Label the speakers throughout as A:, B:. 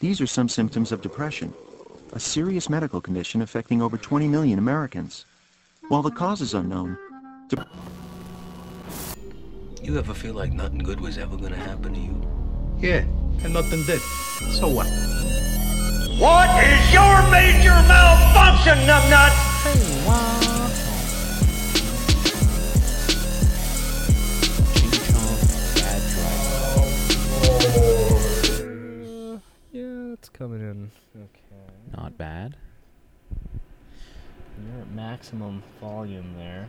A: These are some symptoms of depression, a serious medical condition affecting over 20 million Americans. While the cause is unknown,
B: You ever feel like nothing good was ever gonna happen to you?
C: Yeah, and nothing did. So what?
D: What is your major malfunction, numbnut?
E: Yeah, it's coming in. Okay.
F: Not bad.
E: You're at maximum volume there.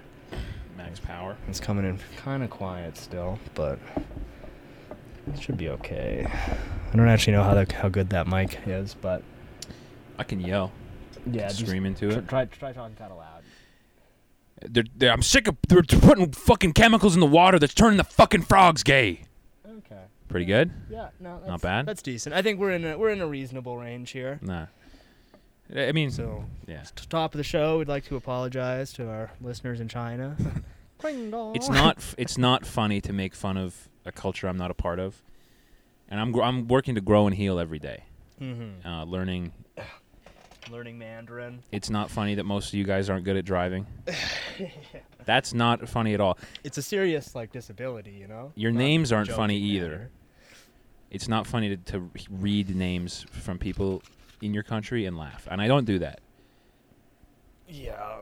F: Max power.
E: It's coming in kind of quiet still, but it should be okay. I don't actually know how the, how good that mic is, but
F: I can yell.
E: yeah, just
F: Scream into
E: tr-
F: it.
E: Try try talking kind of loud.
F: They're, they're, I'm sick of they're putting fucking chemicals in the water that's turning the fucking frogs gay.
E: Okay.
F: Pretty good.
E: Yeah, no, that's,
F: bad?
E: That's decent. I think we're in a, we're in a reasonable range here.
F: Nah. I I mean,
E: So,
F: yeah.
E: t- top of the show, we'd like to apologize to our listeners in China. Ding dong.
F: It's not f- it's not funny to make fun of a culture I'm not a part of, and I'm gr- I'm working to grow and heal every day.
E: Mhm.
F: Uh, learning.
E: learning Mandarin.
F: It's not funny that most of you guys aren't good at driving. That's not funny at all.
E: It's a serious like disability, you know.
F: Your
E: Not
F: names aren't
E: joking
F: funny
E: matter.
F: either. It's not funny to, to read names from people in your country and laugh. And I don't do that.
E: Yeah.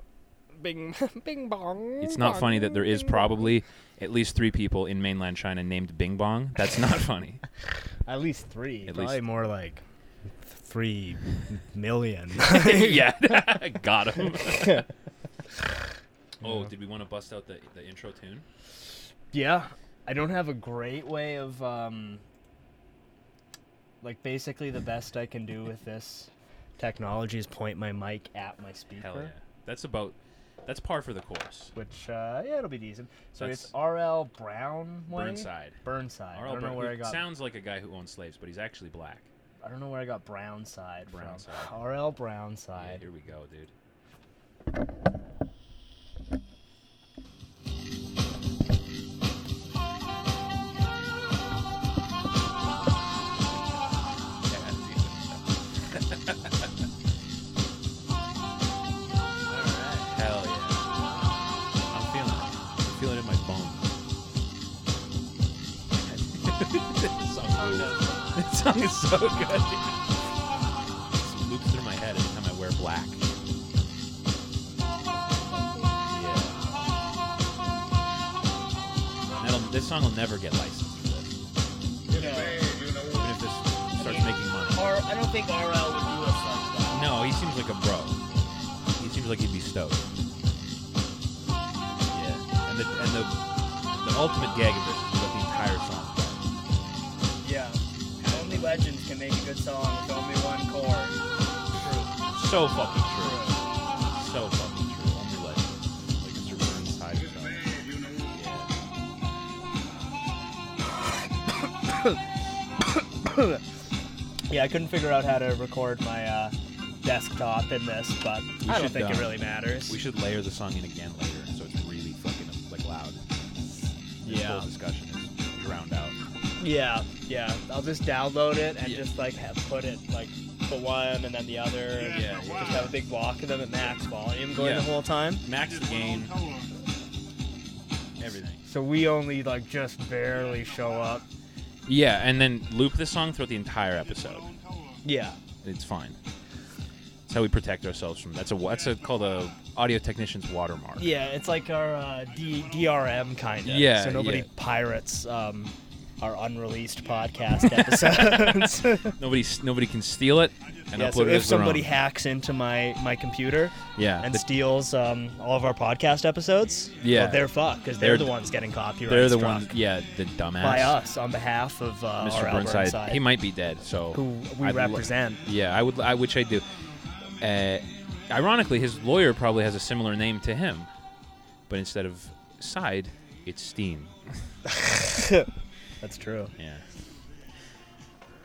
E: Bing, bing bong.
F: It's not funny that there is probably at least three people in mainland China named Bing Bong. That's not funny.
E: At least three.
F: At
E: probably
F: least-
E: more like three million.
F: yeah, got him. oh, did we want to bust out the, the intro tune?
E: yeah. I don't have a great way of um. Like basically, the best I can do with this technology is point my mic at my speaker.
F: Hell yeah. That's about. That's par for the course.
E: Which uh, yeah, it'll be decent. So it's
F: That's-
E: R.L. Brown. Way?
F: Burnside.
E: Burnside. I
F: R.L.
E: don't know
F: Brown-
E: where I
F: who
E: got.
F: Sounds like a guy who owns slaves, but he's actually black.
E: I don't know where I got Brownside.
F: Brownside.
E: From. R.L.
F: Yeah,
E: Brownside.
F: here we go, dude. Hell yeah. I'm feeling it. I'm feeling it in my bones. this, song rules. This song is so good. Dude. This loops through my head every time I wear black. Yeah. That'll, this song will never get licensed for this. Even if this starts making money.
E: Or I don't think R.L. would do us like that.
F: No, he seems like a bro. He seems like he'd be stoked. Yeah, and the and the the ultimate gag of this is about the entire song.
E: Yeah. Only legends can make a good song with only one chord.
F: So fucking true. So fucking true. Only like like it's a real inside joke. Yeah.
E: Yeah, I couldn't figure out how to record my uh, desktop in this, but I don't
F: should,
E: think it
F: um,
E: really matters.
F: We should layer the song in again later, so it's really fucking like loud. This
E: Yeah.
F: whole discussion is drowned out.
E: Yeah, yeah. I'll just download it and
F: Yeah.
E: just like have put it like the one and then the other. And
F: Yeah, yeah.
E: Just have a big block of them at max volume going
F: Yeah.
E: the whole time.
F: Max the gain. Everything.
E: So we only like just barely show up.
F: Yeah, and then loop this song throughout the entire episode.
E: Yeah.
F: It's fine. That's how we protect ourselves from. That's a that's a, called a audio technician's watermark.
E: Yeah, it's like our uh, D- DRM kind of.
F: Yeah,
E: So nobody
F: yeah.
E: pirates um, our unreleased podcast episodes.
F: Nobody s- nobody can steal it and
E: yeah,
F: upload
E: so
F: it
E: if
F: as their
E: somebody
F: own.
E: hacks into my my computer
F: Yeah,
E: and
F: the-
E: steals um, all of our podcast episodes, well,
F: Yeah.
E: they're fucked because they're,
F: They're
E: the
F: the-
E: ones getting copyright.
F: they're the
E: struck
F: ones. Yeah, the dumbass.
E: by us on behalf of uh,
F: Mr.
E: R.L.
F: Burnside. He might be dead. So
E: who we
F: I'd lo-
E: represent.
F: yeah, I would. I which I do. Uh, ironically, his lawyer probably has a similar name to him, but instead of side, it's Steam.
E: That's true.
F: Yeah.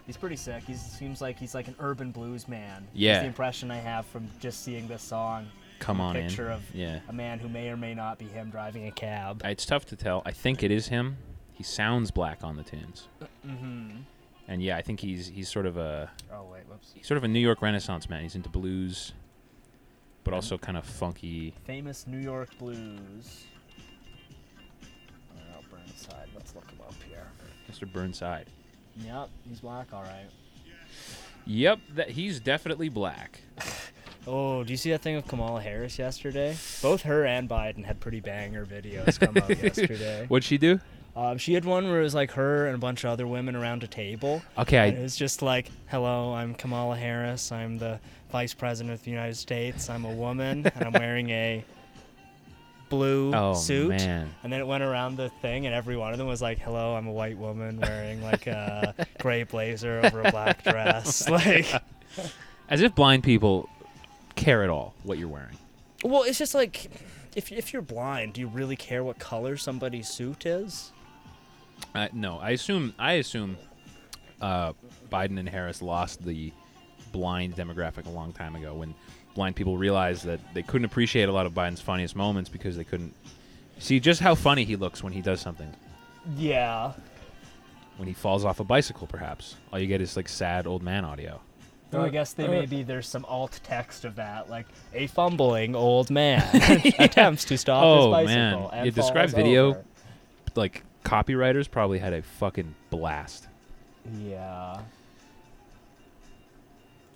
E: He's pretty sick. He seems like he's like an urban blues man.
F: Yeah.
E: That's the impression I have from just seeing this song.
F: Come on
E: picture
F: in.
E: of
F: yeah.
E: a man who may or may not be him driving a cab. Mm-hmm.
F: It's tough to tell. I think it is him. He sounds black on the tunes. And yeah, I think he's he's sort of a
E: Oh wait, whoops.
F: he's sort of a New York Renaissance man. He's into blues, but also kind of funky.
E: Famous New York blues. Alright, Burnside. Let's look him up here.
F: Mr. Burnside.
E: Yep, he's black. All right.
F: Yep, that he's definitely black.
E: Oh, do you see that thing of Kamala Harris yesterday? Both her and Biden had pretty banger videos come out yesterday.
F: What'd she do?
E: Um, she had one where it was like her and a bunch of other women around a table.
F: Okay, I-
E: And it was just like, "Hello, I'm Kamala Harris. I'm the Vice President of the United States. I'm a woman, and I'm wearing a blue
F: Oh,
E: suit."
F: man.
E: And then it went around the thing, and every one of them was like, "Hello, I'm a white woman wearing like a gray blazer over a black dress." like,
F: As if blind people care at all what you're wearing.
E: well, it's just like, if if you're blind, do you really care what color somebody's suit is?
F: Uh, no, I assume I assume uh, Biden and Harris lost the blind demographic a long time ago when blind people realized that they couldn't appreciate a lot of Biden's funniest moments because they couldn't see just how funny he looks when he does something.
E: Yeah.
F: When he falls off a bicycle, perhaps all you get is like sad old man audio.
E: No,
F: Uh,
E: I guess they maybe there's some alt text of that, like a fumbling old man attempts to stop
F: Oh,
E: his
F: man.
E: bicycle. and
F: You describe
E: falls
F: video?
E: over.
F: Like copywriters probably had a fucking blast.
E: Yeah.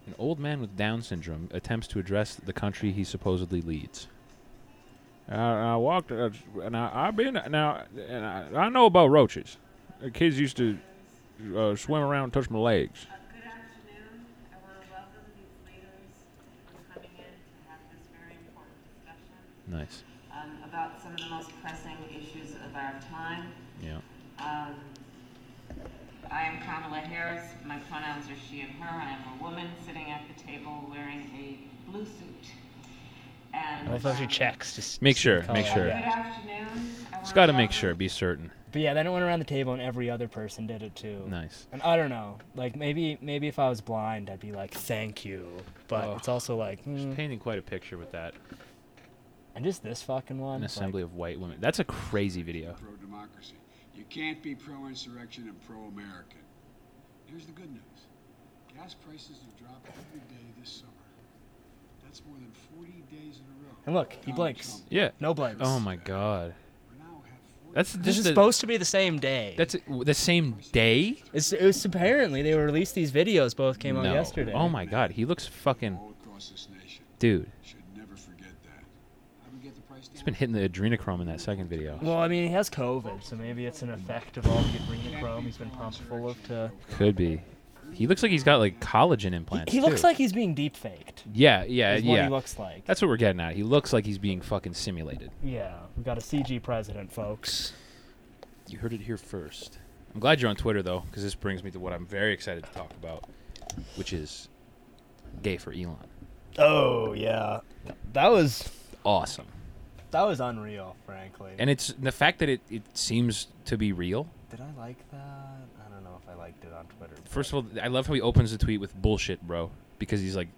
F: An old man with Down syndrome attempts to address the country he supposedly leads. Uh, I walked, uh, and I, I've been now, and I, I know about roaches. The kids used to uh, swim around, and touch my legs.
G: Good afternoon. I want to welcome these leaders who are coming in to have this very important discussion
F: Nice.
G: um, about some of the most pressing issues of our time.
F: Yeah.
G: Um, I am Kamala Harris. My pronouns are she and her. I am a woman sitting at the table wearing a blue suit. And
E: I love how she
G: um,
E: checks. Just
F: Make
E: see
F: sure,
E: the
F: make
E: color.
F: sure.
G: Good
E: Yeah.
G: afternoon. I
F: Just
G: wanna
F: got to make
G: welcome-
F: sure, be certain.
E: But yeah, then it went around the table, and every other person did it too.
F: Nice.
E: And I don't know, like maybe maybe if I was blind, I'd be like, "Thank you," but
F: Oh.
E: it's also like, mm.
F: Painting quite a picture with that.
E: and just this fucking one.
F: An
E: it's
F: assembly of white women. That's a crazy video.
H: pro democracy. You can't be pro insurrection and pro American. Here's the good news gas prices have dropped every day this summer. That's more than 40 days in a row.
E: And look, he
H: Donald
E: blinks.
H: Trump
F: Yeah.
E: No blanks.
F: Oh my god.
H: now have 40
F: That's
E: This
F: just
E: is
F: a-
E: supposed to be the same day.
F: That's a- the same day.
E: it's, it was apparently they released these videos. Both came out
F: No.
E: yesterday.
F: Oh my god. He looks fucking
H: all across this nation.
F: dude.
H: Should never forget that. How do we get the price down?
F: He's been hitting the adrenochrome in that second video.
E: Well, I mean, he has COVID, so maybe it's an effect of all the adrenochrome he's been pumped full of. To
F: Could be. He looks like he's got like collagen implants.
E: he looks
F: too.
E: like he's being deep faked.
F: Yeah, yeah,
E: Is
F: yeah.
E: what he looks like.
F: That's what we're getting at. He looks like he's being fucking simulated.
E: Yeah, we got a CG president, folks.
F: You heard it here first. I'm glad you're on Twitter though, because this brings me to what I'm very excited to talk about, which is gay for Elon.
E: Oh yeah, that was
F: Awesome,
E: that was unreal, frankly.
F: and it's the fact that it, it seems to be real.
E: did I like that? I don't know if I liked it on Twitter.
F: First of all, I love how he opens the tweet with "bullshit, bro," because he's like,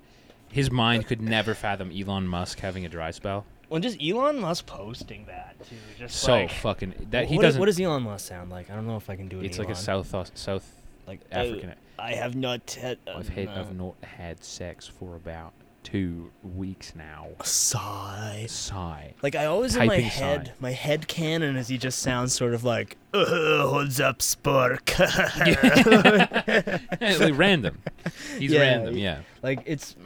F: his mind could never fathom Elon Musk having a dry spell.
E: well, just Elon Musk posting that too. Just
F: So
E: like,
F: fucking that he
E: what,
F: doesn't.
E: What does Elon Musk sound like? I don't know if I can do it.
F: it's like a South Aus- South
E: like
F: African.
E: I have not uh, had.
F: I've had I've not had sex for about two weeks now.
E: sigh.
F: Sigh.
E: Like I always in my
F: Typing
E: head,
F: sigh.
E: my head canon is he just sounds sort of like "Uh, holds up spark.
F: like random. He's
E: Yeah,
F: random.
E: y-
F: Yeah.
E: like it's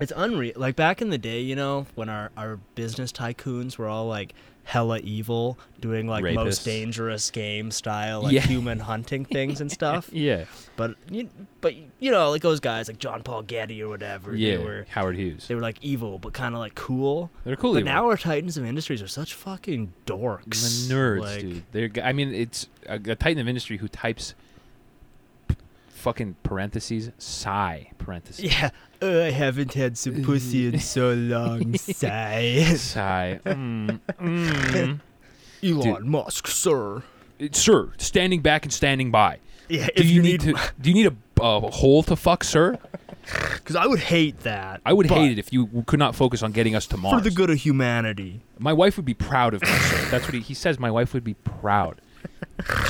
E: it's unreal. Like back in the day, you know, when our our business tycoons were all like hella evil, doing like
F: Rapists.
E: most dangerous game style like
F: Yeah.
E: human hunting things and stuff.
F: Yeah.
E: But you, but you know, like those guys like John Paul Getty or whatever,
F: Yeah.
E: they were
F: Howard Hughes.
E: they were like evil but kind of like cool.
F: They're cool
E: But
F: evil.
E: now our titans of industries are such fucking dorks.
F: the nerds,
E: Like,
F: dude. They're. g- I mean, it's a, a titan of industry who types p- fucking parentheses sigh parentheses
E: Yeah, uh, I haven't had some pussy in so long, sigh.
F: sigh. Mm, mm.
E: Elon Musk, sir.
F: It- Sir, standing back and standing by.
E: Yeah,
F: Do you, need, to? Do you need a, a hole to fuck, sir?
E: because I would hate that.
F: I would
E: but
F: hate it if you w- could not focus on getting us to Mars.
E: for the good of humanity.
F: My wife would be proud of me, sir. That's what he, he says. My wife would be proud.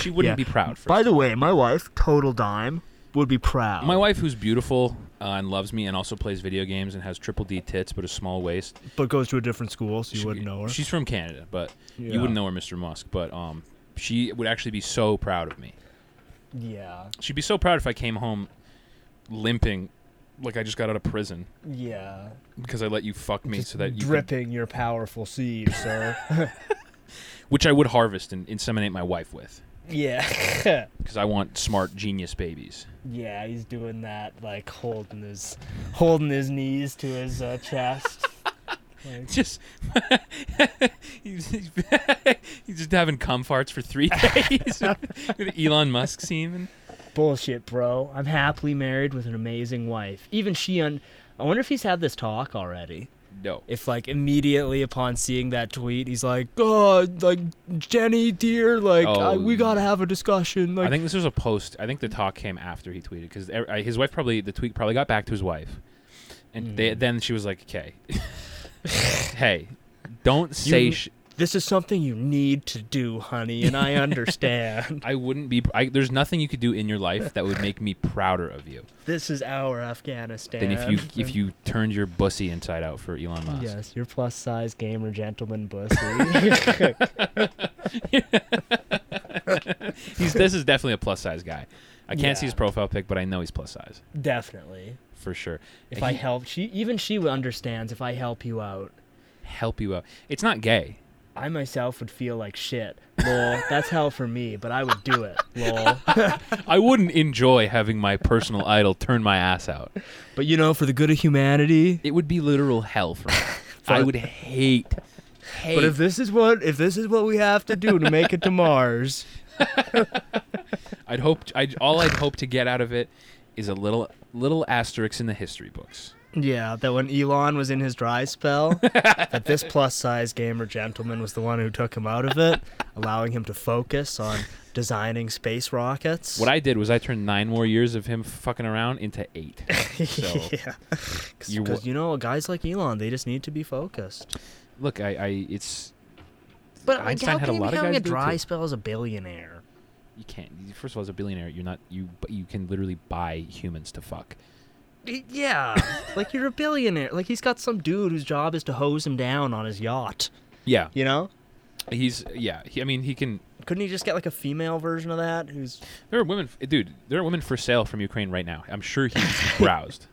F: She wouldn't be proud. For
E: By the way, my wife, total dime, would be proud.
F: my wife, who's beautiful uh, and loves me, and also plays video games and has triple D tits but a small waist.
E: but goes to a different school, so you
F: She-
E: wouldn't know her.
F: She's from Canada, but
E: Yeah.
F: you wouldn't know her, Mr. Musk. But um, she would actually be so proud of me.
E: yeah,
F: She'd be so proud if I came home limping, like I just got out of prison
E: yeah.
F: because I let you fuck me so that you could-
E: dripping your powerful seed, sir.
F: which I would harvest and inseminate my wife with
E: yeah,
F: because I want smart genius babies.
E: yeah. He's doing that, like holding his, holding his knees to his uh, chest.
F: Just he's, he's- he's just having cum farts for three days. with Elon Musk semen.
E: Bullshit, bro. I'm happily married with an amazing wife. Even she un. I wonder if he's had this talk already.
F: No.
E: if like immediately upon seeing that tweet he's like oh like jenny dear like
F: Oh,
E: I, we gotta have a discussion like
F: I think this was a post. I think the talk came after he tweeted because his wife probably the tweet probably got back to his wife, and they, then she was like, "Okay, hey, don't say
E: You-
F: sh-
E: this is something you need to do honey and i understand
F: I wouldn't be. I, there's nothing you could do in your life that would make me prouder of you
E: this is our afghanistan
F: than if you if you turned your bussy inside out for Elon Musk.
E: yes your plus size gamer gentleman bussy
F: He's this is definitely a plus size guy. I can't see
E: Yeah.
F: his profile pic, but I know he's plus size
E: definitely
F: for sure.
E: if
F: And
E: i
F: he-
E: help she even she understands if i help you out
F: help you out, it's not gay.
E: I myself would feel like shit. Lol, that's hell for me, but I would do it. Lol.
F: I wouldn't enjoy having my personal idol turn my ass out.
E: But you know, for the good of humanity,
F: It would be literal hell for me. I would hate, hate.
E: But if this is what if this is what we have to do to make it to Mars,
F: I'd hope I all I'd hope to get out of it is a little little asterisk in the history books.
E: yeah, that when Elon was in his dry spell, that this plus size gamer gentleman was the one who took him out of it, allowing him to focus on designing space rockets.
F: What I did was I turned nine more years of him fucking around into eight. So
E: yeah, because
F: You
E: you,
F: wa-
E: know, guys like Elon, they just need to be focused.
F: look, I, I it's
E: But
F: like, Einstein how had a can you lot be of having
E: having a
F: guys a do dry
E: dry
F: too.
E: spell as a billionaire?
F: you can't. First of all, as a billionaire, you're not you. But you can literally buy humans to fuck.
E: Yeah, like you're a billionaire. Like he's got some dude whose job is to hose him down on his yacht.
F: Yeah,
E: You know,
F: he's yeah. He, I mean, he can.
E: couldn't he just get like a female version of that? Who's
F: There are women, dude. There are women for sale from Ukraine right now. I'm sure he's browsed.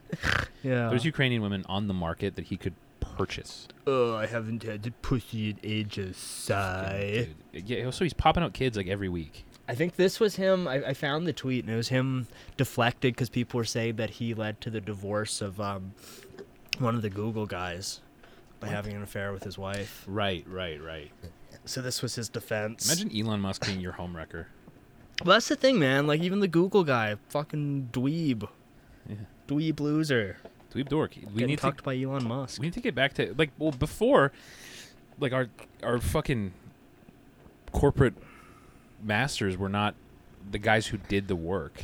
E: yeah.
F: There's Ukrainian women on the market that he could purchase.
E: Oh, I haven't had pussy in ages. Sigh.
F: Dude, Yeah, also he's popping out kids like every week.
E: I think this was him. I, I found the tweet, and it was him deflected because people were saying that he led to the divorce of um, one of the Google guys by having an affair with his wife.
F: Right, right, right.
E: So this was his defense.
F: Imagine Elon Musk being your homewrecker.
E: well, that's the thing, man. Like even the Google guy, fucking dweeb,
F: Yeah.
E: dweeb loser,
F: Dweeb dork. We
E: getting
F: need to
E: cucked by Elon Musk.
F: we need to get back to like well before like our our fucking corporate masters were not the guys who did the work.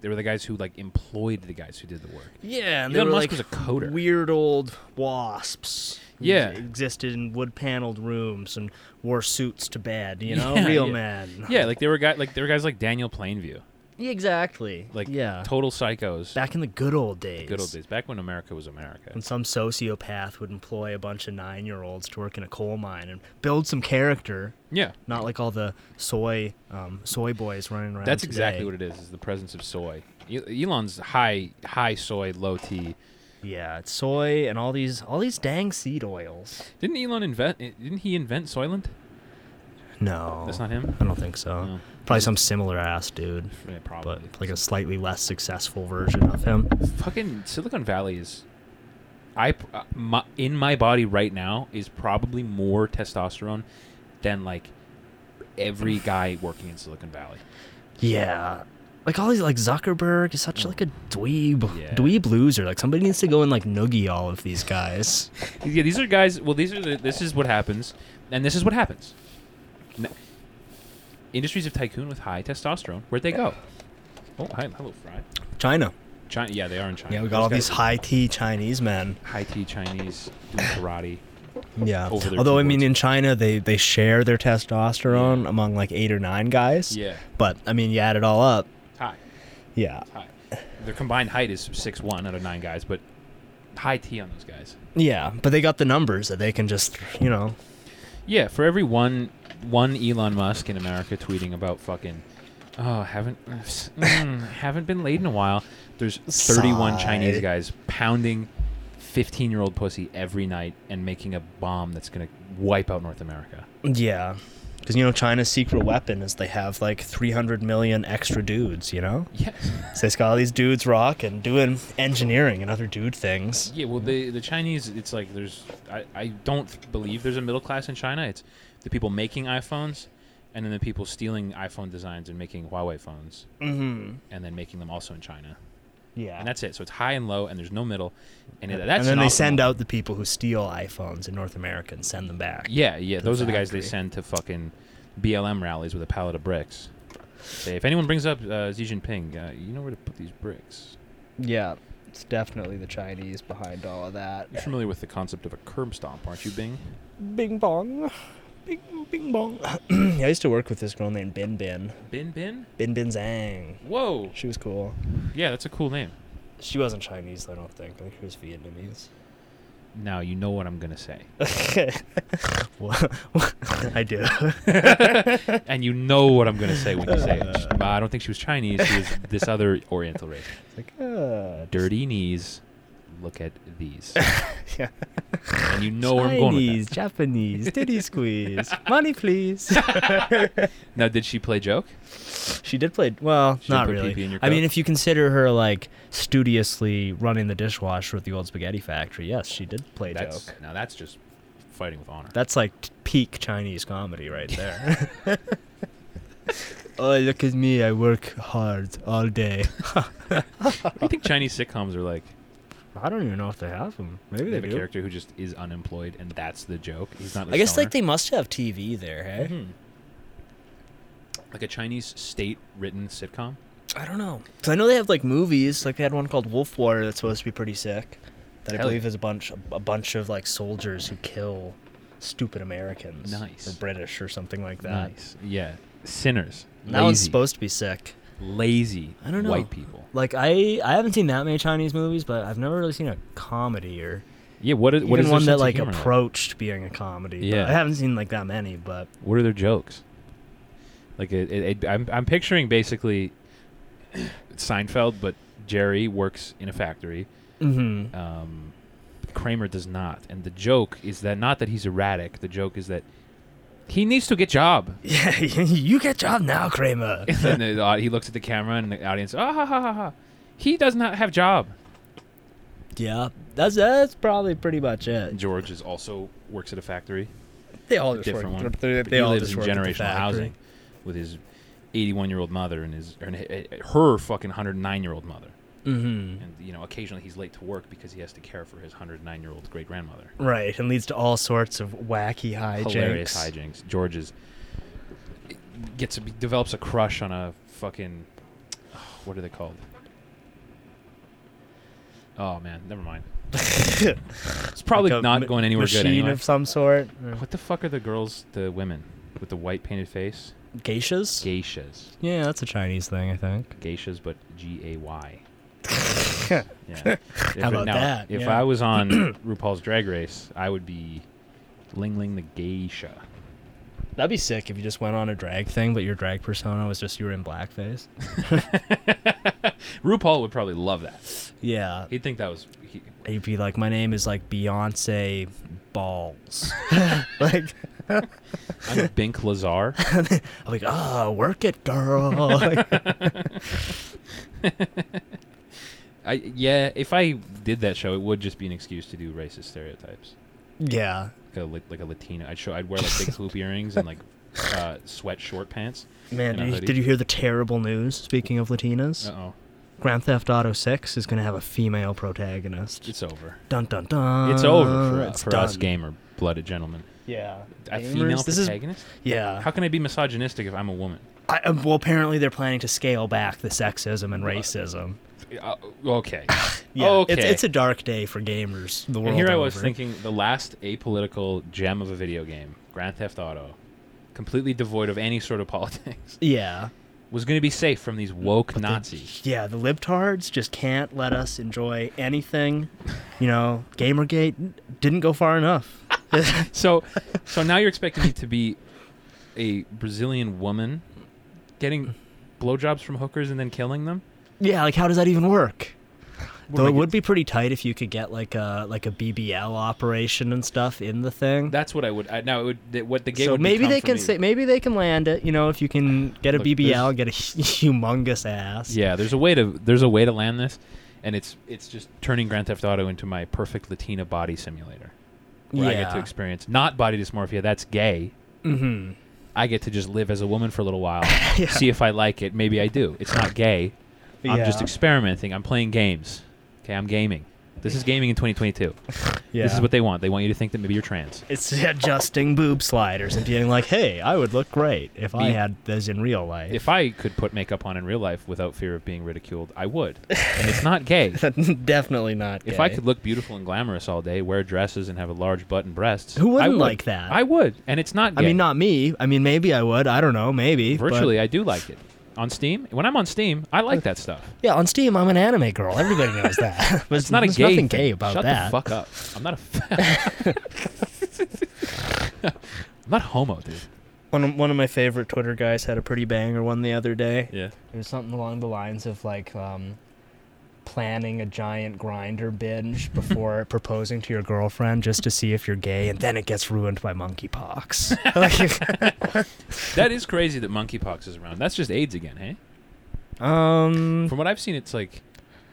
F: They were the guys who like employed the guys who did the work.
E: Yeah, and
F: Elon
E: they were
F: Musk
E: like
F: was a coder.
E: Weird old wasps. who
F: Yeah.
E: existed in wood-paneled rooms and wore suits to bed. You know,
F: Yeah,
E: real
F: yeah.
E: men.
F: Yeah, like they were guy like there were guys like Daniel Plainview.
E: Yeah, exactly.
F: Like
E: yeah,
F: total psychos.
E: back in the good old days.
F: good old days. Back when America was America.
E: When some sociopath would employ a bunch of nine-year-olds to work in a coal mine and build some character,
F: Yeah.
E: not like all the soy um, soy boys running around.
F: That's exactly
E: today.
F: what it is. Is the presence of soy. E- Elon's high high soy, low tea.
E: Yeah, it's soy and all these all these dang seed oils.
F: Didn't Elon invent? eh, Didn't he invent Soylent?
E: No,
F: That's not him.
E: I don't think so.
F: No.
E: Probably some similar ass dude,
F: Yeah,
E: but
F: probably.
E: like a slightly less successful version of him.
F: fucking Silicon Valley is. I p- uh, my, in my body right now is probably more testosterone than like every guy working in Silicon Valley.
E: Yeah. Like all these like Zuckerberg is such like a dweeb,
F: Yeah.
E: dweeb loser. Like somebody needs to go and like noogie all of these guys.
F: Yeah, these are guys. Well, these are the, this is what happens, and this is what happens. N- Industries of tycoon with high testosterone. Where'd they go? Oh, hi, hello, Fry.
E: China.
F: China, yeah, they are in China.
E: Yeah, we
F: Those
E: got all
F: guys
E: these
F: are
E: high tea Chinese men.
F: high tea Chinese doing karate.
E: Yeah.
F: over their
E: Although I mean,
F: keyboards.
E: in China, they they share their testosterone among like eight or nine guys.
F: Yeah.
E: But I mean, you add it all up.
F: High,
E: Yeah.
F: high. Their combined height is six one out of nine guys, but high T on those guys.
E: Yeah. But they got the numbers that they can just you know.
F: Yeah, for every one one Elon Musk in America tweeting about fucking oh haven't mm, haven't been laid in a while, there's 31
E: Sigh.
F: Chinese guys pounding 15 year old pussy every night and making a bomb that's gonna wipe out North America.
E: Yeah. Because you know China's secret weapon is they have like 300 million extra dudes. You know.
F: Yeah,
E: So it's got all these dudes rocking, doing engineering and other dude things.
F: yeah. Well, the the Chinese, it's like there's I, I don't believe there's a middle class in China. It's the people making iPhones, and then the people stealing iPhone designs and making Huawei phones,
E: Mm-hmm.
F: and then making them also in China.
E: Yeah.
F: and that's it. So it's high and low, and there's no middle, and it- that's
E: and then
F: an
E: they
F: optimal-
E: send out the people who steal iPhones in North America and send them back.
F: Yeah, yeah.
E: the
F: Those are the guys they
E: factory.
F: send to fucking BLM rallies with a pallet of bricks. Say, if anyone brings up uh, Xi Jinping, uh, you know where to put these bricks.
E: Yeah, it's definitely the Chinese behind all of that.
F: You're familiar with the concept of a curb stomp, aren't you, Bing?
E: Bing bong. Bing, bing bong. I used to work with this girl named Bin Bin.
F: Bin Bin.
E: Bin Bin Zhang.
F: Whoa.
E: She was cool.
F: Yeah, that's a cool name.
E: She wasn't Chinese, though, I don't think. I think she was Vietnamese.
F: Now you know what I'm gonna say,
E: Well, I do.
F: and you know what I'm gonna say when you say it. Sh- I don't think she was Chinese. She was this other Oriental race.
E: like, uh,
F: Dirty knees. Look at these.
E: Yeah.
F: And you know where I'm going with that.
E: Chinese, Japanese, titty squeeze, money please.
F: Now, did she play joke?
E: She did play. Well,
F: She
E: not
F: put
E: really.
F: PP in your
E: I mean,
F: cup?
E: if you consider her like studiously running the dishwasher at the old spaghetti factory, yes, she did play
F: That's,
E: joke.
F: Now that's just fighting with honor.
E: That's like t- peak Chinese comedy right there. oh, look at me! I work hard all day.
F: what do you think Chinese sitcoms are like?
E: I don't even know if they have them. Maybe
F: They
E: they,
F: have a
E: do.
F: character who just is unemployed, and that's the joke. He's not. The
E: I guess like
F: stoner.
E: they must have TV there, hey?
F: Mhm. Like a Chinese state-written sitcom.
E: I don't know. Cause I know they have like movies. Like they had one called Wolf Warrior that's supposed to be pretty sick. That I
F: Hell
E: believe
F: yeah.
E: is a bunch a bunch of like soldiers who kill stupid Americans.
F: Nice.
E: Or British or something like that.
F: Yeah. Sinners.
E: That one's
F: Lazy.
E: supposed to be sick.
F: Lazy.
E: I don't know.
F: White people.
E: Like I I haven't seen that many Chinese movies, but I've never really seen a comedy or
F: Yeah. What is
E: even
F: what is their
E: one
F: sense
E: that
F: of
E: like
F: humor
E: approached being a comedy. But
F: Yeah.
E: I haven't seen like that many, but
F: What are their jokes? Like it, it, it, I'm, I'm picturing basically Seinfeld, but Jerry works in a factory.
E: Mhm.
F: Um, Kramer does not, and the joke is that not that he's erratic. The joke is that he needs to get job.
E: yeah, you get job now, Kramer.
F: and then the, au- he looks at the camera, and the audience, ah ha ha ha ha, he does not have job.
E: yeah, that's that's probably pretty much it.
F: George is also works at a factory.
E: They all just
F: different
E: work.
F: one.
E: They,
F: But
E: they
F: he
E: all
F: lives
E: just
F: in
E: work at the
F: generational
E: factory.
F: housing with his 81 year old mother and his and h- h- her fucking 109 year old mother. Mm-hmm. And you know, occasionally he's late to work because he has to care for his 109 year old great grandmother.
E: Right, and leads to all sorts of wacky hijinks.
F: Hilarious hijinks. George is gets a, develops a crush on a fucking what are they called? Oh man, never mind. it's probably
E: Like a
F: not
E: ma-
F: going anywhere
E: machine
F: good. Anyway.
E: of some sort. Uh,
F: What the fuck are the girls, the women with the white painted face?
E: Geishas?
F: Geishas.
E: yeah, that's a Chinese thing, I think.
F: geishas, but G A Y. Yeah. If
E: How
F: it-
E: about that?
F: If
E: Yeah.
F: I was on RuPaul's Drag Race, I would be Ling Ling the geisha.
E: That'd be sick if you just went on a drag thing, but your drag persona was just you were in blackface.
F: RuPaul would probably love that.
E: Yeah,
F: He'd think that was. He,
E: you'd be like, my name is like Beyonce Balls. like,
F: I'm a Bink Lazar.
E: I'm like, ah, work it, girl. Like,
F: I yeah. If I did that show, it would just be an excuse to do racist stereotypes.
E: yeah,
F: Like a, li- like a Latina, I'd show. I'd wear like big hoop earrings and like uh, sweat short pants.
E: man, did you, did you hear the terrible news? Speaking of Latinas,
F: Uh oh,
E: Grand Theft Auto 6 is gonna have a female protagonist.
F: it's over.
E: Dun dun dun.
F: It's over
E: Uh, It's
F: for, for us
E: done.
F: gamer blooded gentlemen.
E: Yeah.
F: A female
E: Gamers, this is
F: protagonist?
E: yeah.
F: How can I be misogynistic if I'm a woman?
E: I, uh, well, apparently they're planning to scale back the sexism and racism.
F: uh, okay.
E: Yeah,
F: okay.
E: it's, it's a dark day for gamers. The world
F: and here I was
E: over.
F: thinking the last apolitical gem of a video game, Grand Theft Auto, completely devoid of any sort of politics,
E: Yeah,
F: was going to be safe from these woke Nazis.
E: yeah. The libtards just can't let us enjoy anything. You know, Gamergate didn't go far enough.
F: So, so now you're expecting me to be a Brazilian woman getting blowjobs from hookers and then killing them?
E: Yeah, like how does that even work? Though
F: like
E: it would be pretty tight if you could get like a like a BBL operation and stuff in the thing.
F: That's what I would. I, now it would. th- What the game
E: so
F: would
E: maybe
F: become
E: they
F: for
E: can
F: me-
E: say maybe they can land it. You know, if you can get a
F: Look,
E: BBL,
F: there's-
E: get a humongous ass.
F: Yeah, there's a way to there's a way to land this, and it's it's just turning Grand Theft Auto into my perfect Latina body simulator, where I get to
E: Yeah.
F: experience not body dysmorphia. That's gay.
E: Mm-hmm.
F: I get to just live as a woman for a little while, see if I like it. Maybe I do. It's not gay. I'm just
E: Yeah.
F: experimenting. I'm playing games. Okay, I'm gaming. This is gaming in 2022.
E: Yeah.
F: This is what they want. They want you to think that maybe you're trans.
E: it's adjusting boob sliders and being like, "Hey, I would look great if I
F: Be-
E: had this in real life."
F: If I could put makeup on in real life without fear of being ridiculed, I would. And it's not gay.
E: Definitely not.
F: If I
E: gay.
F: could look beautiful and glamorous all day, wear dresses and have a large butt and breasts,
E: Who wouldn't
F: I would.
E: like that?
F: I would, and it's not.
E: I
F: Gay.
E: mean, not me. I mean, maybe I would. I don't know. Maybe but-
F: virtually. I do like it on Steam. When I'm on Steam, I like that stuff.
E: Yeah, on Steam, I'm an anime girl. Everybody knows that. But
F: It's not a
E: there's
F: gay.
E: nothing
F: thing.
E: gay about
F: Shut
E: that.
F: the fuck up. I'm not a. F- I'm not homo, dude.
E: One of, one of my favorite Twitter guys had a pretty banger one the other day.
F: Yeah.
E: It was something along the lines of like um, planning a giant grinder binge before proposing to your girlfriend just to see if you're gay, and then it gets ruined by monkeypox.
F: That is crazy that monkeypox is around. That's just AIDS again, hey?
E: Like, um,
F: From what I've seen, it's like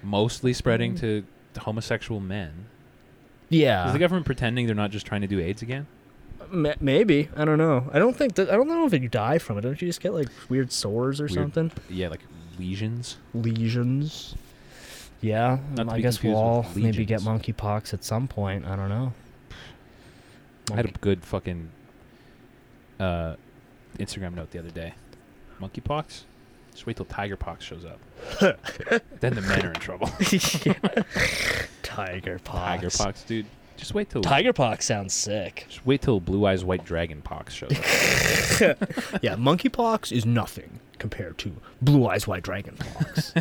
F: mostly spreading to homosexual men. Is
E: yeah,
F: the government pretending they're not just trying to do AIDS again?
E: ma- maybe. I don't know. I don't think that. I don't know if you die from it. Don't you just get like weird sores or
F: Weird.
E: something?
F: Yeah, like lesions.
E: lesions. Yeah,
F: Not
E: um,
F: to
E: I
F: be
E: guess we'll
F: confused
E: all
F: with
E: maybe get
F: legions.
E: monkeypox at some point. I don't know.
F: I had a
E: Monkey-
F: good fucking uh, Instagram note the other day. Monkeypox? Just wait till tigerpox shows up. then the men are in trouble.
E: Tiger pox.
F: tigerpox, dude. Just wait till
E: Tiger pox sounds sick.
F: just wait till blue eyes white dragon pox shows up.
E: yeah, monkeypox is nothing compared to blue eyes white dragon pox.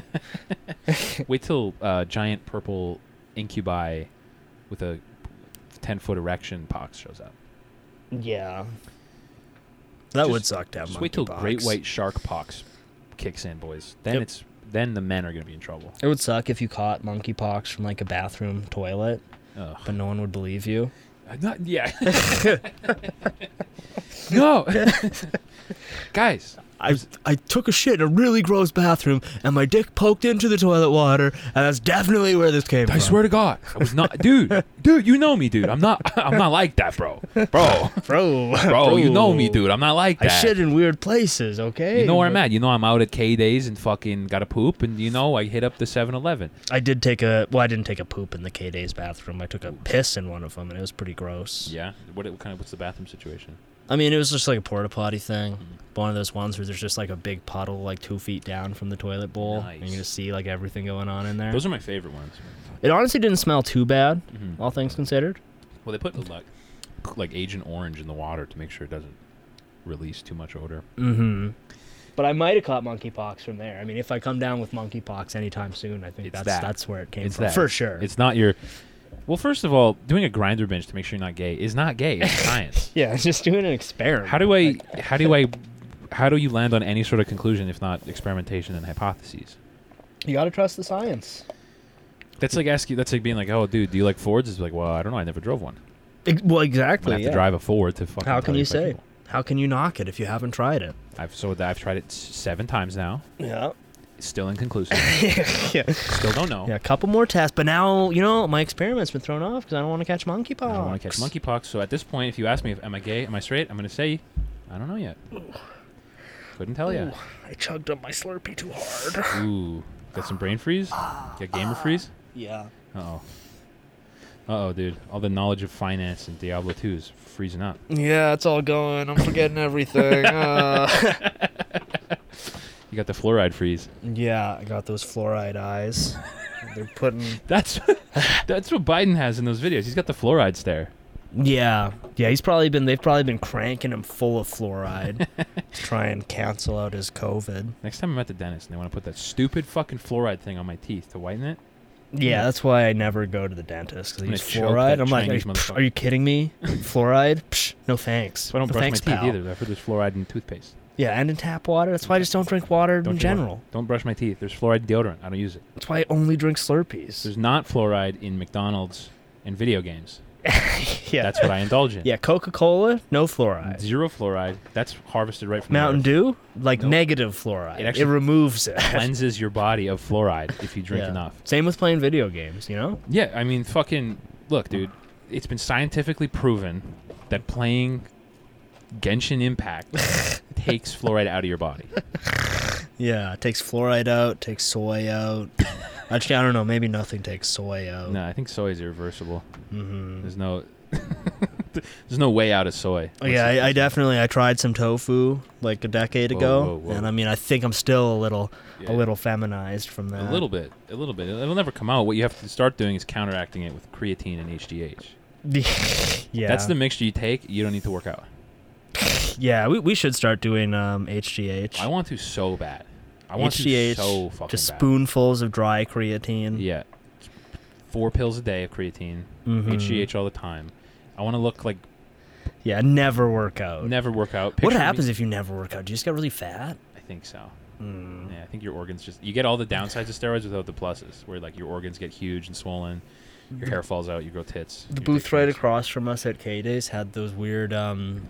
F: wait till uh, giant purple incubi with a ten foot erection pox shows up.
E: yeah. That would
F: Just-
E: suck to have
F: Just wait till
E: monkeypox.
F: great white shark pox kicks in, boys. Then
E: Yep.
F: it's then the men are gonna be in trouble.
E: It would suck if you caught monkeypox from like a bathroom toilet,
F: Ugh.
E: but no one would believe you.
F: Uh, Not yeah. no, guys.
E: I I took a shit in a really gross bathroom, and my dick poked into the toilet water, and that's definitely where this came
F: I swear to God, I was not, dude. Dude, you know me, dude. I'm not. I'm not like that, bro. Bro,
E: bro,
F: bro. You know me, dude. I'm not like
E: I
F: that.
E: shit in weird places, okay?
F: You know where I'm at. You know I'm out at K days and fucking got to poop, and you know I hit up the 7-Eleven.
E: I did take a well, I didn't take a poop in the K Day's bathroom. I took a piss in one of them, and it was pretty gross.
F: Yeah. What, what kind of? What's the bathroom situation?
E: I mean, it was just like a porta potty thing,
F: Mm-hmm.
E: one of those ones where there's just like a big puddle like two feet down from the toilet bowl, and
F: Nice.
E: you just see like everything going on in there.
F: Those are Mm-hmm. my favorite ones.
E: it honestly didn't smell too bad, all things considered.
F: Well, they put like, like Agent Orange in the water to make sure it doesn't release too much odor.
E: Mm-hmm. But I might have caught monkeypox from there. I mean, if I come down with monkeypox anytime soon, I think
F: It's
E: that's
F: that.
E: that's where it came
F: It's
E: from
F: that
E: for sure.
F: It's not your. Well, first of all, doing a grinder binge to make sure you're not gay is not gay. It's science.
E: yeah, it's just doing an experiment.
F: How do I? How do I? How do you land on any sort of conclusion if not experimentation and hypotheses?
E: you got to trust the science?
F: That's like asking. That's like being like, "Oh, dude, do you like Fords?" It's like, "Well, I don't know. I never drove one.
E: well,
F: I'm gonna
E: exactly.
F: have to drive a Ford to fucking."
E: How
F: tell
E: can you
F: if I
E: say?
F: do."
E: How can you knock it if you haven't tried it?
F: I've so that I've tried it s- seven times now.
E: Yeah.
F: It's still inconclusive.
E: yeah.
F: still don't know.
E: Yeah, a couple more tests, but now, you know, my experiment's been thrown off because I don't want to catch monkeypox.
F: I don't want to catch monkeypox. So at this point, if you ask me, if, "Am I gay? Am I straight?" I'm gonna say, "I don't know yet. Couldn't tell ya."
E: I chugged up my Slurpee too hard.
F: Ooh, got some brain freeze? Got gamer freeze?
E: Yeah.
F: Uh oh. Uh oh, dude. All the knowledge of finance and Diablo 2 is freezing up.
E: Ah. Yeah, it's all going. I'm forgetting everything.
F: You got the fluoride freeze.
E: Yeah, I got those fluoride eyes. They're putting.
F: That's that's what Biden has in those videos. He's got the fluoride stare.
E: Yeah, yeah. He's probably been. They've probably been cranking him full of fluoride to try and cancel out his COVID.
F: Next time I'm at the dentist and they want to put that stupid fucking fluoride thing on my teeth to whiten it,
E: Yeah, that's why I never go to the dentist because
F: I'm
E: he's
F: gonna choke that
E: fluoride. I'm like, are
F: Chinese
E: you,
F: motherfucker.
E: are you kidding me? fluoride? Psh, no thanks.
F: so I don't
E: no
F: brush
E: thanks,
F: my teeth
E: pal.
F: either. I've heard there's fluoride in toothpaste.
E: Yeah, and in tap water. That's why I just don't drink water
F: Don't
E: in
F: you
E: general.
F: Brush, don't brush my teeth. There's fluoride deodorant. I don't use it.
E: That's why I only drink Slurpees.
F: There's not fluoride in McDonald's and video games.
E: yeah,
F: That's what I indulge in.
E: yeah. Coca Cola, no fluoride.
F: Zero fluoride. That's harvested right from the
E: Mountain
F: earth.
E: Dew, like negative fluoride.
F: It
E: It,
F: actually
E: removes it.
F: Cleanses your body of fluoride if you drink
E: Yeah.
F: enough.
E: Same with playing video games, you know?
F: Yeah, I mean, fucking look, dude. It's been scientifically proven that playing Genshin Impact takes fluoride out of your body.
E: Yeah, it takes fluoride out, takes soy out. Actually, I don't know. Maybe nothing takes soy out.
F: No, I think soy is irreversible.
E: Mm-hmm.
F: There's no, there's no way out of soy.
E: Oh, yeah, I, I definitely I tried some tofu like a decade
F: Whoa,
E: ago,
F: whoa, whoa.
E: and I mean I think I'm still a little a
F: Yeah.
E: little feminized from that.
F: A little bit, a little bit. It'll never come out. What you have to start doing is counteracting it with creatine and HGH.
E: yeah,
F: That's the mixture you take. You don't need to work out.
E: yeah. We, we should start doing um, HGH.
F: I want to so bad. I want
E: HGH,
F: to so fucking
E: just
F: bad.
E: spoonfuls of dry creatine.
F: Yeah. Four pills a day of creatine,
E: Mm-hmm.
F: HGH all the time. I want to look like
E: yeah. Never work out.
F: never work out.
E: what
F: Picture me-
E: happens if you never work out? Do you just get really fat?
F: I think so.
E: Mm.
F: Yeah, I think your organs just you get all the downsides of steroids without the pluses, where like your organs get huge and swollen, your hair falls out, you grow tits.
E: Mm. the booth right across from us at K Days had those weird. um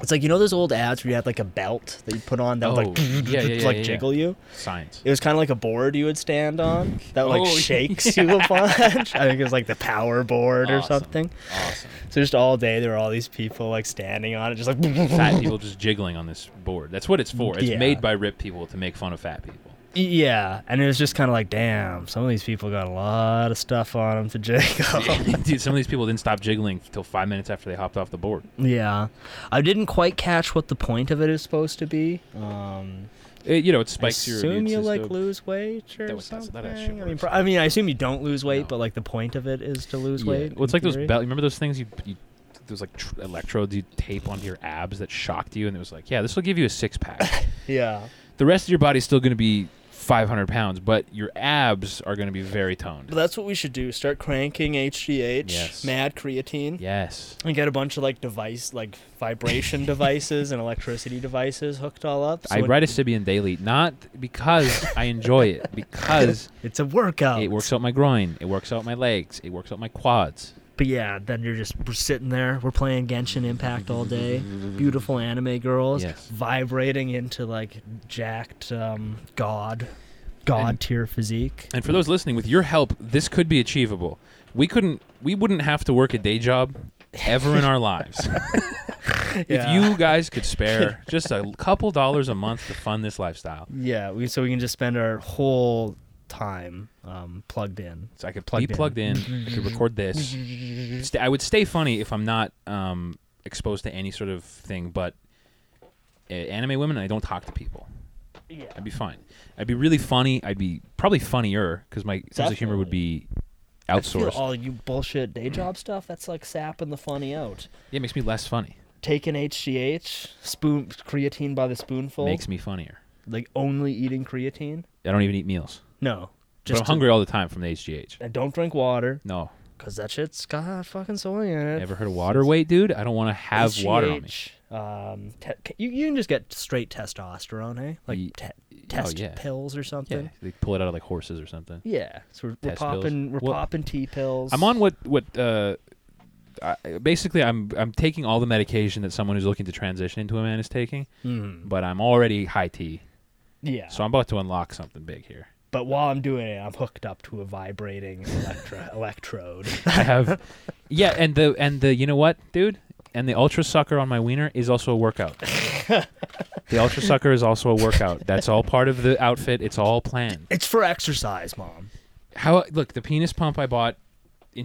E: It's like you know those old ads where you had like a belt that you put on that would like
F: Oh, yeah, yeah, yeah,
E: like
F: yeah, yeah.
E: jiggle you.
F: Science.
E: It was kind of like a board you would stand on that like
F: Oh,
E: shakes you a bunch. I think it was like the power board or
F: Awesome.
E: something.
F: Awesome.
E: So just all day there were all these people like standing on it, just like
F: Fat people just jiggling on this board. That's what it's for. It's
E: Yeah.
F: made by rip people to make fun of fat people.
E: yeah. And it was just kind of like, damn, some of these people got a lot of stuff on them to jiggle.
F: Dude, some of these people didn't stop jiggling till five minutes after they hopped off the board.
E: yeah, I didn't quite catch what the point of it is supposed to be. Um,
F: It, you know, it
E: I
F: spikes your
E: assume
F: immune
E: you like
F: system.
E: lose weight or
F: That was- that's-
E: something.
F: that actually
E: I, mean,
F: works.
E: pro- I mean, I assume you don't lose weight,
F: No.
E: but like the point of it is to lose
F: Yeah.
E: weight.
F: Well, it's
E: in
F: like those
E: theory.
F: belt. Remember those things you, you those like tr- electrodes you tape onto your abs that shocked you, and it was like, yeah, this will give you a six pack.
E: Yeah.
F: the rest of your body's still going to be 500 pounds, but your abs are going to be very toned.
E: But that's what we should do. Start cranking HGH,
F: Yes.
E: mad creatine.
F: Yes.
E: And get a bunch of like device, like vibration devices and electricity devices hooked all up.
F: I
E: when-
F: ride a Sibian daily, not because I enjoy it, because
E: It's a workout.
F: it works out my groin, it works out my legs, it works out my quads.
E: But yeah, then you're just we're sitting there. We're playing Genshin Impact all day. Beautiful anime girls
F: Yes.
E: vibrating into like jacked um, god, god tier physique.
F: And for those listening, with your help, this could be achievable. We couldn't, we wouldn't have to work a day job ever in our lives. If you guys could spare just a couple dollars a month to fund this lifestyle,
E: yeah, we, so we can just spend our whole time um, plugged in.
F: so I could
E: Plugged
F: be
E: in.
F: plugged in, I could record this. St- I would stay funny if I'm not um, exposed to any sort of thing, but uh, anime women, I don't talk to people. Yeah. I'd be fine. I'd be really funny. I'd be probably funnier because my sense of humor would be
E: Feel
F: outsourced.
E: all you bullshit day job stuff. That's like sapping the funny out.
F: yeah, it makes me less funny.
E: Taking HGH, spoon creatine by the spoonful.
F: Makes me funnier.
E: like only eating creatine.
F: I don't even eat meals.
E: No,
F: But I'm
E: to-
F: hungry all the time from the HGH.
E: And don't drink water
F: No.
E: because that shit's got fucking soy in it.
F: Ever heard of water weight, dude? I don't want to have water on me.
E: HGH, Um, te- you you can just get straight testosterone, eh? Like
F: Ye- oh,
E: te- test
F: yeah.
E: pills or
F: Yeah,
E: something.
F: they pull it out of like horses or something.
E: Yeah. So we're, we're
F: Test pills.
E: popping we're
F: Well,
E: popping T pills.
F: I'm on what what uh, I, basically I'm I'm taking all the medication that someone who's looking to transition into a man is taking, but I'm already high T,
E: yeah.
F: so I'm about to unlock something big here.
E: but while I'm doing it, I'm hooked up to a vibrating electro- electrode.
F: I have, yeah, and the and the you know what, dude, and the ultra sucker on my wiener is also a workout. the ultra sucker is also a workout. That's all part of the outfit. It's all planned.
E: It's for exercise, mom.
F: How look the penis pump I bought in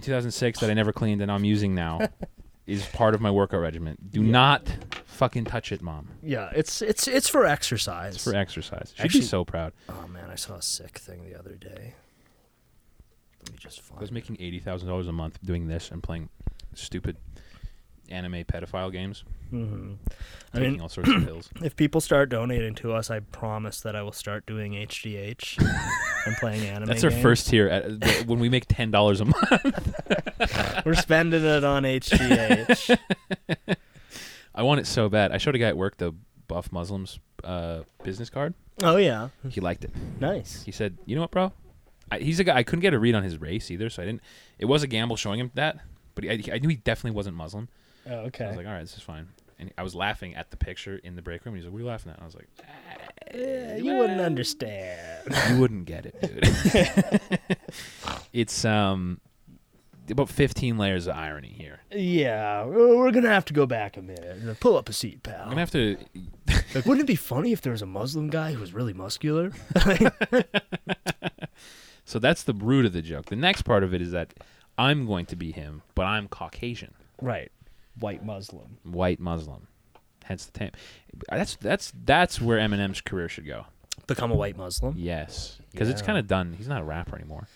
F: 2006 that I never cleaned and I'm using now is part of my workout regimen. Do not fucking touch it, mom.
E: Yeah, it's it's it's for exercise.
F: For exercise. She'd
E: Actually-
F: be so proud.
E: oh man, I saw a sick thing the other day. Let me just
F: I
E: find.
F: was
E: it.
F: making eighty thousand dollars a month doing this and playing stupid anime pedophile games,
E: Mm-hmm. I
F: taking
E: mean,
F: all sorts of pills.
E: if people start donating to us, I promise that I will start doing HGH and playing anime.
F: That's our
E: games.
F: first tier. At, but when we make ten dollars a month,
E: We're spending it on HGH.
F: I want it so bad. I showed a guy at work the buff Muslims uh, business card.
E: oh yeah,
F: He liked it.
E: nice.
F: He said, "You know what, bro? I, he's a guy. I couldn't get a read on his race either, so I didn't. It was a gamble showing him that, but I, I knew he definitely wasn't Muslim.
E: Oh, okay.
F: I was like, all right, this is fine. And I was laughing at the picture in the break room. He's like, what are you laughing at? And I was like,
E: Yeah, Uh, you wouldn't understand.
F: you wouldn't get it, dude. it's um about 15 layers of irony here.
E: yeah, we're we're gonna have to go back a minute. Uh, Pull up a seat, pal.
F: I'm gonna have to.
E: Like, wouldn't it be funny if there was a Muslim guy who was really muscular?
F: So that's the root of the joke. The next part of it is that I'm going to be him, but I'm Caucasian,
E: right, white Muslim.
F: white Muslim. Hence the name. That's that's that's where Eminem's career should go.
E: Become a white Muslim?
F: Yes, because it's
E: Yeah.
F: kind of done. He's not a rapper anymore.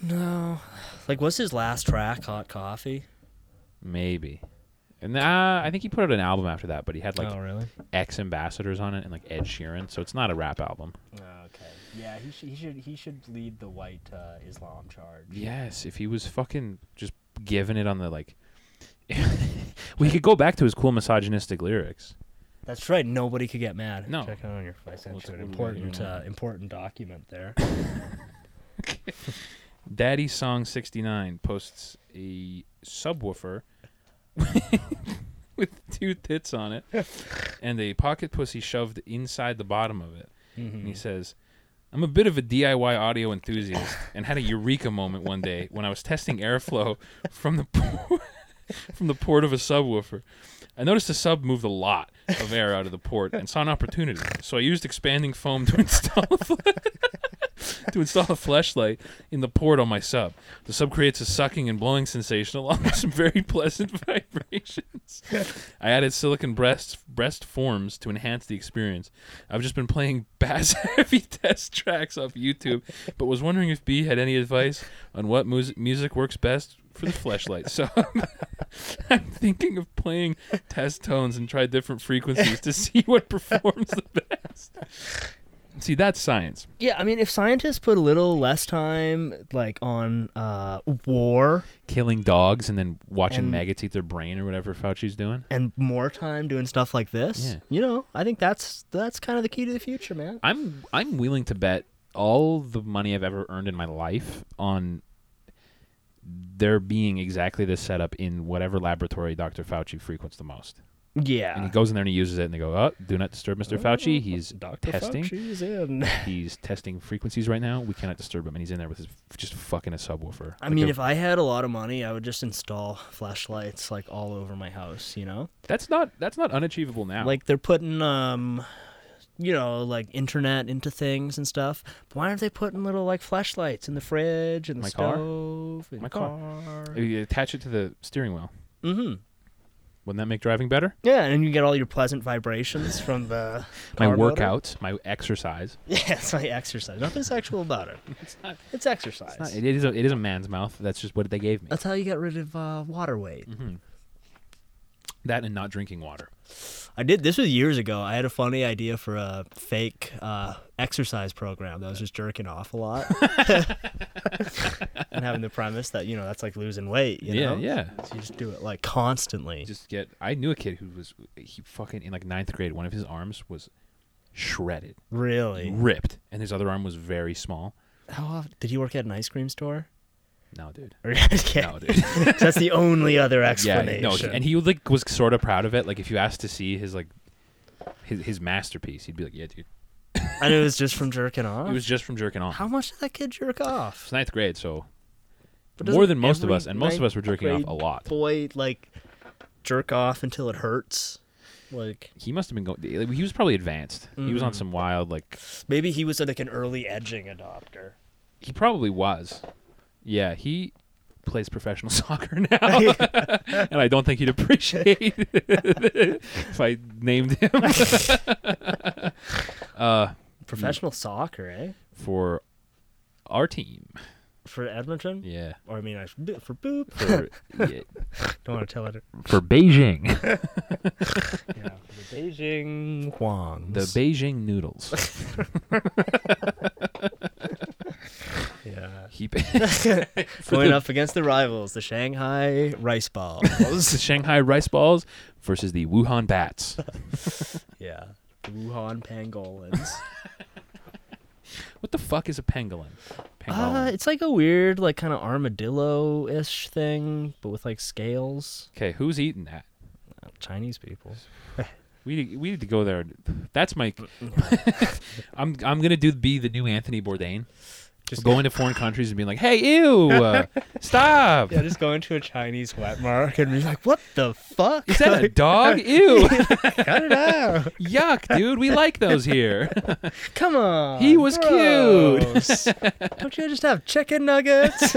E: No. Like, what's his last track? Hot Coffee.
F: Maybe. And uh, I think he put out an album after that, but he had like
E: Oh, really?
F: ex ambassadors on it and like Ed Sheeran, so it's not a rap album.
E: okay. Yeah, he, sh- he should he should lead the white uh, Islam charge.
F: Yes, if he was fucking just giving it on the like, we could go back to his cool misogynistic lyrics.
E: That's right. Nobody could get mad.
F: No.
E: Check out on your. I sent
F: What's-
E: you an
F: what do we
E: important
F: do?
E: uh, important document there.
F: Daddy Song sixty nine posts a subwoofer with two tits on it and a pocket pussy shoved inside the bottom of it, and he says. I'm a bit of a DIY audio enthusiast and had a eureka moment one day when I was testing airflow from the por- from the port of a subwoofer. I noticed the sub moved a lot of air out of the port and saw an opportunity, so I used expanding foam to install a fl- to install a flashlight in the port on my sub. The sub creates a sucking and blowing sensation along with some very pleasant vibrations. I added silicon breast breast forms to enhance the experience. I've just been playing bass heavy test tracks off YouTube, but was wondering if B had any advice on what mus- music works best for the fleshlight. So I'm thinking of playing test tones and try different frequencies to see what performs the best. See, that's science.
E: yeah, I mean, if scientists put a little less time like on uh, war
F: killing dogs and then watching
E: And-
F: maggots eat their brain or whatever Fauci's doing.
E: and more time doing stuff like this,
F: Yeah.
E: you know, I think that's that's kind of the key to the future, man.
F: I'm I'm willing to bet all the money I've ever earned in my life on there being exactly this setup in whatever laboratory Dr. Fauci frequents the most. And
E: Yeah.
F: he goes in there and he uses it and they go, "Oh, do not disturb Mr. Fauci. He's
E: Dr.
F: testing.
E: Fauci's in.
F: He's testing frequencies right now. We cannot disturb him." And he's in there with his just fucking a subwoofer.
E: I
F: Like
E: mean,
F: a-
E: if I had a lot of money, I would just install flashlights like all over my house, you know?
F: that's not that's not unachievable now.
E: Like they're putting um you know, like internet into things and stuff. But why aren't they putting little like flashlights in the fridge and the
F: My car?
E: stove and
F: My car.
E: car?
F: Uh, you attach it to the steering wheel.
E: Mhm.
F: Wouldn't that make driving better?
E: Yeah, and you get all your pleasant vibrations from the
F: My
E: car motor.
F: workouts, my exercise.
E: Yeah, it's my exercise. Nothing sexual about it. It's not. It's exercise.
F: It's not- it is a, it is a man's mouth. That's just what they gave me.
E: That's how you get rid of uh, water weight.
F: That and not drinking water.
E: I did this was years ago. I had a funny idea for a fake uh, exercise program that was just jerking off a lot and having the premise that you know that's like losing weight. You
F: Yeah,
E: know?
F: yeah.
E: So you just do it like constantly.
F: Just get. I knew a kid who was he fucking in like ninth grade. One of his arms was shredded,
E: really?
F: ripped, and his other arm was very small.
E: How often did you work at an ice cream store?
F: No, dude.
E: Or- okay.
F: No, dude.
E: That's the only other
F: yeah,
E: explanation.
F: no. And he like was sort of proud of it. Like if you asked to see his like his his masterpiece, he'd be like, "Yeah, dude."
E: and it was just from jerking off.
F: It was just from jerking off.
E: How much did that kid jerk off?
F: It's ninth grade, so
E: But
F: more
E: doesn't
F: than most of
E: every
F: us, and most of us were jerking off
E: ninth
F: a lot.
E: Boy, like jerk off until it hurts. Like
F: He must have been going. He was probably advanced. He
E: Mm.
F: was on some wild like
E: maybe he was like an early edging adopter.
F: He probably was. Yeah, he plays professional soccer now, and I don't think he'd appreciate if I named him
E: Professional soccer, eh?
F: for our team.
E: For Edmonton?
F: Yeah,
E: Or I mean, I should do it for boop.
F: for, yeah,
E: Don't want to tell it.
F: for Beijing,
E: Yeah, for the Beijing Huang.
F: the Beijing noodles.
E: yeah.
F: He-
E: Going up against the rivals, the Shanghai Rice Balls.
F: the Shanghai rice balls versus the Wuhan bats.
E: yeah. The Wuhan Pangolins.
F: What the fuck is a pangolin? Pangolin.
E: Uh, it's like a weird, like kind of armadillo-ish thing, but with like scales.
F: okay, who's eating that?
E: Chinese people.
F: We we need to go there. That's my. I'm I'm gonna do be the new Anthony Bourdain. Just going to foreign countries and being like, "Hey, ew, uh, stop!
E: Yeah, just going to a Chinese wet mark and be like, "What the fuck?"
F: Is that a dog? Ew,
E: I don't know.
F: yuck, dude. We like those here.
E: Come on.
F: He was cute.
E: cute. don't you just have chicken nuggets?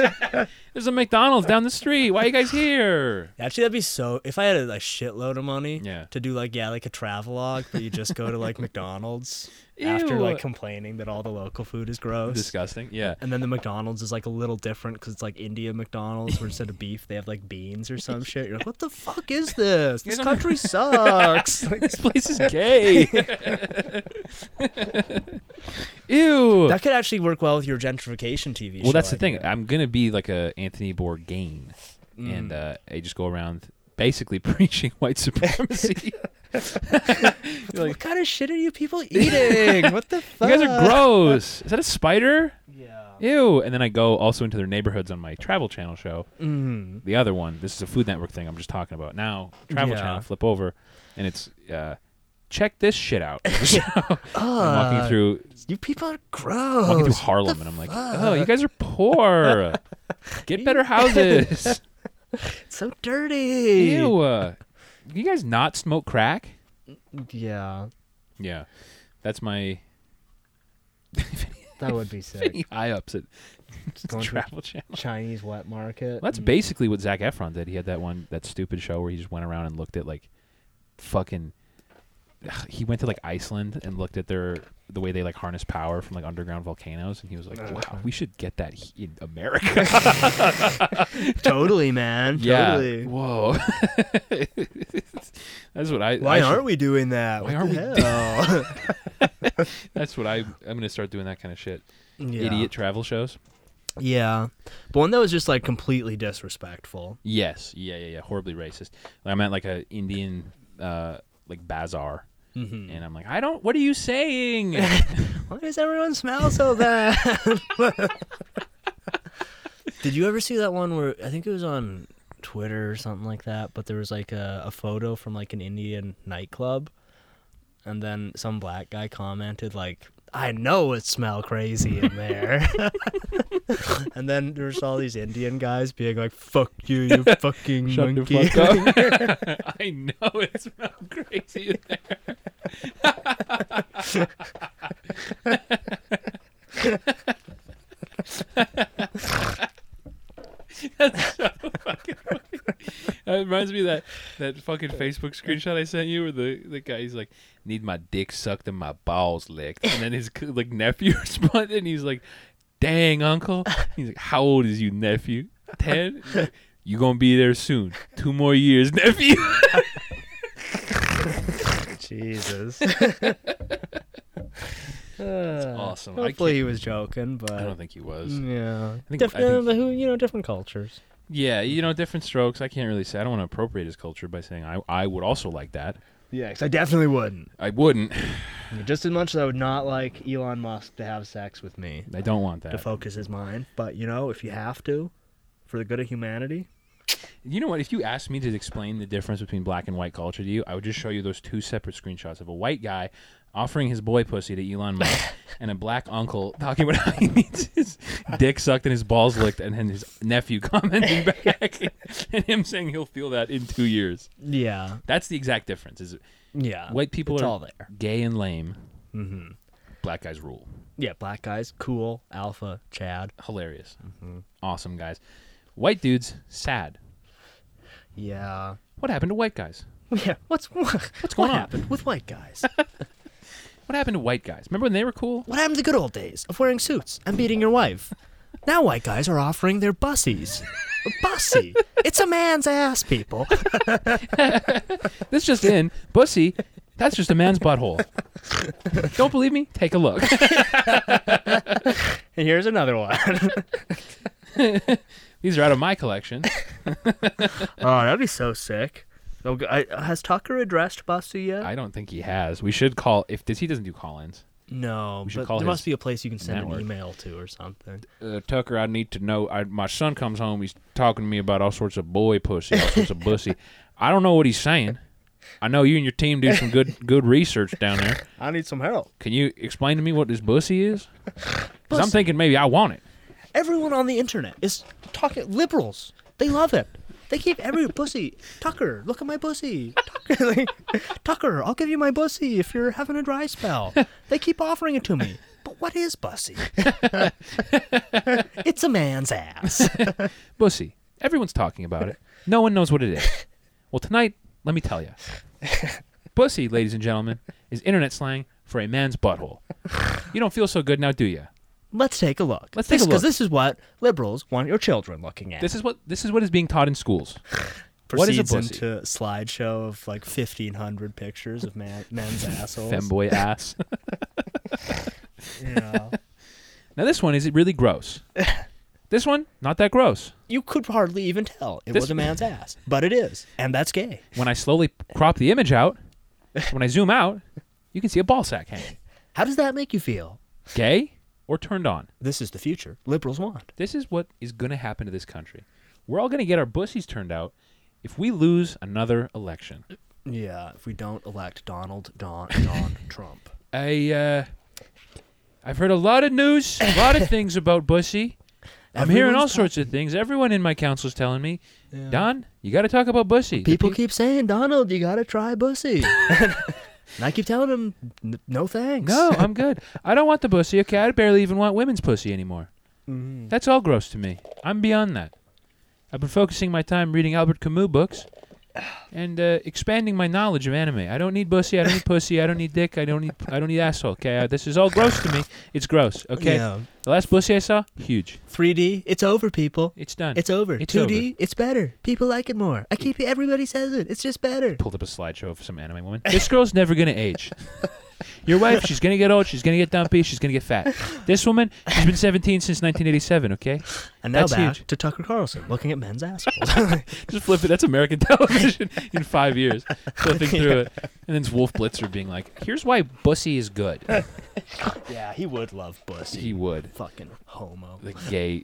F: There's a McDonald's down the street. Why are you guys here?
E: Actually, that'd be so. If I had a like shitload of money,
F: Yeah.
E: to do like yeah, like a travelogue, but you just go to like McDonald's after
F: Ew.
E: like complaining that all the local food is gross.
F: Disgusting. Yeah.
E: And then the McDonald's is like a little different because it's like India McDonald's where instead of beef they have like beans or some shit. You're like, what the fuck is this? This
F: don't-
E: country sucks. Like,
F: This place is gay. ew.
E: that could actually work well with your gentrification TV show.
F: Well, that's the
E: idea.
F: thing. I'm gonna be like a Anthony Bourdain,
E: Mm.
F: and uh, I just go around basically preaching white supremacy. You're
E: what
F: like,
E: kind of shit are you people eating? what the
F: you
E: fuck?
F: guys are gross. Is that a spider?
E: Yeah.
F: Ew. And then I go also into their neighborhoods on my Travel Channel show.
E: Mm.
F: The other one. This is a Food Network thing I'm just talking about now. Travel
E: Yeah.
F: Channel. Flip over, and it's. Uh, Check this shit out. I'm walking through
E: You people are gross.
F: walking through Harlem, and I'm like, "Oh, you guys are poor. Get better houses."
E: It's so dirty.
F: Ew. uh, do you guys not smoke crack?
E: Yeah.
F: Yeah. That's my
E: That would be sick.
F: high ups at
E: Going to
F: Travel Channel.
E: Chinese wet market.
F: That's basically what Zach Efron did. He had that one, that stupid show where he just went around and looked at like fucking. He went to like Iceland and looked at their the way they like harness power from like underground volcanoes, and he was like, "Wow, we should get that he- in America."
E: totally, man. Totally.
F: Whoa. That's what I.
E: Why
F: I should-
E: aren't we doing that?
F: Why
E: What
F: aren't
E: the
F: we-
E: hell?
F: That's what I. I'm gonna start doing that kind of shit.
E: Yeah.
F: Idiot travel shows.
E: Yeah. But one that was just like completely disrespectful.
F: Yes. Yeah, yeah, yeah. Horribly racist. I'm at like a Indian uh like bazaar.
E: Mm-hmm.
F: And I'm like, I don't. What are you saying?
E: Why does everyone smell so bad? Did you ever see that one where I think it was on Twitter or something like that, but there was like a, a photo from like an Indian nightclub and then some black guy commented like I know it smell crazy in there. and then there's all these Indian guys being like, fuck you, you fucking
F: Shut the
E: monkey.
F: fuck up. I know it smells crazy in there. That's so fucking funny. That reminds me of that that fucking Facebook screenshot I sent you where the, the guy he's like, need my dick sucked and my balls licked. And then his c- like nephew responded and he's like, Dang, uncle. He's like, How old is you, nephew? Ten? He's like, You gonna be there soon. Two more years, nephew.
E: Jesus.
F: awesome. I,
E: Hopefully Mm.
F: can't-
E: he was joking, but
F: I don't think he was.
E: Yeah.
F: think- I
E: different,
F: think-
E: but who you know, different cultures.
F: Yeah, you know, different strokes. I can't really say. I don't want to appropriate his culture by saying I, I would also like that.
E: Yeah, I definitely wouldn't.
F: I wouldn't.
E: Just as much as I would not like Elon Musk to have sex with me
F: I don't want
E: to
F: that.
E: focus his mind, but you know, if you have to, for the good of humanity.
F: You know what? If you asked me to explain the difference between black and white culture to you, I would just show you those two separate screenshots of a white guy offering his boy pussy to Elon Musk and a black uncle talking about how he needs his dick sucked and his balls licked, and then his nephew commenting back and him saying he'll feel that in two years.
E: Yeah,
F: That's the exact difference. Is
E: yeah.
F: white people
E: it's
F: are
E: all there.
F: gay and lame. Mm-hmm. Black guys rule.
E: Yeah, black guys, cool, alpha, Chad.
F: Hilarious. Awesome guys. White dudes, sad.
E: Yeah.
F: What happened to white guys?
E: Yeah. What's what, what's
F: going
E: what
F: on?
E: happened with white guys?
F: What happened to white guys? Remember when they were cool?
E: what happened to the good old days of wearing suits and beating your wife? Now white guys are offering their bussies. A bussy. It's a man's ass, people.
F: This just in, bussy. That's just a man's butthole. Don't believe me? Take a look.
E: Here's another one.
F: These are out of my collection.
E: Oh, that'd be so sick. Oh, g- I- has Tucker addressed Bussy yet?
F: I don't think he has. We should call if does he doesn't do call-ins.
E: no,
F: should
E: but
F: call
E: there
F: his
E: must be a place you can send
F: network.
E: an email to or something.
F: Uh, Tucker, I need to know. I, my son comes home. He's talking to me about all sorts of boy pussy, all sorts of bussy. I don't know what he's saying. I know you and your team do some good good research down there.
E: I need some help.
F: Can you explain to me what this bussy is? 'Cause I'm
E: Bussy.
F: thinking maybe I want it.
E: Everyone on the internet is talking liberals. They love it. They give every pussy. Tucker, look at my pussy. Tucker, like, Tucker, I'll give you my pussy if you're having a dry spell. They keep offering it to me. But what is bussy? it's a man's ass.
F: Bussy. Everyone's talking about it. No one knows what it is. Well, tonight, let me tell you. Bussy, ladies and gentlemen, is internet slang for a man's butthole. You don't feel so good now, do you?
E: Let's take a look.
F: Let's take a
E: Because
F: look.
E: this is what liberals want your children looking at.
F: This is what this is what is being taught in schools. What is
E: proceeds
F: a pussy?
E: into a slideshow of like 1500 pictures of man, men's assholes
F: Femboy ass.
E: you, know.
F: now this one is really gross. This one, not that gross.
E: You could hardly even tell it
F: This-
E: was a man's ass but it is and that's gay
F: When I slowly crop the image out, when I zoom out, you can see a ball sack hanging.
E: how does that make you feel
F: Gay or turned on?
E: this is the future liberals want
F: this is what is going to happen to this country. We're all going to get our bussies turned out if we lose another election.
E: yeah if we don't elect donald don don trump
F: I, uh, I've heard a lot of news, a lot of things about bussy. I'm hearing all
E: Everyone's
F: sorts of things. Everyone in my council's telling me, Don, you got to talk about bussy. The
E: people
F: peop-
E: keep saying donald you gotta try bussy and i keep telling them "N- no thanks
F: no, I'm good. I don't want the bussy. Okay, I barely even want women's pussy anymore.
E: Mm-hmm.
F: That's all gross to me. I'm beyond that. I've been focusing my time reading Albert Camus books and uh, expanding my knowledge of anime. I don't need bussy. I don't need pussy. I don't need dick. I don't need. I don't need asshole. Okay, Uh, this is all gross to me. It's gross. Okay.
E: Yeah.
F: The last bussy I saw, huge.
E: 3d it's over people
F: It's done.
E: It's over.
F: It's
E: 2D,
F: over.
E: it's better. People like it more. I keep everybody says it. It's just better.
F: Pulled up a slideshow of some anime woman. This girl's never gonna age. Your wife, she's gonna get old. She's gonna get dumpy. She's gonna get fat. This woman, she's been 17 since 1987. Okay.
E: And now
F: That's
E: back
F: huge.
E: to Tucker Carlson looking at men's assholes.
F: Just flip it. That's American television in five years. Flipping through it. And then it's Wolf Blitzer being like, here's why Bussy is good.
E: yeah, he would love pussy.
F: He would.
E: fucking homo.
F: The gay.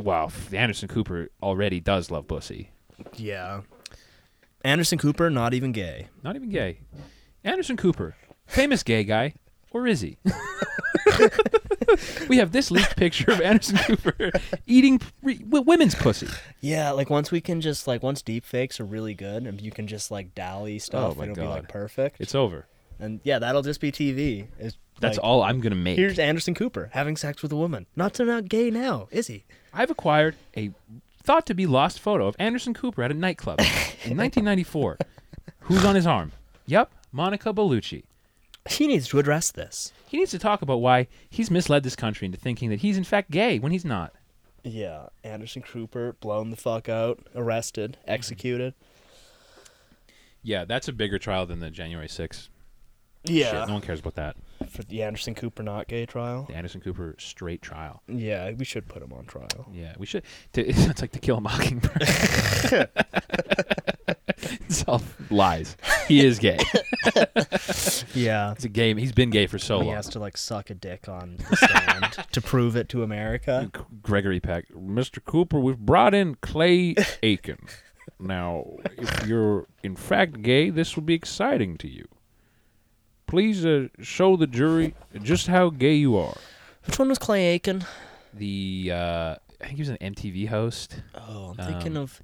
F: Wow. Anderson Cooper already does love Bussy.
E: Yeah. Anderson Cooper, not even gay.
F: Not even gay. Anderson Cooper, famous gay guy, or is he? we have this leaked picture of Anderson Cooper eating re- w- women's pussy.
E: Yeah, like once we can just like once deep fakes are really good and you can just like dally stuff
F: my
E: and it'll be
F: God.
E: like perfect.
F: It's over.
E: and yeah, that'll just be TV. It's
F: That's
E: like,
F: all I'm gonna make.
E: Here's Anderson Cooper having sex with a woman. Not so not gay now, is he?
F: I've acquired a thought to be lost photo of Anderson Cooper at a nightclub in 1994. Who's on his arm? Yep, Monica Bellucci.
E: He needs to address this.
F: He needs to talk about why he's misled this country into thinking that he's in fact gay when he's not.
E: Yeah, Anderson Cooper blown the fuck out, arrested, executed.
F: Yeah, that's a bigger trial than the January 6th.
E: Yeah,
F: one cares about that.
E: for the Anderson Cooper not gay trial.
F: The Anderson Cooper straight trial.
E: Yeah, we should put him on trial.
F: Yeah, we should. To, it's like To Kill a Mockingbird. it's all lies. He is gay.
E: Yeah.
F: He's a gay. He's been gay for so
E: He
F: long.
E: has to like suck a dick on the stand to prove it to America.
F: Gregory Peck, Mr. Cooper, we've brought in Clay Aiken. now, if you're in fact gay, this will be exciting to you. Please uh, show the jury just how gay you are.
E: Which one was Clay Aiken?
F: The uh, I think he was an MTV host.
E: Oh,
F: Um,
E: I'm thinking of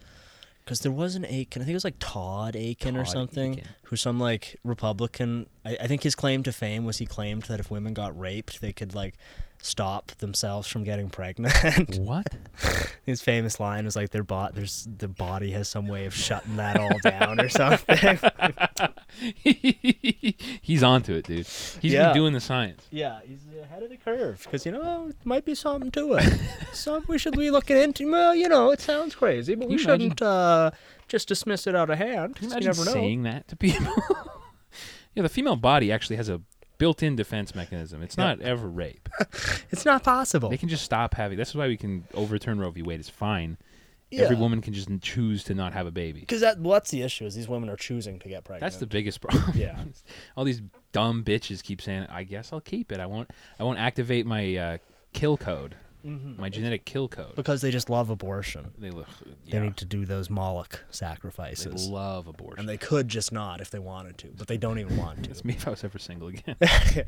E: because there was an Aiken. I think it was like Todd Aiken or
F: Todd
E: something,
F: Aiken.
E: who's some like Republican. I, I think his claim to fame was he claimed that if women got raped, they could like stop themselves from getting pregnant.
F: What?
E: His famous line was like, "Their bot, there's the body has some way of shutting that all down or something."
F: He's onto it, dude. He's
E: Yeah.
F: been doing the science.
E: yeah, he's ahead of the curve because you know it might be something to it. Some we should be looking into. Well, you know, it sounds crazy, but we
F: you imagine-
E: shouldn't uh, just dismiss it out of hand. 'cause
F: Can you
E: you never
F: imagine
E: know.
F: saying that to people? yeah, the female body actually has a built-in defense mechanism. It's not ever rape.
E: It's not possible.
F: They can just stop having. That's why we can overturn Roe v. Wade. It's fine. Every
E: Yeah.
F: woman can just n- choose to not have a baby.
E: Because that, well, that's the issue is these women are choosing to get pregnant.
F: That's the biggest problem.
E: Yeah.
F: All these dumb bitches keep saying, "I guess I'll keep it. I won't. I won't activate my uh, kill code, my genetic kill code."
E: Mm-hmm. because they just love abortion.
F: they look.
E: They
F: Yeah.
E: need to do those Moloch
F: They
E: sacrifices,
F: love abortion.
E: and they could just not if they wanted to, but they don't even want
F: It's
E: to.
F: me if I was ever single again.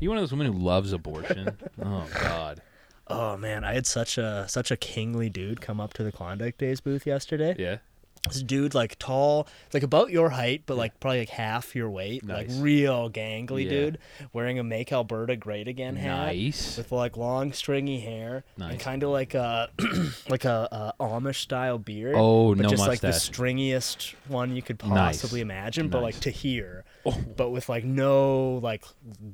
F: you one of those women who loves abortion? Oh God.
E: oh man, I had such a such a kingly dude come up to the Klondike Days booth yesterday.
F: Yeah.
E: This dude, like tall, like about your height, but like probably like half your weight,
F: Nice.
E: like real gangly
F: Yeah.
E: dude, wearing a Make Alberta Great Again hat.
F: Nice.
E: with like long stringy hair and
F: Nice.
E: kind of like a like a, a Amish style beard.
F: Oh,
E: but
F: no
E: just like the
F: mustache.
E: stringiest one you could
F: Nice.
E: possibly imagine, but like
F: Nice. Oh.
E: to here, but with like no like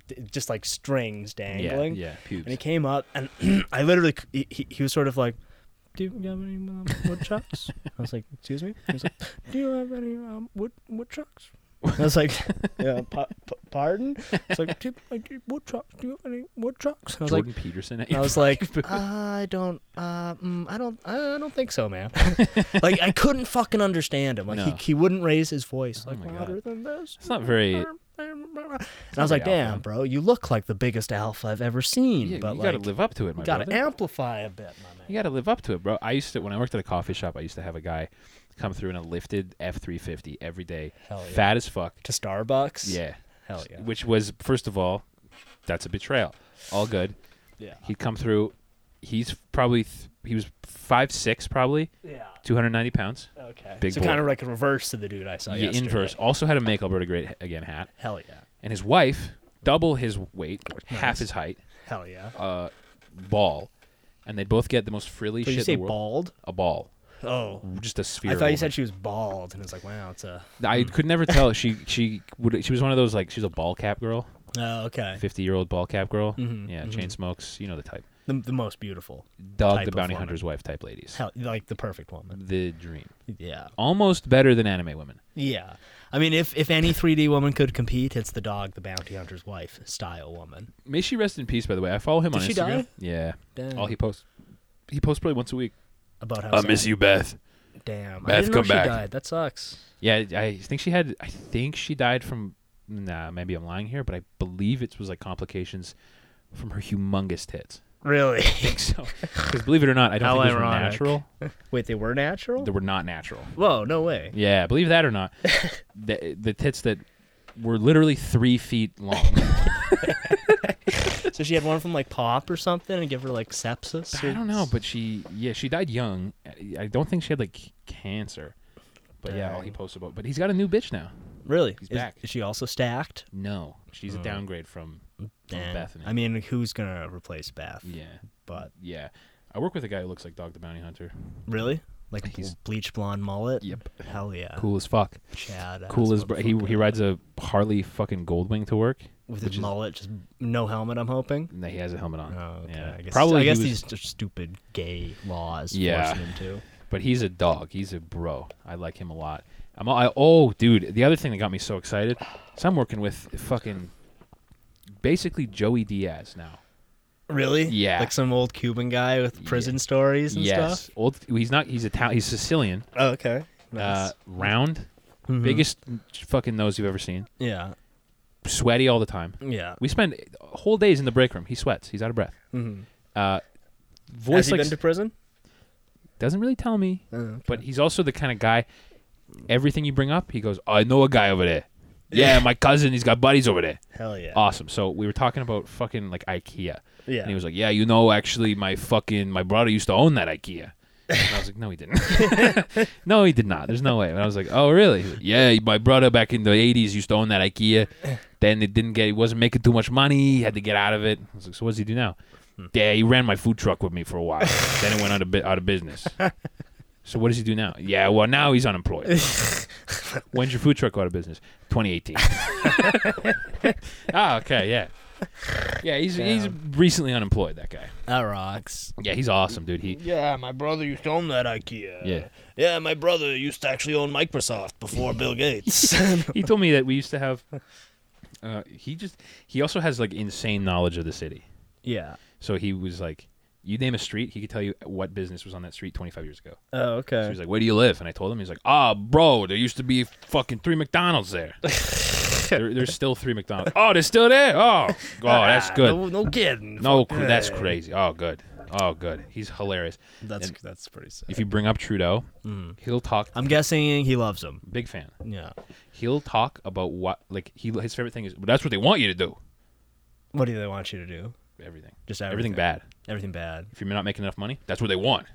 E: d- just like strings dangling.
F: yeah,
E: And he
F: pubes.
E: came up, and I literally c- he, he, he was sort of like. Do you have any um, woodchucks? I was like, excuse me. He was like, do you have any um, wood woodchucks? I was like, yeah, pa- pa- pardon. It's like, do, like woodchucks? Do you have any woodchucks? And I was like,
F: Jordan Peterson. At
E: and I
F: your
E: was like,
F: booth.
E: I don't, uh, mm, I don't, I don't think so, man. like I couldn't fucking understand him. Like
F: No. Oh
E: he, he wouldn't raise his voice like
F: my God.
E: louder than this.
F: it's not very.
E: um, And I was like,
F: very
E: damn,
F: alpha.
E: bro, you look like the biggest alpha I've ever seen.
F: Yeah,
E: but
F: you
E: like,
F: gotta live up to it, my
E: you gotta
F: brother.
E: amplify a bit, my man.
F: You gotta live up to it, bro. I used to when I worked at a coffee shop. I used to have a guy come through in a lifted F three fifty every day,
E: Hell yeah.
F: fat as fuck.
E: To Starbucks.
F: Yeah.
E: Hell yeah.
F: Which was first of all, that's a betrayal. All good.
E: Yeah.
F: He'd come through. He's probably th- he was five six probably,
E: Yeah.
F: two hundred ninety pounds.
E: Okay.
F: Big
E: so
F: boy.
E: kind of like a reverse to the dude
B: Oh,
E: I saw.
F: the
E: yesterday.
F: inverse. Also had a make Alberta great again hat,
E: Hell yeah.
F: and his wife double his weight, half
E: Nice.
F: his height,
E: Hell yeah.
F: uh, ball, and they both get the most frilly
E: so
F: shit
E: you say
F: in the world.
E: bald?
F: A ball,
E: Oh.
F: just a sphere.
E: I
F: of
E: thought you
F: woman.
E: said she was bald, and it's like, wow, it's a.
F: I could never tell. She she would she was one of those like she's a ball cap girl,
E: Oh, okay.
F: fifty year old ball cap girl.
E: Mm-hmm,
F: yeah, chain smokes. You know the type.
E: The, the most beautiful.
F: Dog
E: Type
F: the
E: of
F: bounty
E: woman.
F: hunter's wife type ladies.
E: Hell, like the perfect woman.
F: The dream.
E: Yeah.
F: Almost better than anime women.
E: Yeah. I mean, if, if any 3D woman could compete, it's the dog, the bounty hunter's wife style woman.
F: May she rest in peace. By the way, I follow him
E: Did
F: on
E: she
F: Instagram.
E: die?
F: Yeah.
E: Dang.
F: All he posts. He posts probably once a week.
E: About how
F: Um,
B: I
E: sad-
B: miss you, Beth.
E: Damn. I
B: Beth,
E: didn't know
B: come
E: she
B: back.
E: died. That sucks.
F: Yeah, I- I think she had. I think she died from. Nah, maybe I'm lying here, but I believe it was like complications from her humongous tits.
E: Really?
F: So, because believe it or not, I don't
E: How
F: think those
E: ironic.
F: were natural.
E: Wait, they were natural?
F: They were not natural.
E: Whoa, no way.
F: Yeah, believe that or not, the, the tits that were literally three feet long.
E: So she had one from like Pop or something and give her like sepsis?
F: I don't know, but she yeah she died young. I don't think she had like c- cancer. But yeah, all he
E: Dang.
F: posted about. But he's got a new bitch now.
E: Really?
F: He's
E: is,
F: back.
E: is she also stacked?
F: No, she's a downgrade from, from
E: Damn.
F: Bethany.
E: Hmm. I mean, who's going to replace Beth?
F: Oh, yeah,
E: But
F: yeah. I work with a guy who looks like Dog the Bounty Hunter.
E: really? Like a
F: He's-
E: bl- bleach blonde mullet?
F: Yep.
E: Hell yeah.
F: Cool as fuck.
E: Chad.
F: Cool
E: ass
F: as br- he
E: motherfucker.
F: he rides a Harley fucking Goldwing to work.
E: with
F: which
E: his
F: is-
E: mullet, just no helmet. I'm hoping.
F: No, he has a helmet on.
E: Oh, okay.
F: Yeah,
E: I guess,
F: probably.
E: I
F: he
E: guess
F: was-
E: these are stupid gay laws
F: Yeah.
E: forcing him to.
F: but he's a dog. He's a bro. I like him a lot. I'm I oh dude, the other thing that got me so excited, is I'm working with fucking basically Joey Diaz now.
E: Really?
F: Yeah.
E: Like some old Cuban guy with prison stories and
F: yes,
E: stuff.
F: old. He's not. He's Italian. He's Sicilian.
E: Oh, okay. Nice. Mm-hmm.
F: Uh, round, biggest fucking nose you've ever seen.
E: yeah.
F: Sweaty all the time.
E: Yeah.
F: We spend whole days in the break room. He sweats. He's out of breath. Uh, voice
E: Has Mm-hmm. he
F: like
E: been to prison?
F: doesn't really tell me,
E: okay.
F: but he's also the kind of guy. Everything you bring up, he goes, "I know a guy over there." Yeah, my cousin. He's got buddies over there.
E: Hell yeah.
F: Awesome. So we were talking about fucking like IKEA.
E: Yeah.
F: And he was like, "Yeah, you know, actually, my fucking my brother used to own that IKEA." And I was like, "No, he didn't. no, he did not. There's no way." And I was like, "Oh, really?" He's like, yeah, my brother back in the '80s used to own that IKEA. Then it didn't get. He wasn't making too much money. He had to get out of it. I was like, "So what does he do now?" Yeah, he ran my food truck with me for a while. then it went out of bu- out of business. So what does he do now? Yeah, well now he's unemployed. When's your food truck go out of business? 2018. ah, okay, yeah, yeah. He's he's recently unemployed. That guy.
E: That rocks.
F: Yeah, he's awesome, dude. He
E: Yeah, my brother used to own that IKEA.
F: Yeah.
E: Yeah, my brother used to actually own Microsoft before Bill Gates.
F: he told me that we used to have. Uh, he just he also has like insane knowledge of the city.
E: yeah.
F: So he was like, you name a street, he could tell you what business was on that street 25 years ago.
E: Oh, okay.
F: So he's like, where do you live? And I told him, he's like, ah, bro, there used to be fucking three McDonald's there. there there's still three McDonald's. Oh, they're still there. Oh, oh, that's good.
E: Ah, No, no kidding.
F: No, cr- that's crazy. Oh, good. Oh, good. He's hilarious.
E: That's
F: And
E: that's pretty sick.
F: if you bring up Trudeau, he'll talk.
E: I'm guessing he loves him.
F: Big fan.
E: Yeah.
F: He'll talk about what, like, he his favorite thing is. But that's what they want you to do.
E: What do they want you to do?
F: Everything.
E: Just
F: everything
E: everything.
F: bad.
E: Everything bad.
F: If you're not making enough money, that's what they want.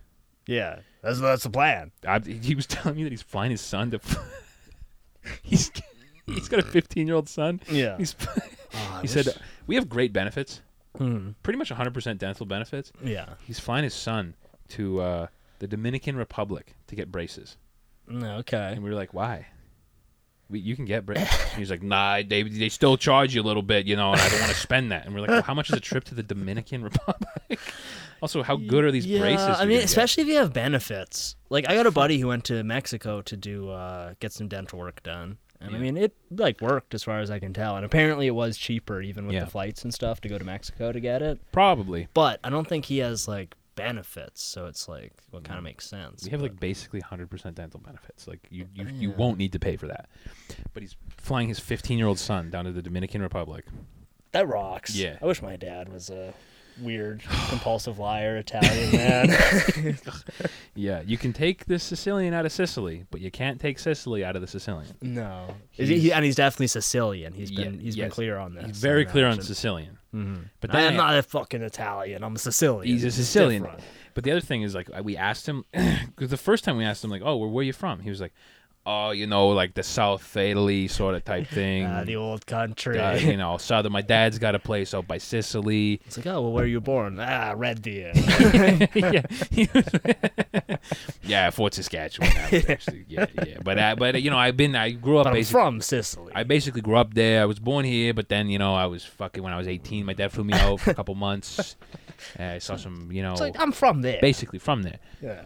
E: Yeah. That's that's the plan.
F: I, he was telling me that he's flying his son to. he's he's got a 15 year old son.
E: Yeah.
F: He's, he said we have great benefits, pretty much 100 percent dental benefits.
E: Hmm. Yeah.
F: He's flying his son to uh, the Dominican Republic to get braces,
E: No, okay.
F: and we were like, why? We, you can get braces. And he's like, nah, they they still charge you a little bit, you know, and I don't want to spend that. And we're like, well, how much is a trip to the Dominican Republic? also, how good are these
E: yeah,
F: braces?
E: I
F: you're
E: mean,
F: gonna get?
E: especially if you have benefits. Like I got a buddy who went to Mexico to do uh, get some dental work done. And I mean, it like worked as far as I can tell. And apparently, it was cheaper even with
F: Yeah.
E: the flights and stuff to go to Mexico to get it.
F: probably.
E: But I don't think he has like benefits, so it's like what kind of makes sense.
F: Mm. We have like basically 100% dental benefits. Like you, you, you won't need to pay for that. But he's flying his 15 year old son down to the Dominican Republic.
E: That rocks.
F: Yeah.
E: I wish my dad was a weird, compulsive liar Italian man.
F: Yeah, you can take the Sicilian out of Sicily, but you can't take Sicily out of the Sicilian.
E: no. Is he- he- and he's definitely Sicilian. He's
F: Yeah,
E: been he's been
F: yes.
E: clear on this.
F: He's very
E: that.
F: clear on Sicilian. Mm-hmm. But
E: I
F: then
E: am not a fucking Italian. I'm a Sicilian.
F: he's a
E: It's
F: Sicilian.
E: different.
F: But the other thing is like I- we asked him because the first time we asked him like, "Oh, where, where are you from?" He was like, "Oh, you know, like the South Italy sort of type thing."
E: Ah, the eh? old country.
F: Uh, you know, southern. My dad's got a place out by Sicily.
E: it's like, oh, well, where are you born? Ah, Red Deer.
F: yeah, He was- yeah, Fort Saskatchewan. that was actually- yeah, yeah. But I, but you know, I've been, I grew up
E: but I'm
F: basically.
E: from Sicily.
F: I basically grew up there. I was born here, but then you know, I was fucking when I was 18. My dad flew me out for a couple months. Uh, I saw some, you know,
E: it's like, I'm from there.
F: basically from there.
E: yeah.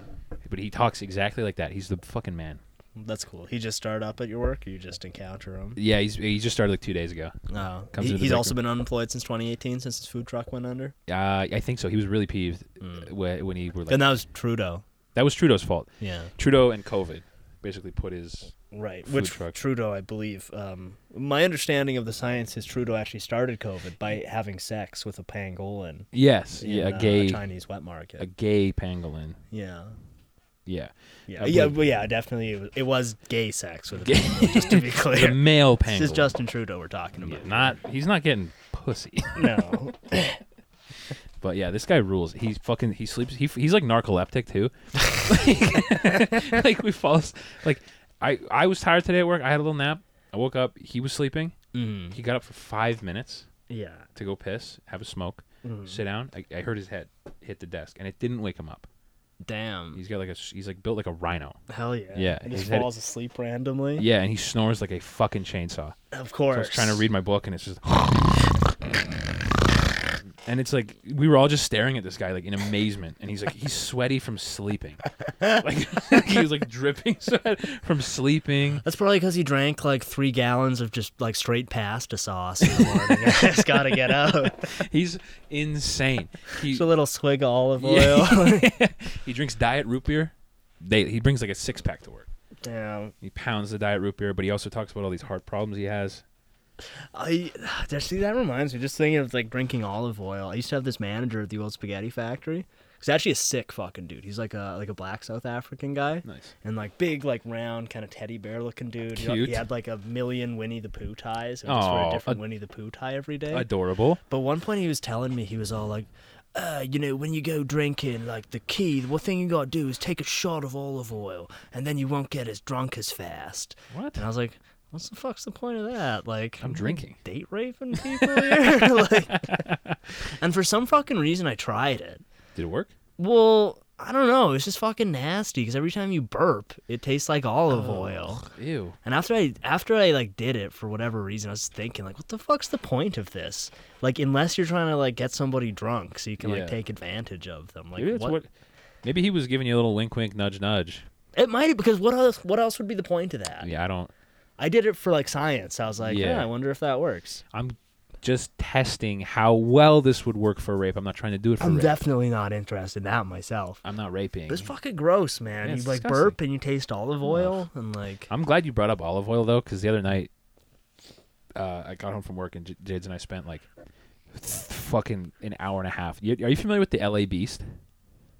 F: But he talks exactly like that. He's the fucking man.
E: That's cool. He just started up at your work, or you just encounter him?
F: Yeah, he's he just started like two days ago.
E: No.
F: Comes
E: He-
F: into the
E: he's
F: break
E: also been unemployed since 2018, since his food truck went under.
F: Uh, I think so. He was really peeved uh, when, when he were like
E: Mm. and that was Trudeau.
F: that was Trudeau's fault.
E: Yeah.
F: Trudeau and COVID basically put his
E: Right,
F: food
E: which
F: truck.
E: Trudeau, I believe. Um, my understanding of the science is Trudeau actually started COVID by having sex with a pangolin
F: yes,
E: in
F: yeah,
E: uh,
F: a gay
E: Chinese wet market.
F: a gay pangolin.
E: yeah,
F: Yeah.
E: yeah,
F: I
E: yeah,
F: believe-
E: well, yeah. Definitely, it was, it was gay sex with a pangolin. Just to be
F: The
E: clear,
F: male pangolin.
E: this is Justin Trudeau we're talking
F: Yeah,
E: about.
F: not he's not getting pussy.
E: no,
F: but yeah, this guy rules. He's fucking he sleeps he, he's like narcoleptic too. like, like we fall as- like I I was tired today at work. I had a little nap. I woke up, he was sleeping. Mm. He got up for 5 minutes
E: yeah,
F: to go piss, have a smoke, sit down. I, I heard his head hit the desk and it didn't wake him up.
E: damn,
F: He's got like a he's like built like a rhino.
E: hell yeah,
F: Yeah,
E: He
F: he's
E: just
F: had-
E: falls asleep randomly.
F: Yeah, and he snores like a fucking chainsaw.
E: of
F: I
E: course.
F: was trying to read my book and it's just and it's like we were all just staring at this guy like in amazement and he's like he's sweaty from sleeping like he was like dripping sweat from sleeping
E: That's probably because he drank like three gallons of just like straight pasta sauce in the morning. It's got to get out.
F: he's insane he,
E: Just a little swig of olive
F: Yeah.
E: oil.
F: he drinks diet root beer they, he brings like a six pack to work
E: Damn.
F: he pounds the diet root beer but he also talks about all these heart problems he has
E: I actually that reminds me. Just thinking of like drinking olive oil. I used to have this manager at the old spaghetti factory. He's actually a sick fucking dude. He's like a like a black South African guy.
F: Nice.
E: And like big like round kind of teddy bear looking dude. He-
F: Cute.
E: He had like a million Winnie the Pooh ties. And would just wear
F: Aw,
E: a different
F: ad-
E: Winnie the Pooh tie every
F: Eh.
E: day.
F: adorable
E: But one point he was telling me, he was all like, uh, you know, when you go drinking, like the key, the one thing you gotta do is take a shot of olive oil, and then you won't get as drunk as fast.
F: What?
E: And I was like, What the fuck's the point of that? Like,
F: I'm drinking.
E: Date raping people here? like, and for some fucking reason, I tried it.
F: Did it work?
E: Well, I don't know. It's just fucking nasty because every time you burp, it tastes like olive
F: Oh.
E: oil.
F: Ew.
E: And after I after I like did it for whatever reason, I was thinking like, what the fuck's the point of this? Like, unless you're trying to like get somebody drunk so you can
F: Yeah.
E: like take advantage of them. Like,
F: Maybe that's
E: what?
F: what? Maybe he was giving you a little wink, wink, nudge, nudge.
E: It might because what else? What else would be the point of that?
F: Yeah, I don't.
E: I did it for like science. I was like, yeah,
F: Yeah.
E: I wonder if that works.
F: I'm just testing how well this would work for rape. I'm not trying to do it for
E: I'm
F: rape.
E: definitely not interested in that myself.
F: I'm not raping.
E: It's fucking gross, man.
F: Yeah,
E: you
F: it's
E: like
F: disgusting.
E: burp and you taste olive oil and like
F: I'm glad you brought up olive oil though, because the other night uh, I got home from work and J- Jade's and I spent like fucking an hour and a half. You, are you familiar with the L.A. Beast?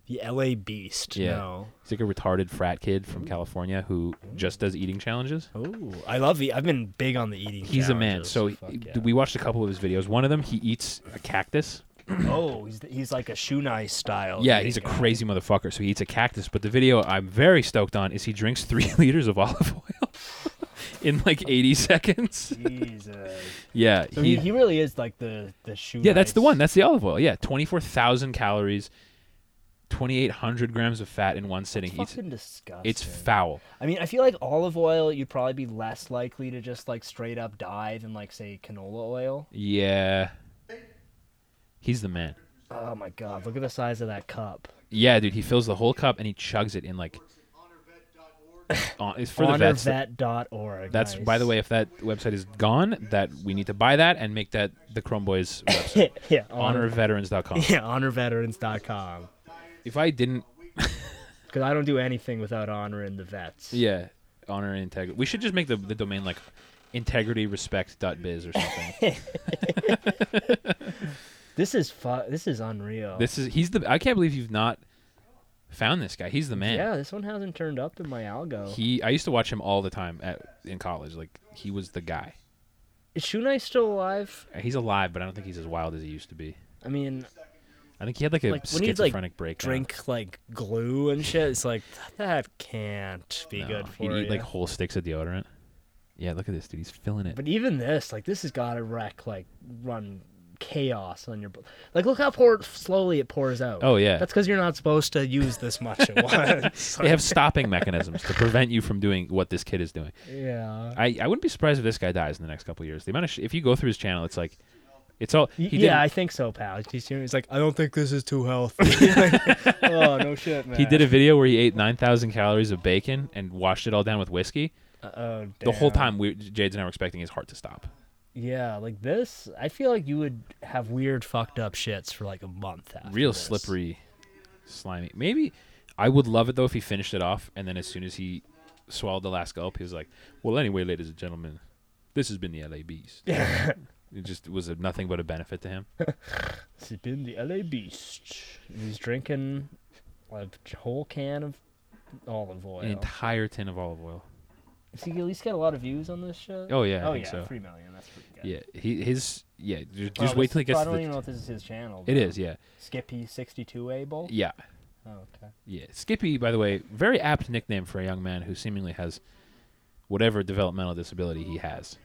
E: the LA beast. No.
F: he's like a retarded frat kid
E: Mm-hmm.
F: from California who just does eating challenges.
E: Ooh, I love the. I've been big on the eating.
F: He's a man.
E: challenges.
F: So
E: Fuck
F: he-
E: yeah.
F: we watched a couple of his videos. One of them, he eats a cactus.
E: Oh, he's, he's like a shunai style.
F: Yeah,
E: eating
F: he's a
E: guy.
F: crazy motherfucker. So he eats a cactus. But the video I'm very stoked on is he drinks three liters of olive oil in like 80 seconds.
E: Jesus.
F: Yeah,
E: So he, he really is like the the shunai.
F: yeah, that's the one. That's the olive oil. Yeah, 24,000 calories, 2,800 grams of fat in one sitting. He eats,
E: Fucking disgusting.
F: it's foul.
E: I mean, I feel like olive oil, you'd probably be less likely to just like straight up die than like say canola oil.
F: Yeah, he's the man.
E: Oh my god, look at the size of that cup.
F: Yeah, dude, he fills the whole cup and he chugs it in like. on, it's for the vets.
E: Honorvet.org.
F: That's
E: nice.
F: by the way, if that website is gone, that we need to buy that and make that the Chrome Boys website.
E: yeah, honor.
F: HonorVeterans.com.
E: Yeah, honorveterans.com.
F: If I didn't,
E: Because I don't do anything without honoring the vets.
F: yeah, honor and integrity. We should just make the the domain like integrityrespect.biz or something.
E: This is fu- This is unreal.
F: this is he's the. I can't believe you've not found this guy. He's the man.
E: yeah, this one hasn't turned up in my algo.
F: He. I used to watch him all the time at in college. Like he was the guy.
E: Is Shunai still alive?
F: He's alive, but I don't think he's as wild as he used to be.
E: I mean,
F: I think he had like a
E: like when he's
F: schizophrenic
E: like
F: breakdown.
E: drink like glue and shit, it's like that can't be
F: No,
E: good for
F: he'd eat
E: you.
F: like whole sticks of deodorant. Yeah, look at this dude. He's filling it.
E: But even this, like this has got to wreck, like run chaos on your. bo- Like look how pour slowly it pours out.
F: Oh, yeah.
E: That's because you're not supposed to use this much at once.
F: they have stopping mechanisms to prevent you from doing what this kid is doing.
E: yeah.
F: I, I wouldn't be surprised if this guy dies in the next couple of years. The amount of sh- if you go through his channel, it's like, it's all he
E: Y-
F: didn't-
E: yeah, I think so, pal. He's he's like, I don't think this is too healthy. oh no shit, man.
F: he did a video where he ate nine thousand calories of bacon and washed it all down with whiskey.
E: Oh,
F: The whole
E: damn.
F: time we Jade's and I were expecting his heart to stop.
E: Yeah, like this. I feel like you would have weird, fucked up shits for like a month. After
F: Real
E: this.
F: slippery, slimy. Maybe I would love it though if he finished it off and then as soon as he swallowed the last gulp, he was like, "Well, anyway, ladies and gentlemen, this has been the LA Beast." it just was a, nothing but a benefit to him.
E: It's been the LA Beast. He's drinking a whole can of olive oil.
F: An entire tin of olive oil.
E: Does he at least get a lot of views on this shit?
F: Oh, yeah, I
E: oh
F: think
E: yeah,
F: so.
E: three million. That's pretty good.
F: Yeah, he, his yeah. Just,
E: Wow,
F: just wait
E: this-
F: till he gets
E: I
F: to
E: don't even know
F: the.
E: if this is his channel.
F: It
E: though.
F: is, yeah,
E: Skippy sixty two able.
F: yeah,
E: Oh, okay.
F: yeah. Skippy, by the way, very apt nickname for a young man who seemingly has whatever developmental disability he has.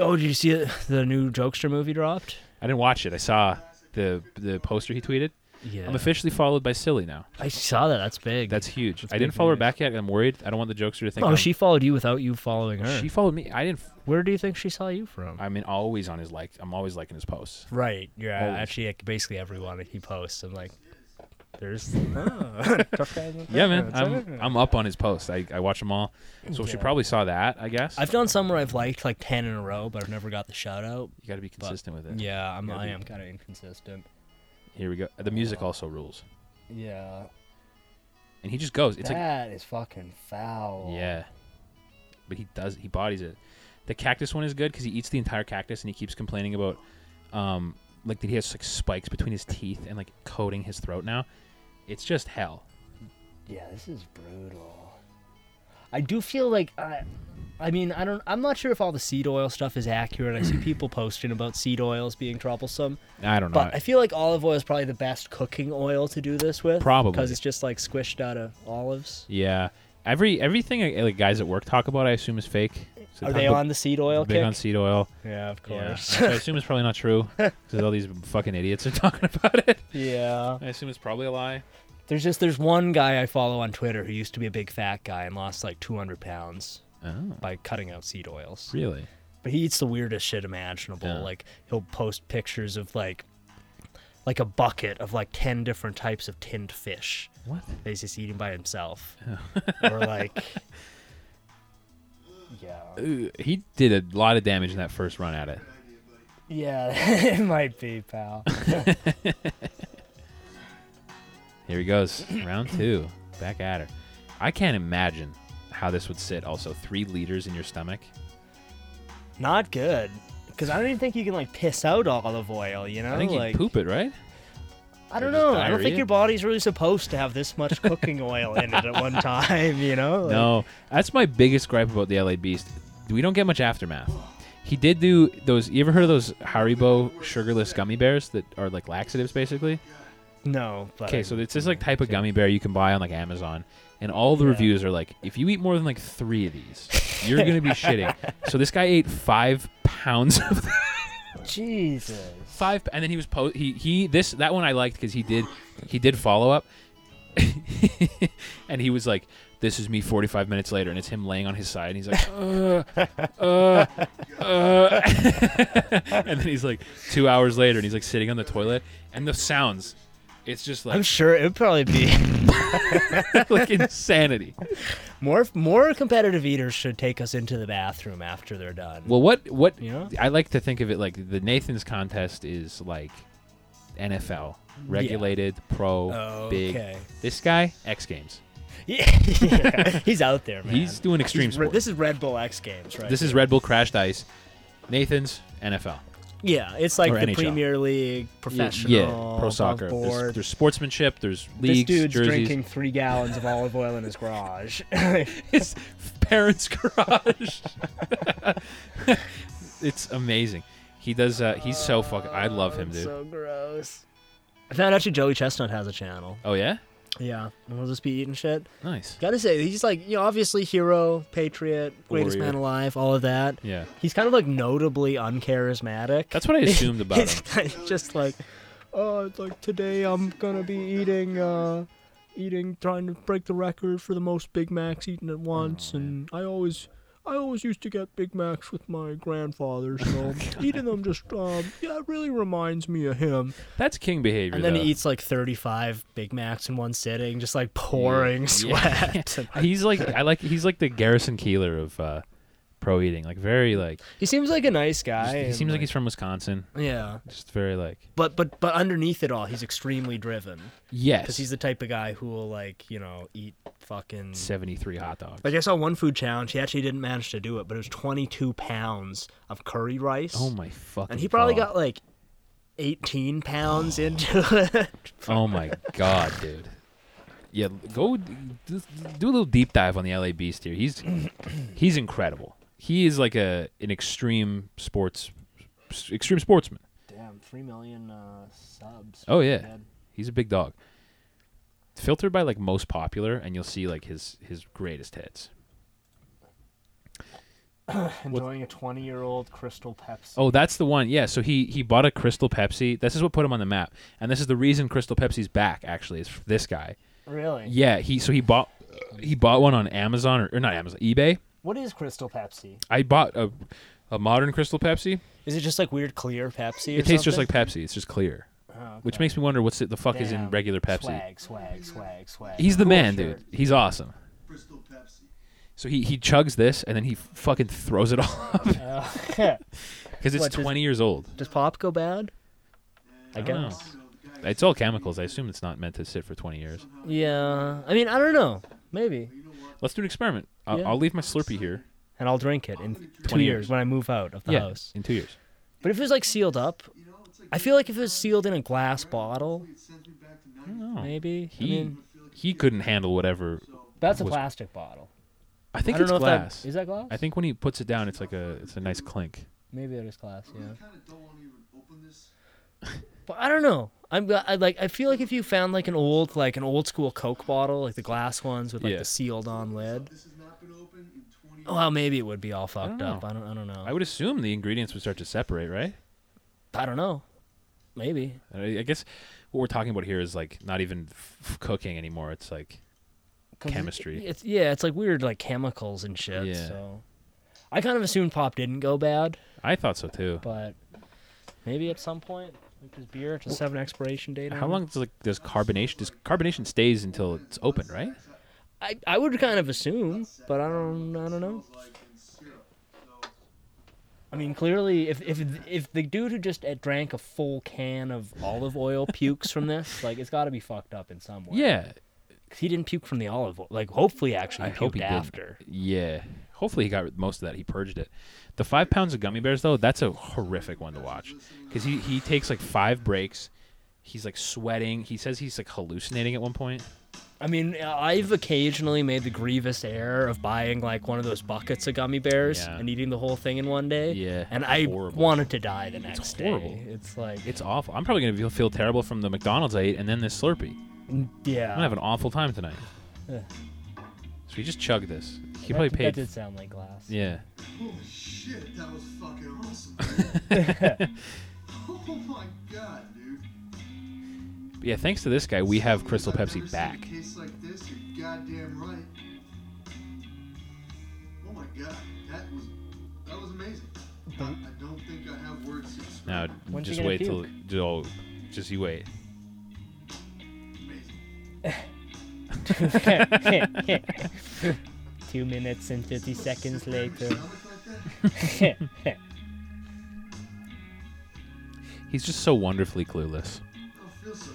E: oh, did you see it? the new Jokester movie dropped?
F: I didn't watch it. I saw the the poster he tweeted.
E: Yeah,
F: I'm officially followed by Silly now.
E: I saw that. That's big.
F: That's huge.
E: That's
F: I didn't
E: big
F: follow her
E: news.
F: back yet. I'm worried. I don't want the jokester to think.
E: Oh,
F: I'm-
E: she followed you without you following her.
F: she followed me. I didn't. f-
E: Where do you think she saw you from?
F: I mean, always on his like. I'm always liking his posts.
E: Right. Yeah.
F: Always.
E: Actually, like, basically everyone that he posts, I'm like, there's.
F: Yeah, man. I'm I'm up on his posts. I, I watch them all. So she
E: Yeah.
F: probably saw that. I guess.
E: I've done some where I've liked like ten in a row, but I've never got the shout out.
F: you got to be consistent with it.
E: Yeah, I'm.
F: Gotta
E: I
F: be-
E: am kind of inconsistent.
F: Here we go. The music also rules.
E: Yeah.
F: And he just goes. It's
E: that is
F: like
E: fucking foul.
F: yeah. But he does. He bodies it. The cactus one is good because he eats the entire cactus and he keeps complaining about, um, like that he has like spikes between his teeth and like coating his throat now. It's just hell.
E: Yeah, this is brutal. I do feel like I. I mean, I don't. I'm not sure if all the seed oil stuff is accurate. I see people posting about seed oils being troublesome.
F: I don't know.
E: But I feel like olive oil is probably the best cooking oil to do this with.
F: Probably.
E: Because it's just like squished out of olives.
F: Yeah, Every everything uh, like guys at work talk about, I assume is fake. So
E: Are
F: talk
E: they
F: about-
E: on the seed oil
F: big
E: kick?
F: on seed oil?
E: yeah, of
F: Yeah.
E: course.
F: So I assume it's probably not true because all these fucking idiots are talking about it.
E: yeah.
F: I assume it's probably a lie.
E: There's just there's one guy I follow on Twitter who used to be a big fat guy and lost like 200 pounds
F: Oh,
E: by cutting out seed oils.
F: really?
E: But he eats the weirdest shit imaginable.
F: Yeah.
E: Like he'll post pictures of like like a bucket of like 10 different types of tinned fish
F: What?
E: that he's just eating by himself. or like yeah.
F: He did a lot of damage in that first run at it.
E: Yeah, it might be, pal.
F: Here he goes, round two, back at her. I can't imagine how this would sit. Also, three liters in your stomach.
E: Not good. Cause I don't even think you can like piss out olive oil, you know?
F: I think
E: like
F: you poop it, right?
E: I don't
F: Or just
E: know. I don't
F: diarrhea?
E: think your body's really supposed to have this much cooking oil in it at one time, you know? Like,
F: No, that's my biggest gripe about the LA Beast. We don't get much aftermath. He did do those. You ever heard of those Haribo sugarless gummy bears that are like laxatives, basically?
E: No. But
F: Okay, so it's this like type of gummy bear you can buy on like Amazon, and all the reviews are like, if you eat more than like three of these, you're gonna be shitting. So this guy ate five pounds of
E: Jesus.
F: five and then he was po- he he this that one I liked because he did he did follow up and he was like this is me 45 minutes later and it's him laying on his side and he's like uh, uh, uh. and then he's like two hours later and he's like sitting on the toilet and the sounds it's just
E: I'm
F: like,
E: sure it would probably be
F: like insanity
E: more more competitive eaters should take us into the bathroom after they're done.
F: well what what
E: You know?
F: I like to think of it like the Nathan's contest is like NFL regulated pro
E: Oh, Okay.
F: big this guy X Games
E: yeah, he's out there, man.
F: He's doing extreme
E: He's re-
F: sports.
E: This is Red Bull X Games, right?
F: This is Red Bull crashed ice. Nathan's NFL.
E: yeah, it's like
F: or
E: the
F: NHL.
E: Premier League, professional,
F: pro
E: above
F: soccer. There's,
E: Board.
F: there's sportsmanship. There's
E: this
F: leagues,
E: dude's
F: jerseys.
E: drinking three gallons of olive oil in his garage.
F: His parents' garage. it's amazing. He does. Uh, he's so fucking. I love him, dude.
E: so gross. I found actually Joey Chestnut has a channel.
F: oh yeah,
E: Yeah, and we'll just be eating shit.
F: nice.
E: Gotta say, he's like, you know, obviously hero, patriot, greatest
F: Warrior.
E: man alive, all of that.
F: Yeah.
E: He's kind of like notably uncharismatic.
F: That's what I assumed about
E: He's
F: him.
E: kind of just like, oh, it's like today I'm gonna be eating, uh, eating, trying to break the record for the most Big Macs eaten at once, and I always. I always used to get Big Macs with my grandfather, so eating them just, um, yeah, it really reminds me of him.
F: That's king behavior.
E: And then
F: though.
E: he eats like 35 Big Macs in one sitting, just like pouring
F: Yeah.
E: sweat.
F: He's like I like. He's like the Garrison Keeler of uh, pro eating. Like very like.
E: He seems like a nice guy.
F: he
E: and,
F: seems like he's from Wisconsin.
E: yeah,
F: Just very like.
E: but but but underneath it all, he's extremely driven
F: Yes.
E: because he's the type of guy who will like you know eat fucking.
F: 73 hot dogs.
E: Like I saw one food challenge, he actually didn't manage to do it, but it was 22 pounds of curry rice,
F: Oh my fucking.
E: and he probably
F: God.
E: got like 18 pounds into it.
F: Oh my god, dude. Yeah, go d- d- do a little deep dive on the LA Beast here. He's he's incredible. He is like a an extreme sports s- extreme sportsman.
E: Damn, three million uh, subs.
F: Oh yeah. He's a big dog. Filtered by like most popular and you'll see like his his greatest hits.
E: enjoying a 20 year old Crystal Pepsi.
F: Oh, that's the one. Yeah, so he he bought a Crystal Pepsi. This is what put him on the map. And this is the reason Crystal Pepsi's back actually is f- this guy.
E: really?
F: Yeah, he so he bought he bought one on Amazon or, or not Amazon, eBay.
E: What is Crystal Pepsi?
F: I bought a a modern Crystal Pepsi.
E: Is it just like weird clear Pepsi?
F: It tastes just like Pepsi. It's just clear, which makes me wonder what's it, the fuck is in
E: Oh, Damn.
F: regular Pepsi.
E: Swag, swag, swag, swag.
F: He's the
E: Cool
F: man,
E: shirt.
F: dude. He's awesome. So he, he chugs this and then he fucking throws it all up because it's
E: Uh, What, does-
F: 20 years old.
E: Does pop go bad? I
F: don't know.
E: guess.
F: It's all chemicals. I assume it's not meant to sit for 20 years.
E: Yeah. I mean, I don't know. Maybe.
F: Let's do an experiment. I'll,
E: Yeah.
F: I'll leave my Slurpee here
E: And I'll drink it in two
F: 20
E: years.
F: years.
E: when I move out of the
F: yeah,
E: house.
F: in two years.
E: But if it was like sealed up, I feel like if it was sealed in a glass bottle,
F: No.
E: maybe.
F: He,
E: I mean,
F: he couldn't handle whatever.
E: that's a
F: was-
E: plastic bottle.
F: I think
E: I don't
F: it's
E: know
F: glass.
E: if that is that glass.
F: I think when he puts it down, it's like a it's a nice clink.
E: maybe it is glass. Yeah. But I don't know. I'm uh, I, like I feel like if you found like an old like an old school Coke bottle, like the glass ones with like
F: Yeah.
E: the sealed on lid.
H: This has not been open in 20
E: Well, maybe it would be all fucked up.
F: don't know.
E: I don't I don't know.
F: I would assume the ingredients would start to separate, right?
E: I don't know. Maybe.
F: I I guess what we're talking about here is like not even f- cooking anymore. It's like
E: 'Cause it-
F: Chemistry.
E: It's yeah, it's like weird like chemicals and shit.
F: Yeah.
E: So I kind of assumed pop didn't go bad,
F: I thought so too.
E: but maybe at some point like this beer it's a seven expiration date.
F: How
E: on it.
F: long does like does carbonation? Does carbonation stays until it's open, right?
E: I, I would kind of assume, but I don't I don't know. I mean, clearly, if if if the dude who just uh, drank a full can of olive oil pukes from this, like it's got to be fucked up in some way.
F: Yeah,
E: 'Cause he didn't puke from the olive oil. Like, hopefully, actually,
F: I
E: he
F: hope
E: puked
F: he did.
E: after.
F: Yeah. Hopefully he got rid- most of that. He purged it. The five pounds of gummy bears though, that's a horrific one to watch because he he takes like five breaks. He's like sweating. He says he's like hallucinating at one point.
E: I mean, I've occasionally made the grievous error of buying like one of those buckets of gummy bears
F: Yeah.
E: and eating the whole thing in one day.
F: Yeah,
E: and
F: it's
E: I
F: horrible.
E: wanted to die the next
F: horrible.
E: day. It's like,
F: It's awful. I'm probably gonna feel, feel terrible from the McDonald's I ate and then this Slurpee.
E: yeah,
F: I'm gonna have an awful time tonight.
E: Yeah.
F: So he just chugged this. He
E: that,
F: probably
E: That
F: paid.
E: did sound like glass.
F: yeah.
H: Holy shit, that was fucking awesome. oh my god, dude.
F: But yeah. Thanks to this guy, we have Crystal Pepsi back.
H: Tastes like this, you're goddamn right. Oh my god, that was that was amazing. I, I don't think I have words to
F: Now,
H: describe.
E: When's he
F: just
E: gonna
F: wait till. Oh, just you wait.
H: Amazing.
E: Two minutes and fifty seconds later.
H: Stomach like that? Oh,
F: He's just so wonderfully clueless.
H: I don't feel so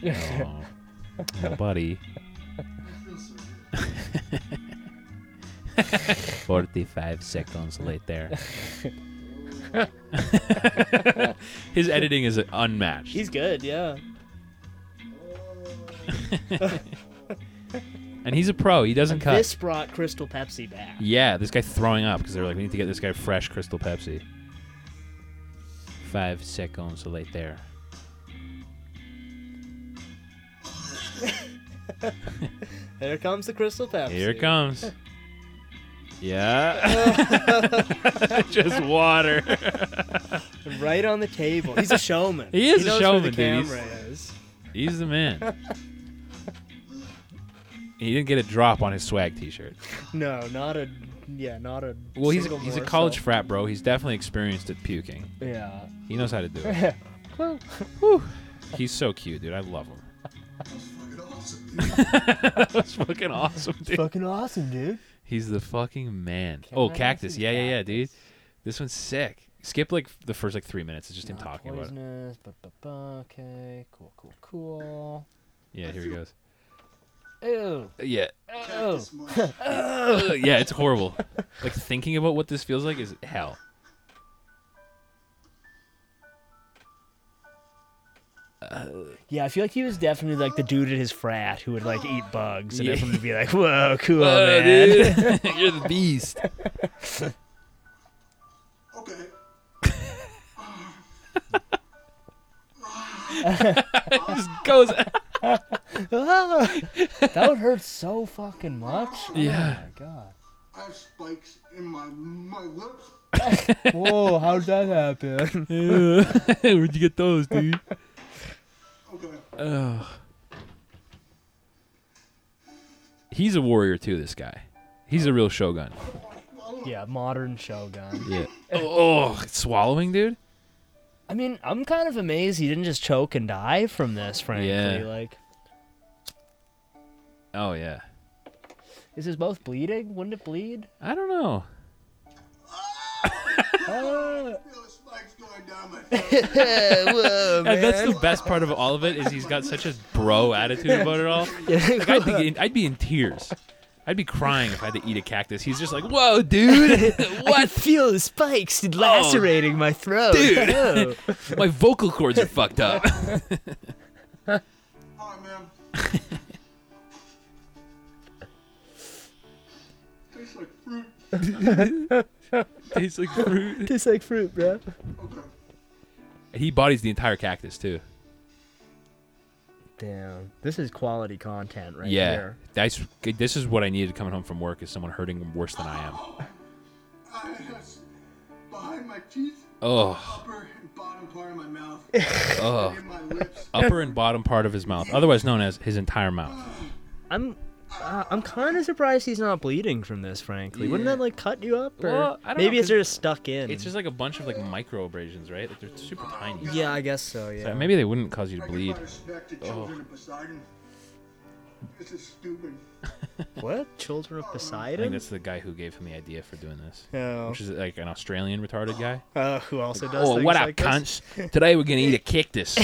H: good.
F: Oh, oh buddy.
H: I don't feel so good.
F: 45 seconds later. His editing is unmatched.
E: He's good, yeah.
F: and he's a pro. He doesn't cut.
E: This brought Crystal Pepsi back.
F: yeah, this guy throwing up because they were like, we need to get this guy fresh Crystal Pepsi. Five seconds later.
E: There comes the Crystal Pepsi.
F: Here it comes. Yeah. Just water.
E: Right on the table. He's a showman.
F: He is a
E: knows where the
F: showman, dude. He's-
E: camera is.
F: He's the man. He didn't get a drop on his swag t shirt.
E: No, not a. Yeah, not a.
F: Well, he's
E: single
F: he's a
E: morsel.
F: college frat, bro. He's definitely experienced at puking.
E: Yeah.
F: He knows how to do it.
E: Well,
F: He's so cute, dude. I love him.
H: Fucking awesome, dude.
F: That's fucking awesome, dude.
E: fucking awesome, dude.
F: He's the fucking man. oh,
E: I have
F: cactus.
E: some
F: Yeah, yeah, yeah, dude.
E: cactus?
F: This one's sick. Skip like the first like three minutes. It's just him
E: Not
F: talking about it.
E: poisonous, ba, ba, ba, okay, cool, cool, cool.
F: Yeah, here he goes.
E: Ew.
F: Yeah,
E: Oh.
H: This much.
F: Ugh, yeah. It's horrible. like thinking about what this feels like is hell.
E: Yeah, I feel like he was definitely like the dude at his frat who would like eat bugs, and
F: Yeah.
E: everyone would be like, "Whoa, cool,
F: Oh,
E: man."
F: dude. You're the beast.
H: Okay.
F: Just goes.
E: Ah, that would hurt so fucking much.
F: yeah.
E: Oh my god.
H: I have spikes in my my lips.
E: Whoa, how'd that happen?
F: Where'd you get those, dude?
H: Okay.
F: Ugh. He's a warrior too. This guy, he's a real shogun.
E: yeah, modern Shogun.
F: Yeah. oh, swallowing, dude.
E: I mean, I'm kind of amazed he didn't just choke and die from this. Frankly,
F: Yeah.
E: like,
F: Oh yeah.
E: is his mouth bleeding? Wouldn't it bleed?
F: I don't know.
H: I feel the spikes going down my throat.
E: Whoa,
F: And that's the best part of all of it is he's got such a bro attitude about it all. Like, I'd be in, I'd be in tears. I'd be crying if I had to eat a cactus. He's just like, whoa, dude,
E: I feel the spikes lacerating my throat.
F: Oh. Dude.
E: Whoa.
F: my vocal cords are fucked up.
H: All right, man. Tastes like fruit.
F: Tastes like fruit.
E: Tastes like fruit, bro.
H: Okay.
F: He bodies the entire cactus too.
E: Damn. This is quality content right
F: yeah,
E: here.
F: that's this is what I needed coming home from work is someone hurting worse than I am.
H: Ah, yes. Behind my teeth,
F: Ugh,
H: upper and bottom part of my mouth, and in my lips.
F: upper and bottom part of his mouth, otherwise known as his entire mouth.
E: I'm uh, I'm kind of surprised he's not bleeding from this, frankly. Wouldn't that like cut you up? Or
F: Well, I don't know,
E: maybe it's
F: 'cause
E: just stuck in.
F: It's just like a bunch of like micro abrasions, right? Like they're super tiny.
E: yeah, I guess so. Yeah.
F: So maybe they wouldn't cause you to bleed.
H: I respect the children of Poseidon. This is stupid.
E: What? Children of
F: I think
E: Poseidon?
F: that's the guy who gave him the idea for doing this.
E: Oh.
F: Which is like an Australian retarded guy.
E: Uh, who also does?
F: Oh,
E: things
F: what up,
E: like this?
F: cunts? Today we're gonna eat a cactus.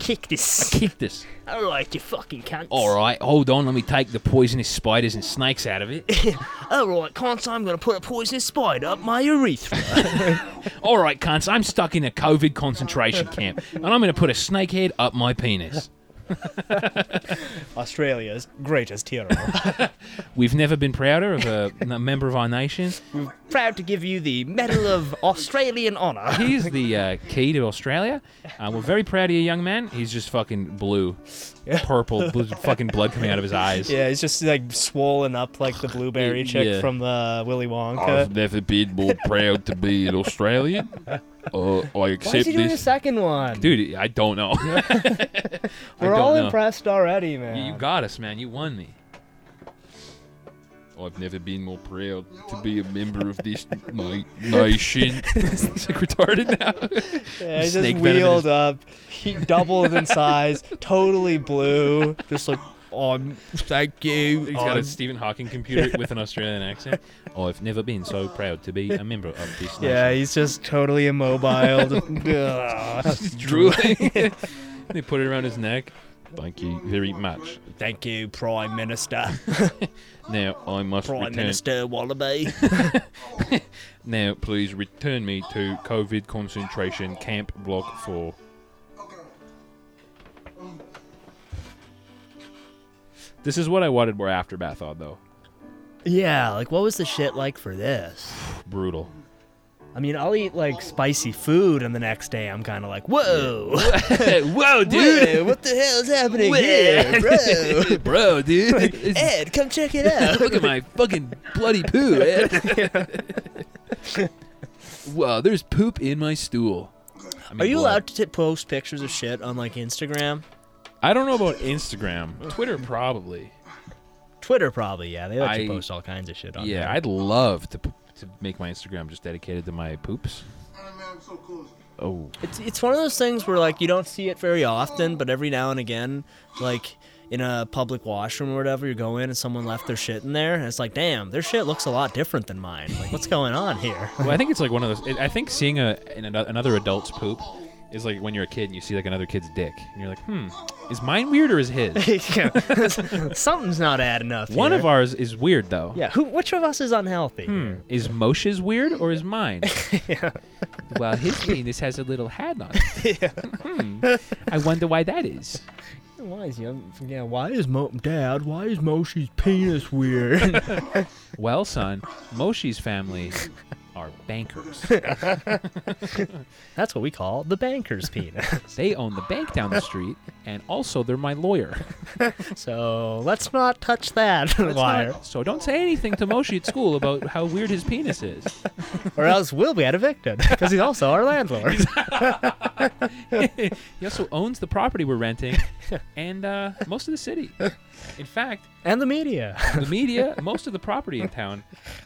E: Kick this!
F: cactus.
E: I don't like you, fucking cunts.
F: All right, hold on. Let me take the poisonous spiders and snakes out of it.
E: All Oh, right, cunts. I'm gonna put a poisonous spider up my urethra.
F: All right, cunts. I'm stuck in a COVID concentration camp, and I'm gonna put a snake head up my penis.
E: Australia's greatest hero.
F: We've never been prouder of a, a member of our nation.
E: Proud to give you the Medal of Australian Honor.
F: He's the uh, key to Australia. Uh, we're very proud of you, young man. He's just fucking blue, purple, blue, fucking blood coming out of his eyes.
E: Yeah, he's just like swollen up like the blueberry chick
F: Yeah.
E: from uh, Willy Wonka.
I: I've never been more proud to be an Australian. Uh, I accept
E: Why is he doing the
I: this.
E: second one?
F: Dude, I don't know.
E: We're
F: don't
E: all
F: know.
E: impressed already, man.
F: You- you got us, man. You won me.
I: I've never been more proud to be a member of this na- nation.
F: He's like retarded now.
E: Yeah, he's just
F: Snake venom in his-
E: wheeled up. He doubled in size, totally blue. Just like, oh, I'm- thank you.
F: He's got
E: I'm-
F: a Stephen Hawking computer with an Australian accent. Oh, I've never been so proud to be a member of this
E: yeah,
F: nation.
E: he's just totally immobile. just, ugh.
F: he's drooling. they put it around his neck. Thank you very much.
E: thank you, Prime Minister.
F: Now I must
E: Prime
F: return.
E: Minister Wallaby.
F: Now please return me to COVID concentration camp block four. This is what I wanted more aftermath on though.
E: yeah, like, what was the shit like for this?
F: Brutal.
E: I mean, I'll eat like spicy food, and the next day I'm kind of like, whoa,
F: Whoa,
E: Whoa, what the hell is happening here, bro?
F: bro, dude. It's- uh,
E: Ed, come check it out.
F: Look at my fucking bloody poo, Ed. wow, there's poop in my stool. I mean,
E: Are you
F: blood.
E: allowed to t- post pictures of shit on like Instagram?
F: I don't know about Instagram. Twitter, probably.
E: Twitter probably, yeah. They let you
F: I-
E: post all kinds of shit on
F: Yeah,
E: there.
F: I'd love to, p- to make my Instagram just dedicated to my poops. Oh,
E: It's it's one of those things where like you don't see it very often, but every now and again, like in a public washroom or whatever, you go in and someone left their shit in there, and it's like, damn, their shit looks a lot different than mine. Like, what's going on here?
F: well, I think it's like one of those. I think seeing a an, another adult's poop is like when you're a kid and you see like another kid's dick, and you're like, hmm, is mine weird or is his?
E: Something's not adding up.
F: One
E: here.
F: of ours is weird though.
E: yeah. Who? Which of us is unhealthy?
F: Hmm, Is Moshe's weird or is mine? Well, his penis has a little hat on. It. Hmm, I wonder why that is.
E: Why is he? Yeah. Why is Mo? Dad? Why is Moshi's penis weird?
F: Well, son, Moshe's family are bankers.
E: That's what we call the banker's penis.
F: They own the bank down the street, and also they're my lawyer.
E: So let's not touch that
F: That's
E: wire,
F: not- so don't say anything to Moshe at school about how weird his penis is.
E: or else we'll get evicted because he's also our landlord.
F: He also owns the property we're renting, and uh, most of the city. In fact,
E: and the media.
F: the media, most of the property in town.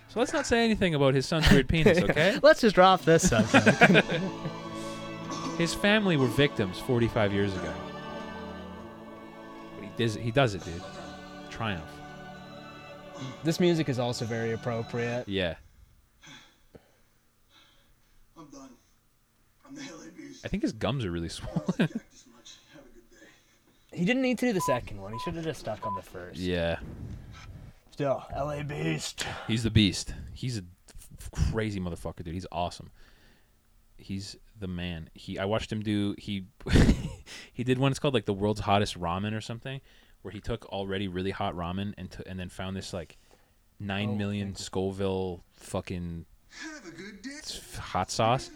F: So let's not say anything about his son's weird penis, okay?
E: Let's just drop this subject.
F: His family were victims 45 years ago. But he does it, he does it dude. Triumph.
E: this music is also very appropriate.
F: Yeah.
H: I'm done. I'm the hell abused.
F: I think his gums are really swollen.
H: This much. Have a good day.
E: He didn't need to do the second one. He should have just stuck on the first.
F: yeah.
E: Still, LA Beast.
F: He's the beast. He's a f- crazy motherfucker, dude. He's awesome. He's the man. He I watched him do he he did one it's called like the world's hottest ramen or something where he took already really hot ramen and t- and then found this like nine million Scoville fucking
H: Have a good day.
F: s- hot sauce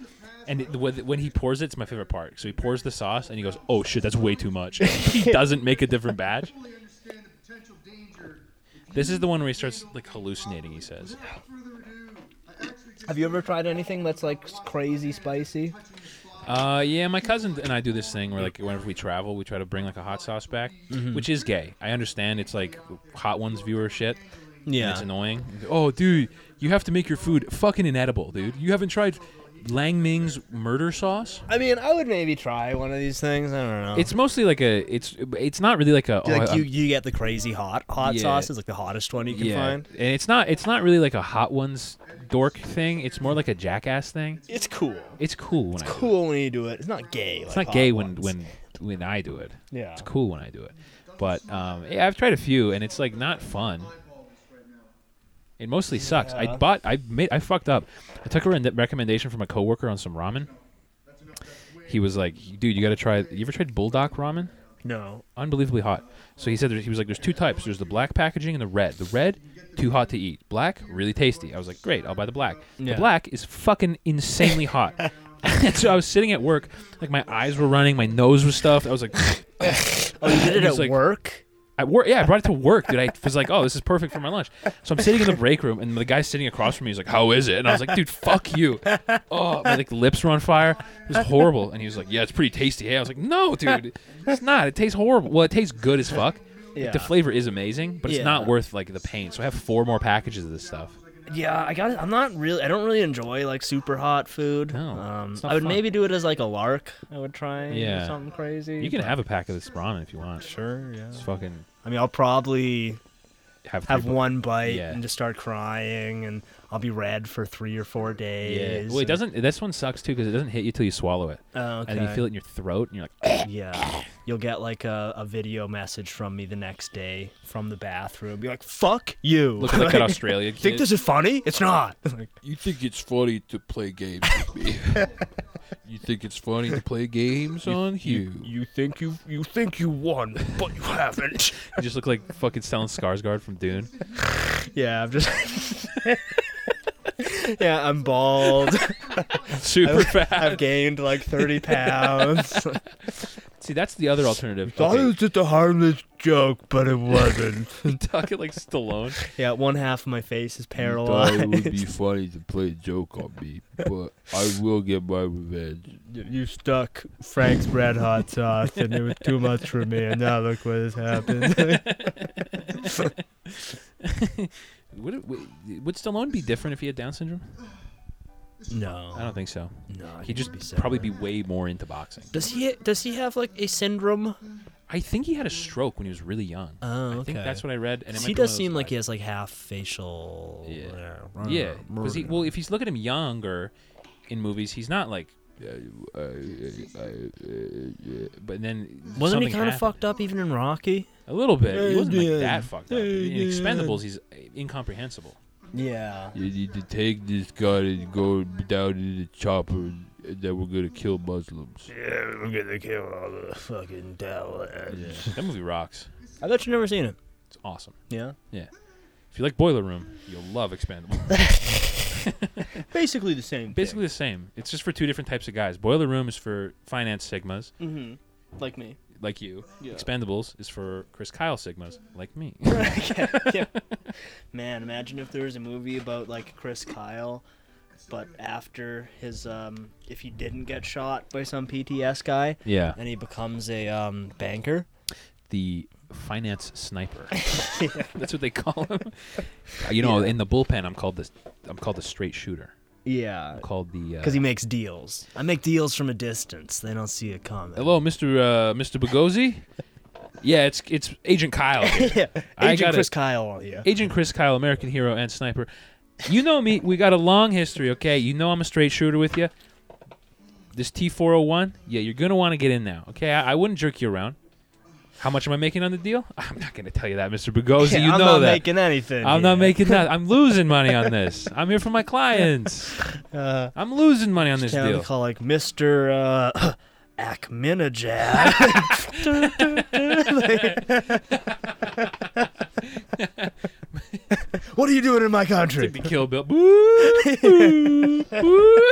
F: And it, when when he pours it, it's my favorite part. So he pours the sauce, and he goes, "Oh shit, that's way too much." he doesn't make a different batch. This is the one where he starts like hallucinating. He says,
E: Have you ever tried anything that's like s- crazy spicy?
F: Uh, yeah, my cousin and I do this thing where, like, whenever we travel, we try to bring like a hot sauce back,
E: Mm-hmm.
F: which is gay. I understand it's like hot ones viewer shit. and it's annoying. Oh, dude, you have to make your food fucking inedible, dude. You haven't tried Lang Ming's murder sauce.
E: I mean, I would maybe try one of these things. I don't know.
F: It's mostly like a. It's it's not really like a. oh,
E: like
F: I-
E: you, you get the crazy hot hot
F: Yeah.
E: sauce is like the hottest one you can
F: yeah,
E: find.
F: and it's not it's not really like a hot ones dork thing. It's more like a jackass thing.
E: It's cool.
F: It's cool when I. do it.
E: Cool when you do it. It's not gay.
F: It's not gay when when when I do it.
E: Yeah.
F: It's cool when I do it. But um, yeah, I've tried a few and it's like not fun. It mostly sucks. I bought I made I fucked up. I took a re- recommendation from a coworker on some ramen. He was like, "Dude, you got to try You ever tried Bulldog ramen?
E: No.
F: Unbelievably hot." So he said there, he was like, "There's two types. There's the black packaging and the red. The red, too hot to eat. Black, really tasty." I was like, "Great, I'll buy the black."
E: Yeah.
F: The black is fucking insanely hot. And so I was sitting at work, like my eyes were running, my nose was stuffed. I was like,
E: Oh, you did it
F: It's
E: at
F: like-
E: work?
F: I work. Yeah, I brought it to work, dude. I was like, oh, this is perfect for my lunch. So I'm sitting in the break room, and the guy sitting across from me is like, how is it? And I was like, dude, fuck you. Oh, my like lips were on fire. It was horrible. And he was like, yeah, it's pretty tasty. Hey, I was like, no, dude, it's not. It tastes horrible. Well, it tastes good as fuck. Like, the
E: Yeah.
F: flavor is amazing, but it's
E: Yeah.
F: not worth like the pain. So I have four more packages of this stuff.
E: Yeah, I got. I'm not really. I don't really enjoy like super hot food.
F: No,
E: um,
F: it's not
E: I would
F: fun.
E: maybe do it as like a lark. I would try
F: Yeah.
E: something crazy.
F: You can
E: but-
F: have a pack of this ramen if you want.
E: sure. Yeah.
F: Just fucking
E: I mean, I'll probably
F: have
E: have
F: three bu-
E: one bite
F: Yeah.
E: and just start crying, and I'll be red for three or four
F: Yeah.
E: days.
F: Well, it doesn't. This one sucks too because it doesn't hit you till you swallow it,
E: Oh, okay.
F: and then you feel it in your throat, and you're like,
E: Yeah. You'll get like a, a video message from me the next day from the bathroom. Be like, fuck you.
F: looking like an Australian kid.
E: Think this is funny? It's not. Like,
I: You think it's funny to play games with me? you think it's funny to play games on you?
E: you think you you think you won, but you haven't.
F: You just look like fucking Stellan Skarsgård from Dune.
E: yeah, I'm just Yeah, I'm bald.
F: Super fat.
E: I've gained like 30 pounds.
F: See, that's the other alternative.
E: Thought
F: Okay.
E: just a harmless joke, but it wasn't.
F: Talking like Stallone.
E: yeah, one half of my face is
I: You thought it
E: paralyzed.
I: would be funny to play a joke on me, but I will get my revenge.
E: you stuck Frank's red hot sauce, and it was too much for me. And now look what has happened.
F: Would, would would Stallone be different if he had Down syndrome? I
E: no,
F: don't think so.
E: no, I
F: He'd
E: think
F: just
E: it'd
F: probably be
E: similar.
F: way more into boxing.
E: Does he? Does he have like a syndrome?
F: I think he had a stroke when he was really young.
E: Oh,
F: I think
E: okay.
F: that's what I read. And it
E: 'Cause
F: might
E: he
F: be one
E: does
F: of those
E: seem like he
F: lies.
E: has like half facial. Yeah.
F: Yeah, because he well, if he's looking at him younger in movies, he's not like.
I: uh,
F: But then
E: Wasn't he
F: something
E: kind of
F: happened.
E: fucked up even in Rocky?
F: A little bit. He wasn't
E: Yeah.
F: like that fucked up. In
E: Yeah.
F: Expendables, he's uh, incomprehensible.
E: Yeah.
I: You need to take this gun and go down in the chopper, and then we're gonna kill Muslims.
E: Yeah, we're gonna kill all the fucking Taliban.
F: That movie rocks.
E: I bet you've never seen it.
F: It's awesome.
E: Yeah.
F: Yeah. If you like Boiler Room, you'll love Expendables.
E: Basically the same.
F: Basically the same. It's just for two different types of guys. Boiler Room is for finance sigmas,
E: Mm. like me.
F: like you. Expendables is for Chris Kyle sigmas, like me.
E: Man, imagine if there was a movie about like Chris Kyle, but after his um, if he didn't get shot by some PTS guy,
F: yeah.
E: and he becomes a um banker.
F: The finance sniper. That's what they call him. Uh, You know, in the bullpen, I'm called the I'm called the straight shooter.
E: Yeah,
F: I'm called the. Uh,
E: because he makes deals. I make deals from a distance. They don't see it coming.
F: Hello, Mr. Uh, Mr. Bugosi. Yeah, it's it's Agent Kyle. here.
E: yeah,
F: I
E: Agent
F: gotta-
E: Chris Kyle on you.
F: Agent Chris Kyle, American hero and sniper. You know me. We got a long history, okay? You know I'm a straight shooter with you. This T401, yeah, you're gonna want to get in now, okay? I, I wouldn't jerk you around. How much am I making on the deal? I'm not gonna tell you that, Mr. Bugosi.
E: Yeah,
F: you
E: I'm
F: know
E: not
F: that.
E: making anything.
F: I'm
E: here.
F: not making that. I'm losing money on this. I'm here for my clients.
E: Uh,
F: I'm losing money on this
E: Can we
F: deal.
E: call like Mister uh, Akminajad? What are you doing in my country?
F: It'd be Kill Bill. Boo, boo, boo.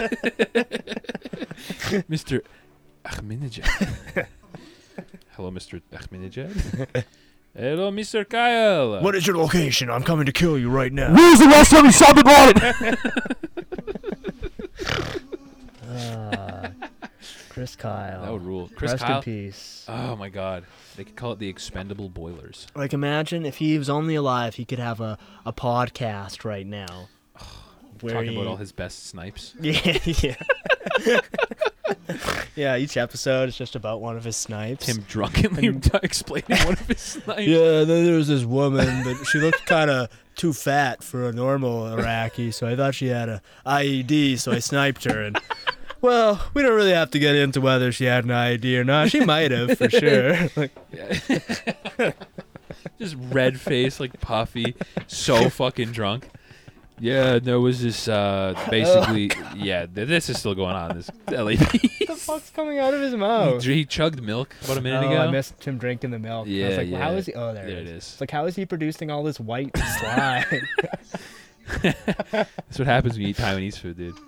F: Mr. Ahmadinejad. Hello, Mr. Ahmadinejad. Hello, Mr. Kyle.
E: What is your location? I'm coming to kill you right now.
F: Where's the last time you saw me blind?
E: Chris Kyle.
F: That would rule. Chris
E: Oh, Rest
F: Kyle.
E: in peace.
F: Oh my God. They could call it the expendable boilers.
E: Like, imagine if he was only alive, he could have a, a podcast right now. Where
F: Talking about
E: he-
F: all his best snipes.
E: Yeah, yeah. yeah, each episode is just about one of his snipes.
F: Him drunkenly explaining one of his snipes.
E: Yeah, then there was this woman, but she looked kind of too fat for a normal Iraqi, so I thought she had a IED, so I sniped her. And well, we don't really have to get into whether she had an IED or not. She might have for sure. Like,
F: just red face, like puffy, so fucking drunk. Yeah, there was this uh basically
E: Oh,
F: yeah, th- this is still going on. This
E: what the
F: LAP.
E: fuck's coming out of his mouth?
F: he chugged milk about a minute
E: Oh,
F: ago.
E: I missed him drinking the milk. I
F: Yeah,
E: was like, well, how
F: yeah.
E: is he? Oh, there,
F: There
E: it
F: it
E: is.
F: is.
E: It's like, how is he producing all this white slime?
F: That's what happens when you eat Taiwanese food, dude.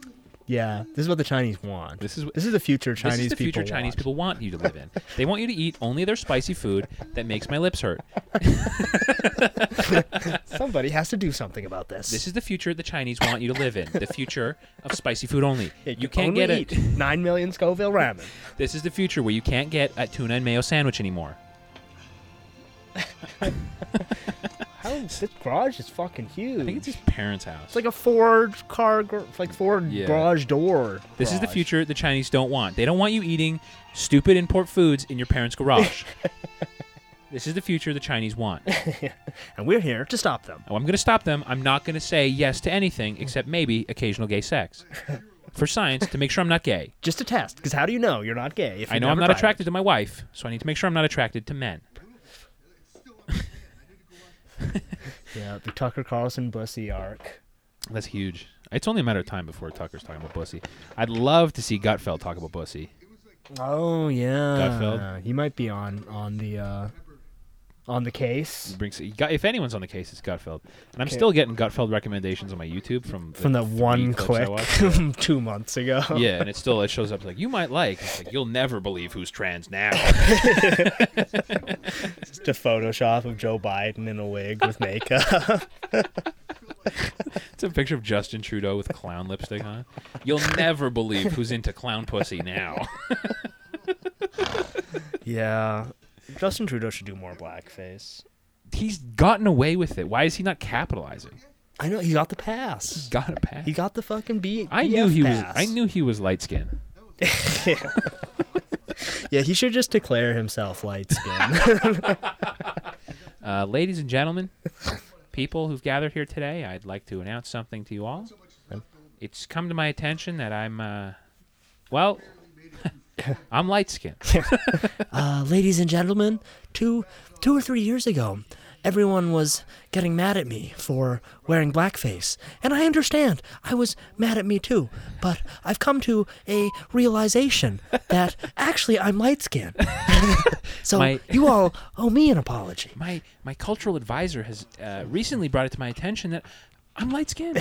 E: yeah, this is what the Chinese want.
F: This is what
E: This is the future
F: this
E: Chinese
F: is the future
E: people
F: Chinese
E: want.
F: people want you to live in. They want you to eat only their spicy food that makes my lips hurt.
E: Somebody has to do something about this.
F: This is the future the Chinese want you to live in. The future of spicy food only.
E: Yeah,
F: you can't
E: only
F: get
E: eat
F: it.
E: nine million Scoville ramen.
F: This is the future where you can't get a tuna and mayo sandwich anymore.
E: How this garage is fucking huge.
F: I think it's his parents' house.
E: It's like a Ford car, gar- it's like Ford
F: Yeah.
E: garage door.
F: This is the
E: garage.
F: future the Chinese don't want. They don't want you eating stupid import foods in your parents' garage. this is the future the Chinese want. Oh,
E: and we're here to stop them.
F: I'm going to stop them. I'm not going to say yes to anything except maybe occasional gay sex. For science, to make sure I'm not gay.
E: Just to test, because how do you know you're not gay? If
F: I
E: you
F: know I'm
E: never
F: not
E: tried it?
F: attracted to my wife, so I need to make sure I'm not attracted to men.
E: Yeah, the Tucker Carlson bussy arc.
F: That's huge. It's only a matter of time before Tucker's talking about pussy. I'd love to see Gutfeld talk about pussy.
E: Oh yeah,
F: Gutfeld?
E: he might be on on the uh, on the case
F: Brings, if anyone's on the case, it's Gutfeld. And I'm still getting Gutfeld recommendations on my YouTube from the
E: from that
F: three
E: one
F: clips I
E: click
F: watched.
E: two months ago.
F: yeah, and it still it shows up like you might like. It's like you'll never believe who's trans now.
E: Just a Photoshop of Joe Biden in a wig with makeup.
F: it's a picture of Justin Trudeau with clown lipstick on. You'll never believe who's into clown pussy now.
E: yeah, Justin Trudeau should do more blackface.
F: He's gotten away with it. Why is he not capitalizing?
E: I know he got the pass.
F: Got a pass.
E: He got the fucking beat.
F: I knew he was. I knew he was light skinned
E: Yeah, he should just declare himself light skin.
F: Uh, ladies and gentlemen, people who've gathered here today, I'd like to announce something to you all. It's come to my attention that I'm, uh, well, I'm light skinned.
E: uh, ladies and gentlemen, two, two or three years ago, everyone was getting mad at me for wearing blackface, and I understand. I was mad at me too, but I've come to a realization that actually I'm light skinned. so
F: My-
E: you all owe me an apology.
F: my my cultural advisor has uh, recently brought it to my attention that I'm light skinned.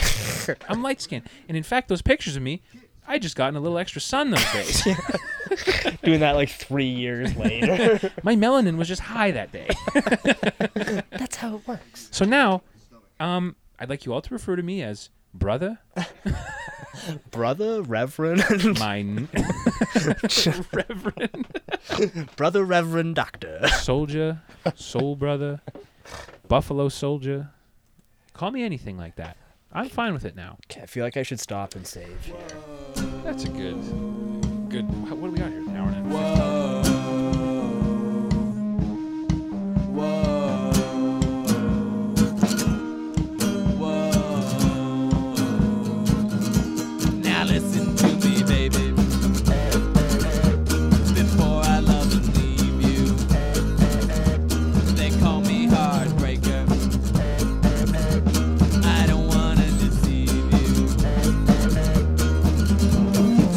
F: I'm light skinned, and in fact, those pictures of me, I just gotten a little extra sun those days.
E: Doing that like three years later.
F: my melanin was just high that day.
E: That's how it works.
F: So now, um, I'd like you all to refer to me as brother.
E: Brother Reverend,
F: My n- reverend
E: Brother Reverend Doctor.
F: soldier, soul brother, buffalo soldier. Call me anything like that. I'm fine with it now.
E: I feel like I should stop and save.
F: That's a good, good. What do we got here? An hour and a half.
J: Now listen to me, baby. Before I love and leave you, they call me heartbreaker. I don't wanna deceive you. Honey,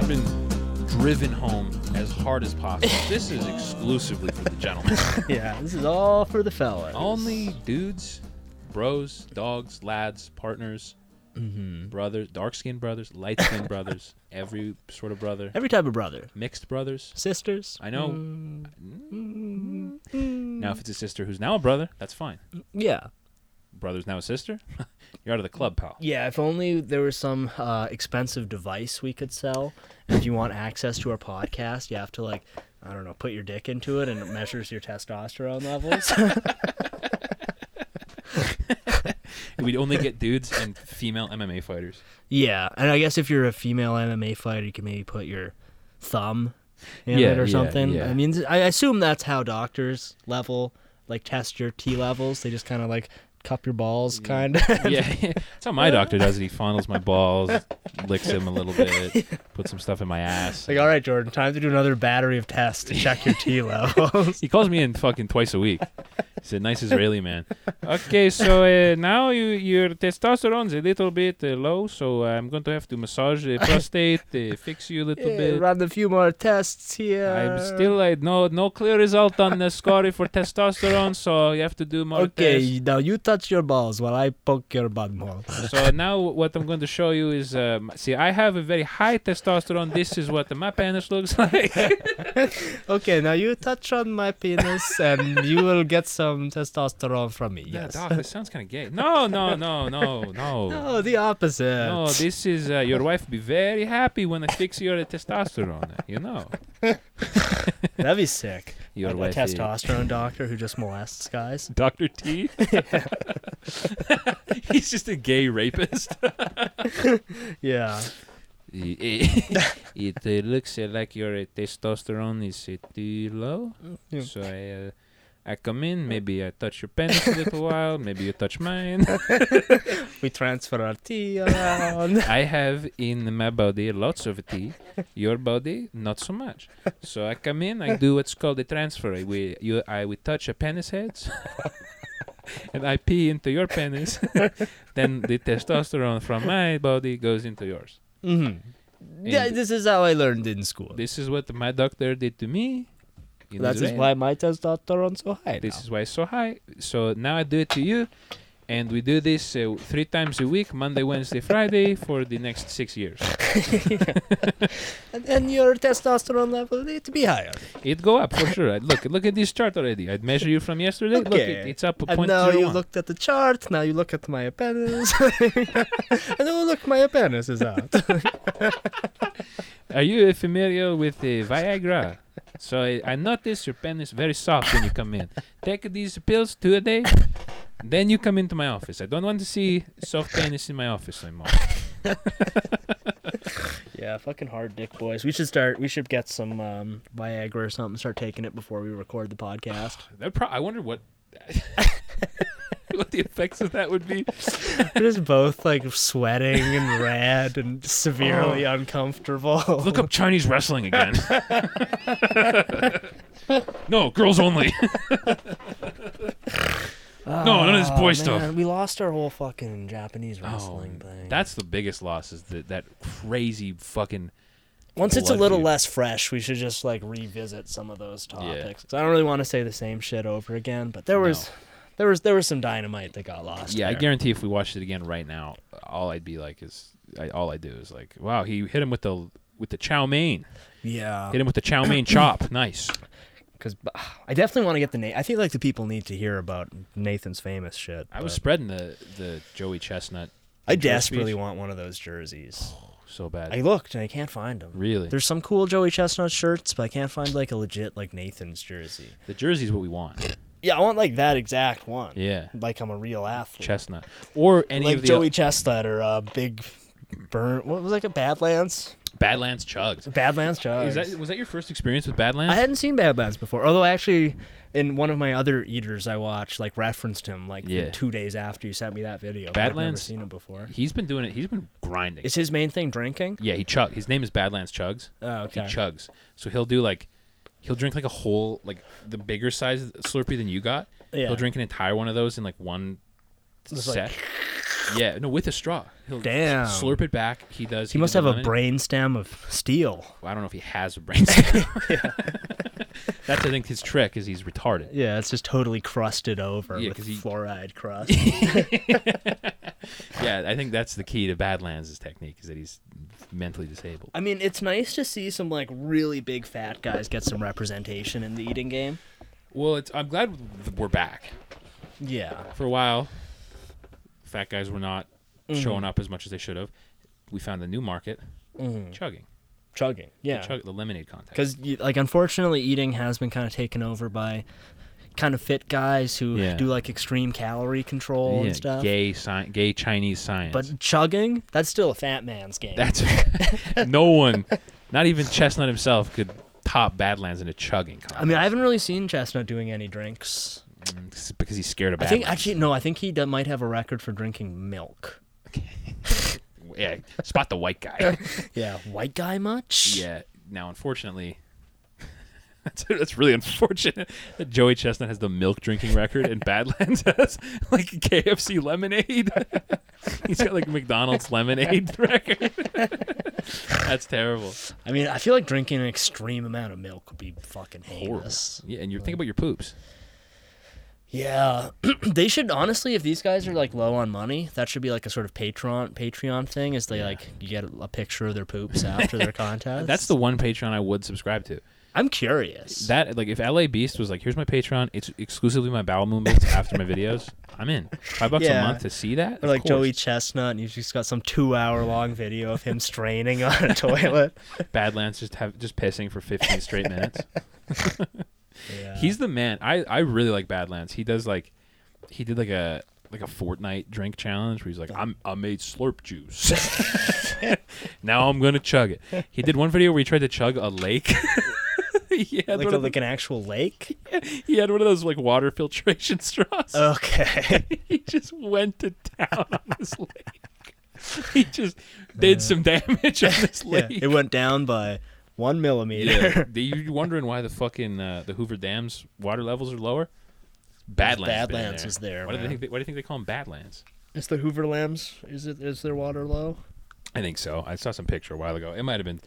F: driven home as hard as possible. this is exclusively for the gentlemen.
E: yeah, this is all for the fellas.
F: Only dudes, bros, dogs, lads, partners, brothers, dark skinned brothers, light skinned brothers, every sort of brother,
E: every type of brother,
F: mixed brothers.
E: sisters.
F: I know. Now, if it's a sister who's now a brother, that's fine.
E: Yeah,
F: Brother's now a sister? You're out of the club, pal.
E: yeah. If only there was some uh, expensive device we could sell. And if you want access to our podcast, you have to like, I don't know, put your dick into it, and it measures your testosterone levels.
F: We'd only get dudes and female MMA fighters.
E: yeah, and I guess if you're a female MMA fighter, you can maybe put your thumb in
F: Yeah,
E: it or
F: yeah,
E: something.
F: yeah.
E: I mean, I assume that's how doctors level, like, test your T levels. They just kind of like cup your balls, kind of.
F: Yeah, that's how my doctor does it. He fondles my balls, licks him a little bit, puts some stuff in my ass.
E: Like, uh, all right, Jordan, time to do another battery of tests to check your T levels.
F: He calls me in fucking twice a week. He's a nice Israeli man. Okay, so uh, now you, your testosterone's a little bit uh, low, so I'm going to have to massage the prostate, uh, fix you a little bit.
E: run a few more tests here.
F: I'm still I no no clear result on the score for testosterone, so you have to do more
E: Okay, now you touch your balls while I poke your butthole.
F: tests. So now what I'm going to show you is um, see I have a very high testosterone. This is what my penis looks like.
E: okay, now you touch on my penis and you will get some testosterone from me.
F: Yeah,
E: Yes.
F: doc, this sounds kind of gay. No, no, no, no, no.
E: No, Oh, the opposite.
F: No, this is uh, your wife be very happy when I fix your testosterone. You know,
E: That'd be sick.
F: your
E: Like
F: wife.
E: a testosterone doctor who just molests guys.
F: Doctor T. He's just a gay rapist.
E: Yeah.
F: it uh, looks uh, like your uh, testosterone is uh, too low,
E: Yeah.
F: so I. Uh, I come in, maybe I touch your penis a little while, maybe you touch mine.
E: We transfer our tea around.
F: I have in my body lots of tea, your body not so much. So I come in, I do what's called a transfer. I we you I we touch a penis heads, and I pee into your penis. then the testosterone from my body goes into yours.
E: hmm Yeah,
F: And-
E: this is how I learned in school.
F: This is what my doctor did to me. in
E: That is
F: Israel.
E: why my testosterone's so high.
F: This
E: now.
F: is why it's so high. So now I do it to you, and we do this uh, three times a week, Monday, Wednesday, Friday, for the next six years.
E: and, and your testosterone level need to be higher.
F: It go up for sure. I- Look, look at this chart already. I'd measure you from yesterday. Look, it,
E: Okay.
F: it's up a
E: And
F: point
E: now
F: zero
E: you
F: one.
E: looked at the chart. Now you look at my penis. and oh look, my penis is out.
F: Are you familiar with the Viagra? so I, I notice your pen is very soft when you come in. Take these pills two a day, then you come into my office. I don't want to see soft penis in my office anymore.
E: yeah, fucking hard dick boys. We should start. We should get some um, Viagra or something. Start taking it before we record the podcast.
F: That pro- I wonder what what the effects of that would be.
E: We're just both like sweating and red and severely uncomfortable.
F: Look up Chinese wrestling again. no, girls only. no, none of this boy stuff.
E: Oh, Man, we lost our whole fucking Japanese wrestling
F: Oh,
E: thing.
F: That's the biggest loss is that that crazy fucking
E: Once it's a
F: blood
E: little
F: feud.
E: less fresh, we should just like revisit some of those
F: Yeah.
E: topics. 'Cause I don't really want to say the same shit over again, but there was there was there was some dynamite that got lost.
F: yeah. I
E: there.
F: guarantee if we watched it again right now, all I'd be like is I, all I do is like, wow, he hit him with the with the chow mein,
E: Yeah.
F: hit him with the chow mein chop, nice.
E: Cuz I definitely want to get the name. I think like the people need to hear about Nathan's famous shit.
F: I was
E: but
F: spreading the the Joey Chestnut.
E: I
F: intro
E: desperately
F: speech
E: want one of those jerseys.
F: so bad.
E: I looked and I can't find them.
F: Really?
E: There's some cool Joey Chestnut shirts, but I can't find like a legit like Nathan's jersey.
F: the jersey's what we want.
E: Yeah, I want like that exact one.
F: Yeah.
E: Like I'm a real athlete.
F: Chestnut or any
E: like
F: of the
E: Joey Chestnut or uh, Big Burn. What was like a Badlands?
F: Badlands chugs.
E: Badlands Chugs.
F: Is that was that your first experience with Badlands?
E: I hadn't seen Badlands before. Although I actually, in one of my other eaters I watched, like referenced him like
F: Yeah.
E: two days after you sent me that video. I've never
F: Badlands-
E: seen him before.
F: he's been doing it. He's been grinding.
E: Is his main thing drinking?
F: Yeah, he chug. His name is Badlands Chugs.
E: Oh, okay.
F: He chugs. So he'll do like, he'll drink like a whole like the bigger size Slurpee than you got.
E: Yeah.
F: He'll drink an entire one of those in like one
E: Just
F: set.
E: like-
F: yeah, no, with a straw. He'll
E: Damn.
F: Slurp it back. He does.
E: He must
F: does
E: have a
F: lemon.
E: brain stem of steel.
F: Well, I don't know if he has a brain. stem. That's I think his trick is he's retarded.
E: Yeah, it's just totally crusted over
F: Yeah,
E: with
F: 'cause he-
E: fluoride crust.
F: Yeah, I think that's the key to Badlands' technique is that he's mentally disabled.
E: I mean, it's nice to see some like really big fat guys get some representation in the eating game.
F: Well, it's I'm glad th- we're back
E: Yeah.
F: for a while. Fat guys were not
E: Mm-hmm.
F: showing up as much as they should have. We found the new market, chugging,
E: Chugging. Mm-hmm.
F: the,
E: Yeah.
F: chug, the lemonade contest.
E: Because like unfortunately, eating has been kind of taken over by kind of fit guys who
F: Yeah.
E: do like extreme calorie control
F: yeah,
E: and stuff.
F: gay sci- gay Chinese science.
E: But chugging, that's still a fat man's game.
F: That's no one, not even Chestnut himself, could top Badlands in a chugging contest.
E: I mean, I haven't really seen Chestnut doing any drinks.
F: It's because he's scared of
E: I think
F: Badlands.
E: actually no, I think he d- might have a record for drinking milk.
F: yeah, spot the white guy.
E: Yeah, white guy much?
F: yeah. Now, unfortunately, that's, that's really unfortunate that Joey Chestnut has the milk drinking record and Badlands has like KFC lemonade. he's got like McDonald's lemonade record. that's terrible.
E: I mean, I feel like drinking an extreme amount of milk would be fucking heinous.
F: Yeah, and you think about your poops.
E: Yeah, they should honestly. If these guys are like low on money, that should be like a sort of Patreon Patreon thing. Is they like you get a picture of their poops after their contest.
F: That's the one Patreon I would subscribe to.
E: I'm curious.
F: That like if LA Beast was like, here's my Patreon, it's exclusively my bowel movements after my videos. I'm in. Five bucks
E: Yeah.
F: a month to see that.
E: or
F: Of
E: like
F: course.
E: Joey Chestnut, and you've just got some two-hour-long video of him straining on a toilet.
F: Badlands just have just pissing for 15 straight minutes.
E: Yeah.
F: He's the man. I I really like Badlands. He does like, he did like a like a Fortnite drink challenge where he's like, I'm I made slurp juice. now I'm gonna chug it. He did one video where he tried to chug a lake. he had
E: like,
F: one
E: a,
F: of the-
E: like an actual lake.
F: he had one of those like water filtration straws.
E: Uh. Okay.
F: he just went to town on this lake. He just did some damage on this
E: yeah,
F: lake.
E: it went down by one millimeter.
F: Yeah. Are you wondering why the fucking uh, the Hoover Dam's water levels are lower? Badlands. been in
E: Badlands was there,
F: Why do, they
E: man.
F: think they, why do you think they call them Badlands?
E: Is the Hoover Lambs? Is it? Is their water low?
F: I think so. I saw some picture a while ago. It might have been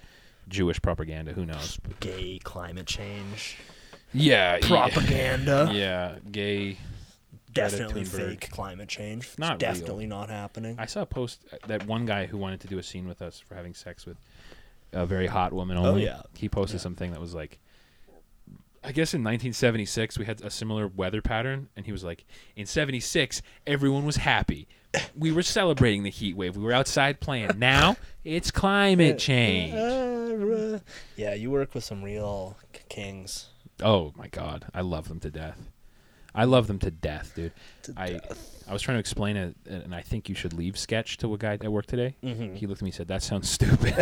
F: Jewish propaganda. Who knows?
E: Gay climate change
F: Yeah.
E: propaganda.
F: Yeah. Gay.
E: Definitely
F: Thunberg.
E: fake climate change. It's
F: Not real.
E: definitely not happening.
F: I saw a post uh, that one guy who wanted to do a scene with us for having sex with a very hot woman only.
E: Oh, yeah.
F: He posted something that was like, I guess in 1976 we had a similar weather pattern, and he was like, in '76 everyone was happy, we were celebrating the heat wave, we were outside playing. Now it's climate change.
E: Uh, yeah, you work with some real k- kings.
F: Oh my god, I love them to death. I love them to death, dude. I I was trying to explain a, and I think you should leave sketch to a guy at work today.
E: Mm-hmm.
F: He looked at me and said, "That sounds stupid."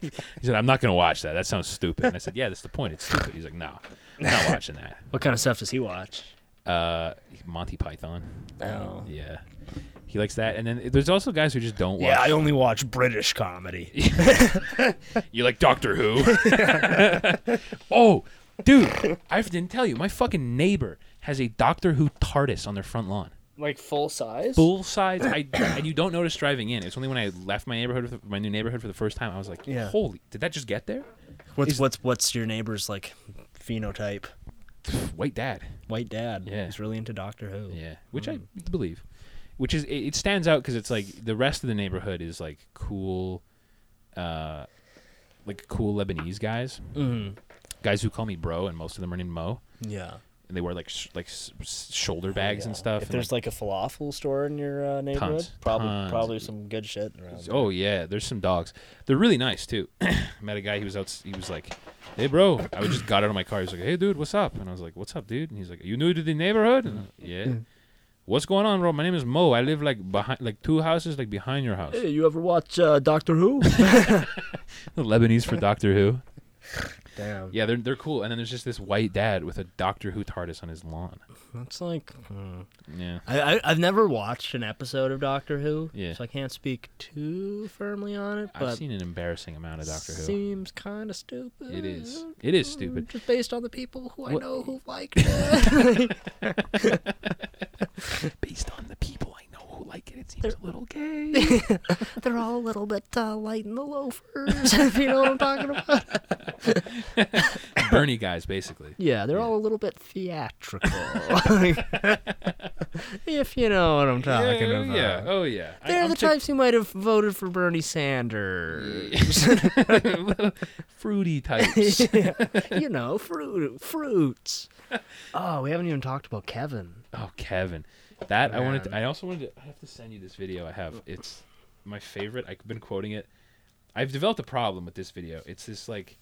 F: he said, "I'm not going to watch that. That sounds stupid." And I said, "Yeah, that's the point. It's stupid." He's like, "No, I'm not watching that."
E: What kind of stuff does he watch?
F: Uh, Monty Python.
E: Oh.
F: Yeah, he likes that. And then there's also guys who just don't watch.
E: Yeah, I only watch British comedy.
F: You like Doctor Who? oh, dude, I didn't tell you. My fucking neighbor has a Doctor Who TARDIS on their front lawn.
E: like full size?
F: Full size. I and you don't notice driving in. It's only when I left my neighborhood, for the- my new neighborhood for the first time, I was like,
E: Yeah.
F: "Holy, did that just get there?"
E: What's what's what's your neighbor's like phenotype?
F: White dad.
E: White dad.
F: Yeah.
E: He's really into Doctor Who.
F: Yeah, which I believe. Which is it, it stands out because it's like the rest of the neighborhood is like cool, uh, like cool Lebanese guys, mm. guys who call me bro, and most of them are named Mo.
E: Yeah.
F: and they wear like sh- like s- s- shoulder bags and stuff.
E: If
F: and,
E: there's like a falafel store in your uh, neighborhood,
F: Tons,
E: probably
F: tons.
E: probably some good shit around.
F: oh yeah, there's some dogs. They're really nice too. Met a guy. He was out. He was like, "Hey, bro." I was just got out of my car. He was like, "Hey, dude, what's up?" And I was like, "What's up, dude?" And he's like, "You new to the neighborhood?" And I- yeah. What's going on, bro? My name is Mo. I live like behind, like two houses, like behind your house.
E: you ever watch uh, Doctor Who?
F: Lebanese for Doctor Who.
E: Damn.
F: Yeah, they're they're cool. And then there's just this white dad with a Doctor Who TARDIS on his lawn.
E: That's like hmm.
F: Yeah.
E: I, I I've never watched an episode of Doctor Who,
F: Yeah.
E: so I can't speak too firmly on it.
F: I've
E: But
F: seen an embarrassing amount of Doctor Who.
E: seems kind of stupid. Hmm,
F: It is. It is stupid.
E: just based on the people who I know who liked
F: Based on the people I know. like it. It seems a little gay.
E: They're all a little bit uh, light in the loafers, if you know what I'm talking about.
F: Bernie guys, basically.
E: Yeah, they're all a little bit theatrical. if you know what I'm talking
F: Yeah,
E: about.
F: yeah. Oh yeah. I-
E: They're
F: I'm
E: the
F: tick-
E: types who might have voted for Bernie Sanders.
F: fruity types.
E: you know, fruit, fruits. Oh, we haven't even talked about Kevin.
F: Oh, Kevin, that I wanted. To, I also wanted to. I have to send you this video. I have. It's my favorite. I've been quoting it. I've developed a problem with this video. It's this like.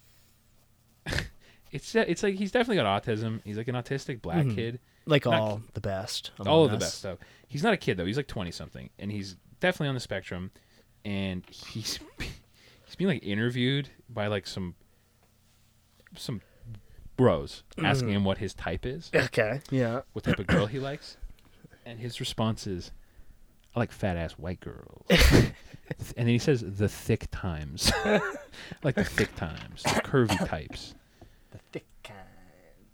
F: it's it's like he's definitely got autism. He's like an autistic black
E: Mm-hmm.
F: kid.
E: Like
F: Not-
E: all the best.
F: all
E: among
F: of the
E: us.
F: best stuff. He's not a kid though. He's like twenty something, and he's definitely on the spectrum. And he's he's being like interviewed by like some some bros asking him what his type is
E: Okay. Yeah.
F: what type of girl he likes, and his response is, "I like fat ass white girls." and then he says, "The thick times, I like the thick times, the curvy types,
E: Thick, uh,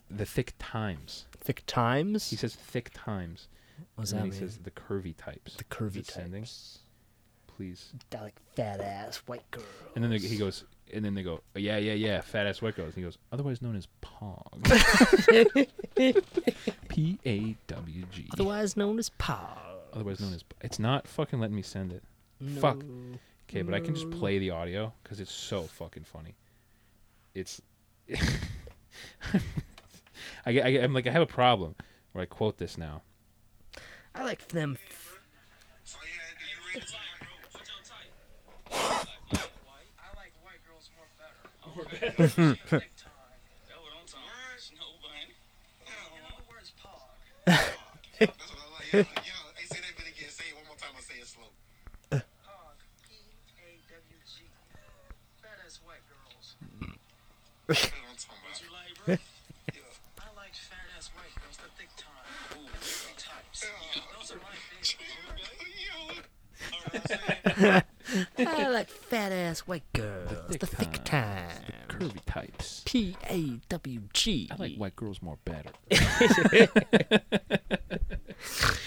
F: the thick times."
E: thick times.
F: He says, "Thick times,"
E: What does
F: and
E: that
F: then
E: mean?
F: he says, "The curvy types."
E: the curvy
F: Descending.
E: types.
F: please.
E: I like fat ass white girls.
F: And then they, he goes, and then they go, "Oh, "Yeah, yeah, yeah, fat ass white girls." And he goes, "Otherwise known as pog." P A W G.
E: otherwise known as Paul.
F: otherwise known as. It's not fucking letting me send it. Fuck. Okay, but I can just play the audio because it's so fucking funny. It's. I, get- I, get- I'm like I have a problem where I quote this now.
E: I like them. I like fat ass white girls. The
F: thick
E: thick, time.
F: Curvy types.
E: P A W G.
F: I like white girls more better.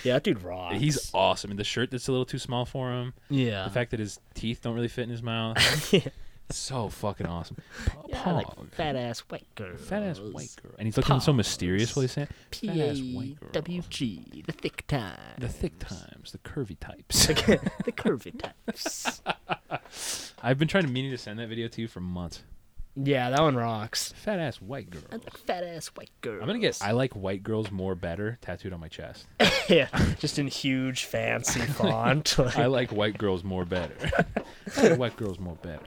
E: Yeah, that dude rocks.
F: He's awesome. And the shirt that's a little too small for him.
E: yeah.
F: The fact that his teeth don't really fit in his mouth. so fucking awesome. P-
E: yeah, I
F: Pog.
E: like fat ass white girls.
F: Fat ass white girl. And he's looking so mysterious while he's saying it.
E: P
F: Fat ass white
E: A
F: girl.
E: W G. The thick time.
F: The thick times, the curvy types.
E: the curvy types.
F: I've been trying to meaning to send that video to you for months.
E: yeah, that one rocks.
F: Fat ass white girl.
E: I like fat ass white girls.
F: I'm gonna get I like white girls more better tattooed on my chest.
E: yeah, just in huge fancy font. like-
F: I like white girls more better. I like white girls more better.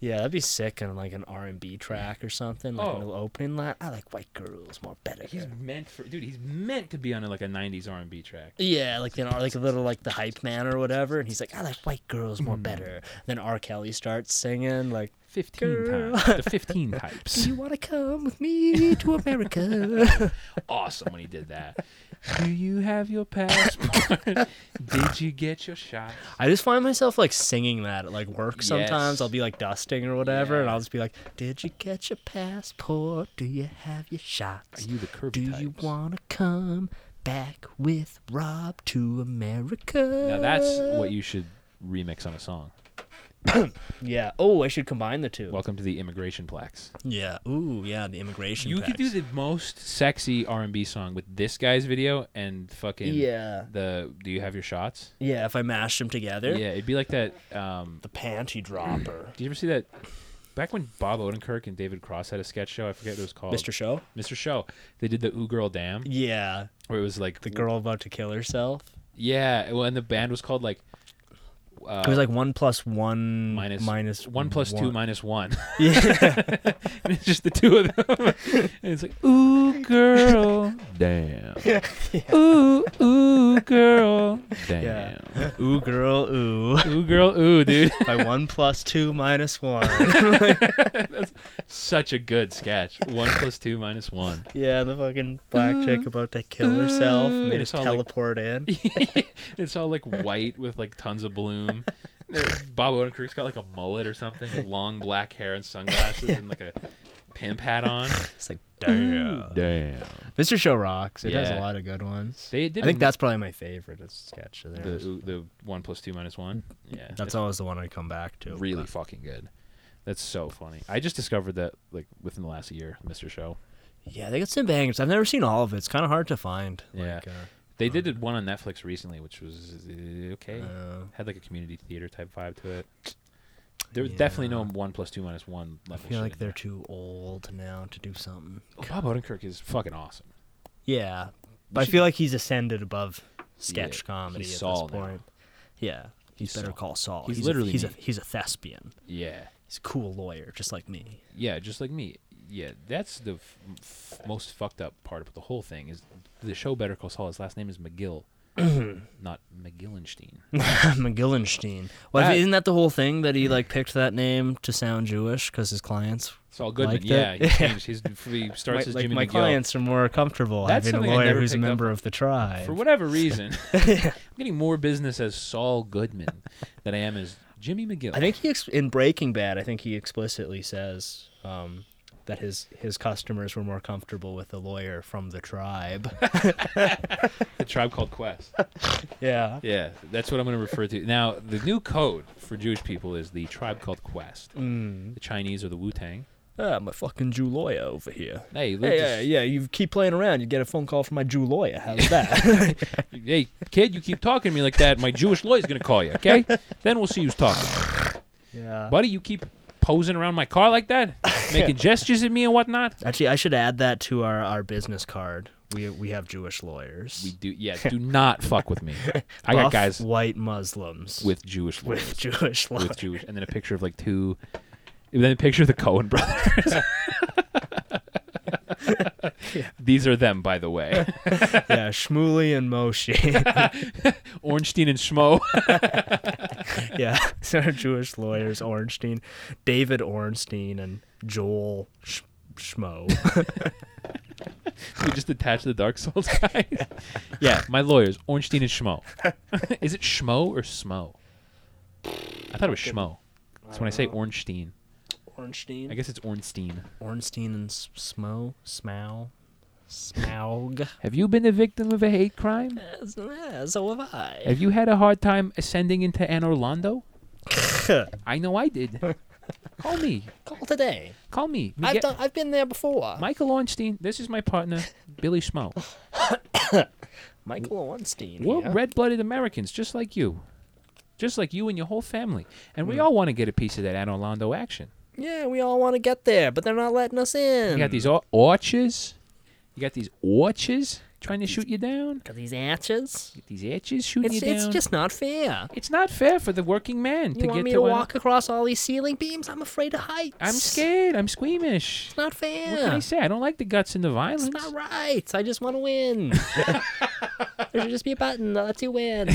E: Yeah, that'd be sick on like an R and B track or something, like
F: Oh.
E: an little opening line. I like white girls more better.
F: He's meant for dude. He's meant to be on a, like a '90s R&B track.
E: yeah, like you know, like a little like the hype man or whatever, and he's like, I like white girls more better. Then R. Kelly starts singing like,
F: Fifteen
E: Girl.
F: times. The fifteen
E: Do
F: types.
E: you wanna come with me to America?
F: awesome when he did that. Do you have your passport? did you get your shot?
E: I just find myself like singing that at like work sometimes.
F: Yes.
E: I'll be like dusting or whatever, and
F: Yeah.
E: I'll just be like, Did you get your passport? Do you have your
F: Are
E: shots?
F: you the curvy
E: Do you
F: types?
E: wanna come back with Rob to America?
F: Now that's what you should remix on a song.
E: Yeah. Oh, I should combine the two.
F: Welcome to the immigration plaques.
E: yeah. Ooh, yeah. The immigration.
F: You could do
E: packs.
F: the most sexy R&B song with this guy's video and fucking
E: Yeah.
F: The do you have your shots?
E: Yeah, if I mash them together.
F: Yeah, it'd be like that. Um,
E: The panty dropper.
F: did you ever see that? Back when Bob Odenkirk and David Cross had a sketch show, I forget what it was called.
E: Mr. Show.
F: Mr. Show. They did the Ooh Girl Damn,
E: Yeah.
F: where it was like
E: The girl about to kill herself.
F: Yeah, well, and the band was called like
E: it was like one plus one
F: Oh. minus
E: minus
F: one plus two
E: one.
F: minus one. Yeah, and it's just the two of them. and it's like ooh girl, damn. Ooh ooh girl, damn.
E: Ooh, girl, ooh.
F: Ooh girl, ooh dude.
E: By one plus two minus one.
F: Such a good sketch. One plus two minus one.
E: yeah, the fucking black chick about to kill herself. And they
F: And
E: just
F: it's all like-
E: teleport in.
F: It's all like white with like tons of bloom. Uh, Bob Odenkirk's got like a mullet or something, long black hair and sunglasses, and like a pimp hat on.
E: It's like, damn.
F: Damn.
E: Mr. Show rocks. It has a
F: Yeah.
E: lot of good ones.
F: They did
E: I think
F: a-
E: that's probably my favorite sketch of
F: The
E: theirs.
F: the one plus two minus one. Yeah.
E: that's always the one I come back to.
F: really fucking good. That's so funny. I just discovered that like within the last year, Mr. Show.
E: Yeah, they got some bangers. I've never seen all of it. It's kind of hard to find.
F: Yeah.
E: Like, uh,
F: They did it one on Netflix recently, which was uh, okay.
E: Uh,
F: Had like a community theater type vibe to it. There was
E: Yeah.
F: definitely no one plus two minus one
E: I
F: level.
E: feel
F: shit
E: like
F: in
E: they're too old now to do something.
F: there. Bob Odenkirk is fucking awesome.
E: Yeah, but I feel like he's ascended above sketch
F: he's
E: comedy at this
F: Saul
E: point.
F: now.
E: Yeah, he's,
F: He's
E: better
F: Saul.
E: call Saul.
F: He's
E: a-
F: literally
E: he's a
F: me.
E: he's a thespian.
F: Yeah,
E: He's a cool lawyer, just like me.
F: yeah, just like me. Yeah, that's the f- f- most fucked up part about the whole thing is the show Better Call Saul. His last name is McGill, not McGillenstein.
E: McGillenstein. Well,
F: That-
E: isn't that the whole thing that he like picked that name to sound Jewish because his clients
F: Saul Goodman.
E: liked
F: yeah,
E: it?
F: he changed. His, he starts
E: My,
F: his
E: like
F: Jimmy
E: my
F: McGill.
E: clients are more comfortable
F: That's
E: having
F: something
E: a
F: I
E: lawyer
F: never
E: who's a
F: picked up
E: member
F: on.
E: of the tribe.
F: For whatever reason, I'm getting more business as Saul Goodman than I am as Jimmy McGill.
E: I think he ex- in Breaking Bad. I think he explicitly says um, that his his customers were more comfortable with a lawyer from the tribe.
F: the tribe called Quest.
E: yeah.
F: Yeah, that's what I'm going to refer to. Now, the new code for Jewish people is the tribe called Quest.
E: Mm.
F: The Chinese are the Wu Tang.
E: Ah, my fucking Jew lawyer over here.
F: Hey, look
E: Hey, yeah,
F: just-
E: yeah, you keep playing around, you get a phone call from my Jew lawyer. How's that?
F: hey, kid, you keep talking to me like that, my Jewish lawyer's going to call you, okay? then we'll see who's talking.
E: yeah.
F: Buddy, you keep posing around my car like that, making gestures at me and whatnot.
E: Actually, I should add that to our, our business card. We we have Jewish lawyers.
F: We do, yeah, do not fuck with me. I got
E: Buff
F: guys
E: white Muslims
F: with Jewish lawyers.
E: with Jewish lawyers.
F: with Jewish, and then a picture of like two, and then a picture of the Cohen brothers. These are them, by the way.
E: yeah, Shmuley and Moshe.
F: Ornstein and Schmo.
E: yeah, so our Jewish lawyers, Ornstein, David Ornstein, and Joel Sh- Schmo.
F: we just attach the Dark Souls guys. yeah, my lawyers, Ornstein and Schmo. Is it Schmo or Smo? I thought it was Schmo. That's when I say Ornstein.
E: Ornstein.
F: I guess it's Ornstein.
E: Ornstein and S- Smo Smow Smaug.
F: Have you been the victim of a hate crime?
E: Yes, yeah, so have I.
F: Have you had a hard time ascending into Anne Orlando? I know I did. Call me.
E: Call today.
F: Call me. We
E: I've
F: get-
E: done, I've been there before.
F: Michael Ornstein, this is my partner, Billy Schmo.
E: Michael Ornstein.
F: We're
E: yeah.
F: red blooded Americans, just like you. Just like you and your whole family. And
E: Hmm.
F: we all want to get a piece of that Anne Orlando action.
E: Yeah, we all want to get there, but they're not letting us in.
F: You got these or- orchards. You got these orchards trying to shoot you down.
E: Got these hatches.
F: These etches shooting
E: It's,
F: you
E: it's
F: down.
E: just not fair.
F: it's not fair for the working man
E: You
F: to
E: want
F: get
E: me
F: to
E: to
F: an-
E: walk across all these ceiling beams? I'm afraid of heights.
F: I'm scared. I'm squeamish.
E: It's not
F: What can I
E: fair.
F: say? I don't like the guts and the violence.
E: It's not right. I just want to win. there should just be a button that lets you win.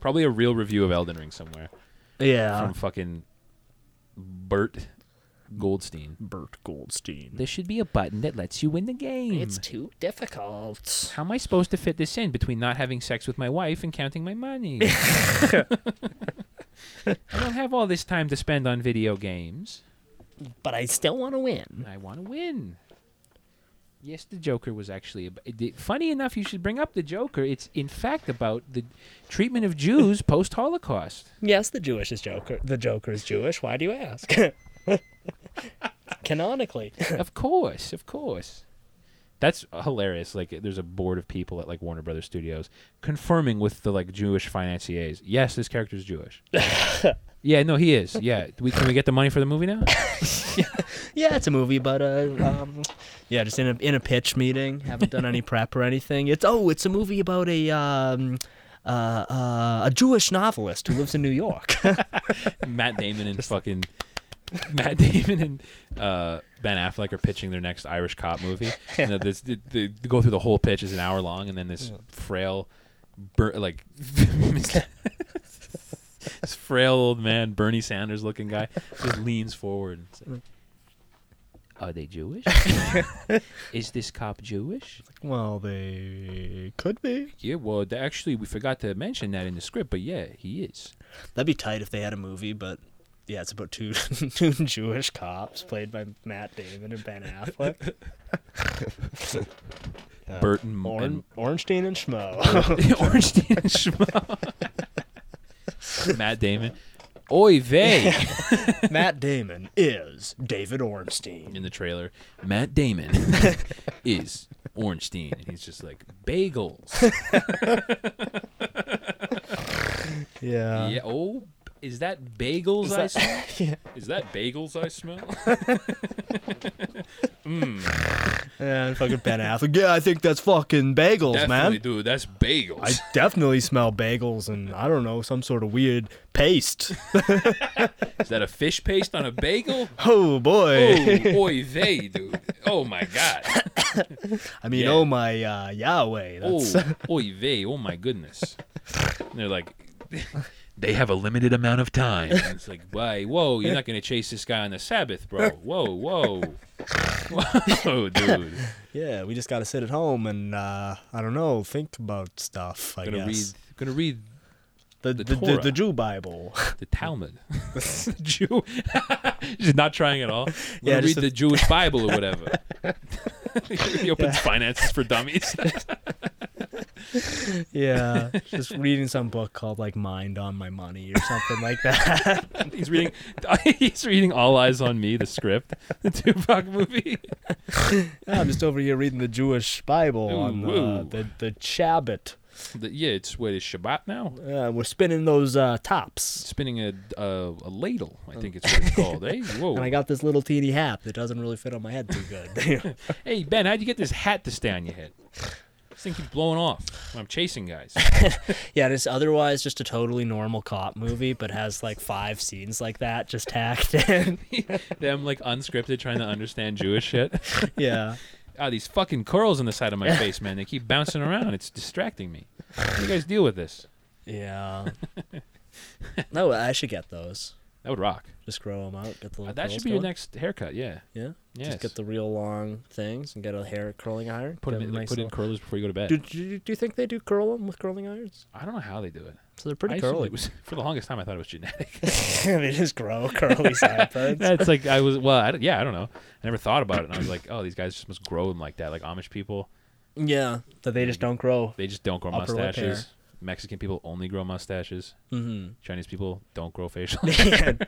F: Probably a real review of Elden Ring somewhere
E: Yeah.
F: from fucking Bert Goldstein.
E: Bert Goldstein.
F: There should be a button that lets you win the game.
E: It's too difficult.
F: How am I supposed to fit this in between not having sex with my wife and counting my money? I don't have all this time to spend on video games.
E: But I still want to win.
F: I want to win. Yes, the Joker was actually. ab- it- it- funny enough, you should bring up the Joker. It's in fact about the treatment of Jews post Holocaust.
E: Yes, the Jewish is Joker. The Joker is Jewish. Why do you ask? Canonically.
F: of course, of course. That's hilarious. Like, there's a board of people at like Warner Brothers Studios confirming with the like Jewish financiers. Yes, this character is Jewish. yeah, no, he is. Yeah, we can we get the money for the movie now?
E: Yeah, it's a movie, but uh, um, yeah, just in a in a pitch meeting. Haven't done any prep or anything. It's oh, it's a movie about a um, uh, uh, a Jewish novelist who lives in New York.
F: Matt Damon and fucking Matt Damon and uh, Ben Affleck are pitching their next Irish cop movie. And that this, they, they go through the whole pitch is an hour long, and then this frail, bur- like this frail old man, Bernie Sanders looking guy, just leans forward. And it's like, are they Jewish? is this cop Jewish?
E: well, they could be.
F: Yeah, well, th- actually, we forgot to mention that in the script, but yeah, he is.
E: That'd be tight if they had a movie, but yeah, it's about two two Jewish cops played by Matt Damon and Ben Affleck,
F: Burton
E: Oren,
F: and
E: Ornstein and Schmo.
F: Orange Dean and Schmo. Matt Damon. Oy vey.
E: Matt Damon is David Ornstein.
F: In the trailer, Matt Damon is Orange Dean, and he's just like
E: Uh-huh.
F: bagels.
E: Yeah,
F: yeah. Oh, is that bagels I
E: that-
F: smell?
E: Yeah.
F: Is that bagels I smell?
E: and fucking Ben Affleck. Yeah, I think that's fucking bagels,
I: Definitely, dude. That's bagels.
E: I definitely smell bagels and I don't know some sort of weird paste.
F: Is that a fish paste on a bagel?
E: Oh boy!
I: oh, oy vey, dude.
F: Oh my god.
E: I mean,
F: yeah.
E: oh my uh, Yahweh! That's
F: Oh, oy vey. Oh my goodness. And they're like, they have a limited amount of time. And it's like, why? Whoa, you're not gonna chase this guy on the Sabbath, bro. Whoa, whoa, whoa, dude.
E: yeah. We just gotta sit at home and uh, I don't know, think about stuff. I
F: Gonna
E: guess
F: read. Gonna read
E: the
F: the
E: the, the,
F: Torah.
E: the Jew Bible.
F: the Talmud. Jew. She's not trying at all. Gonna
E: Yeah,
F: read
E: just a-
F: the Jewish Bible or whatever. he opens finances for dummies.
E: yeah, just reading some book called like Mind on My Money or something like that.
F: He's reading. He's reading All Eyes on Me, the script, the Tupac movie.
E: Yeah, I'm just over here reading the Jewish Bible on uh,
F: Ooh.
E: the the Shabbat.
F: The- yeah, it's what is Shabbat now?
E: Uh, we're spinning those uh, tops.
F: Spinning a a, a ladle, I think it's what it's called. Hey, whoa!
E: And I got this little teeny hat that doesn't really fit on my head too good.
F: hey Ben, how'd you get this hat to stay on your head? This thing keeps blowing off when I'm chasing guys.
E: yeah, and it's otherwise just a totally normal cop movie, but has like five scenes like that just tacked in.
F: Them like unscripted, trying to understand Jewish shit.
E: yeah.
F: Ah, these fucking curls on the side of my face, man. They keep bouncing around. It's distracting me. How do you guys deal with this?
E: Yeah. no, I should get those.
F: That would rock.
E: Just grow them out. Get the
F: Uh,
E: little
F: that
E: curls
F: should be your
E: going.
F: next haircut. Yeah.
E: Yeah.
F: Yes.
E: Just get the real long things and get a hair curling iron.
F: Put,
E: get
F: 'em
E: a
F: in, like,
E: nice
F: put in
E: little-
F: curlers before you go to bed.
E: do, do, do you think they do curl them with curling irons?
F: I don't know how they do it.
E: So they're pretty
F: I assumed
E: curly.
F: It was, for the longest time, I thought it was genetic.
E: they just grow curly sideburns.
F: That's like I was. Well, I, don't- yeah, I don't know. I never thought about it, and I was like, oh, these guys just must grow them like that. Like Amish people,
E: yeah, but they just don't grow.
F: they just don't grow
E: Upper lip hair.
F: mustaches. Mexican people only grow mustaches.
E: Mm-hmm.
F: Chinese people don't grow facial.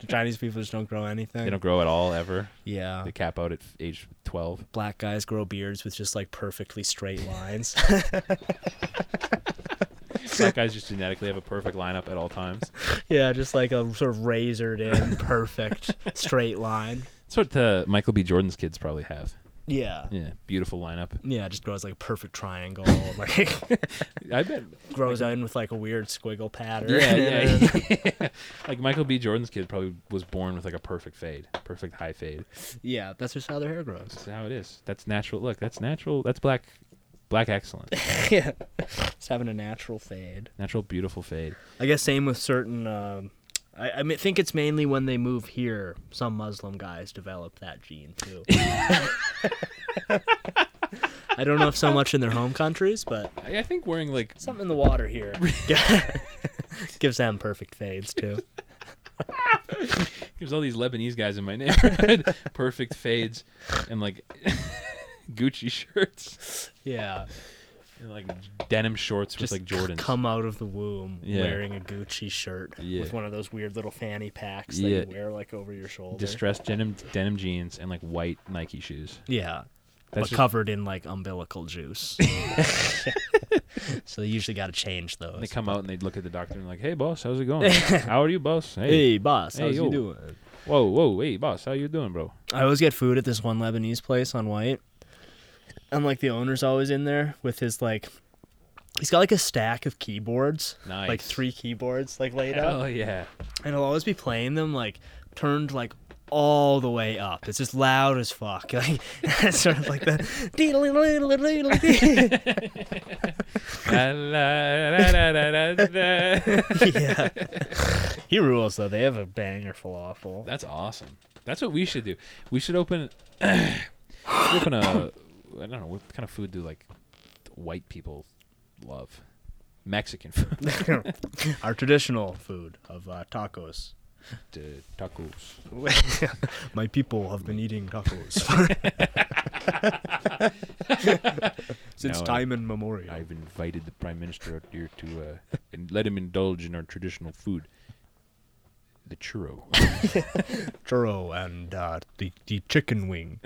E: Chinese people just don't grow anything.
F: they don't grow at all ever.
E: yeah.
F: They cap out at age twelve.
E: black guys grow beards with just like perfectly straight lines.
F: Black guys just genetically have a perfect lineup at all times.
E: yeah, just like a sort of razored in perfect straight line.
F: That's what uh, Michael B. Jordan's kids probably have.
E: Yeah.
F: Yeah, beautiful lineup.
E: Yeah, it just grows like a perfect triangle, and, like
F: I bet.
E: grows in with like a weird squiggle pattern.
F: Yeah, yeah. like Michael B. Jordan's kid probably was born with like a perfect fade, perfect high fade.
E: Yeah, that's just how their hair grows.
F: That's how it is. That's natural. Look, that's natural. That's black, black excellence.
E: yeah, it's having a natural fade.
F: Natural, beautiful fade.
E: I guess same with certain. Um, I, I mean, think it's mainly when they move here. Some Muslim guys develop that gene too. I don't know if so much in their home countries, but
F: I, I think wearing like
E: something in the water here gives them perfect fades too.
F: there's all these Lebanese guys in my neighborhood, perfect fades, and like Gucci shirts
E: Yeah,
F: and like denim shorts
E: just
F: with like Jordans.
E: come out of the womb
F: Yeah.
E: wearing a Gucci shirt
F: Yeah.
E: with one of those weird little fanny packs
F: Yeah.
E: that you wear like over your shoulder.
F: Distressed denim denim jeans and like white Nike shoes.
E: yeah,
F: That's
E: but
F: just-
E: covered in like umbilical juice. so they usually got to change those.
F: They come out and they look at the doctor and like, "Hey, boss, how's it going? how are you, boss? Hey,
E: Hey, boss, how's
F: Hey,
E: you
F: yo.
E: doing?
F: whoa, whoa, hey, boss, how you doing, bro?
E: I always get food at this one Lebanese place on White. And like the owner's always in there with his like he's got like a stack of keyboards. Like
F: Nice.
E: three keyboards like laid out.
F: Oh yeah,
E: And he'll always be playing them like turned like all the way up. It's just loud as fuck. Like it's sort of like the
F: La, la, la, la, la, la, la.
E: Yeah. He rules though. They have a banger falafel.
F: That's awesome. That's what we should do. We should open, we should open a. I don't know what kind of food do like white people love. Mexican food.
E: Our traditional food of uh, tacos.
F: uh, tacos.
E: My people have been eating tacos since
F: No, I-
E: time immemorial.
F: I've invited the prime minister out here to uh, and let him indulge in our traditional food, the churro.
E: Churro and uh, the the chicken wing.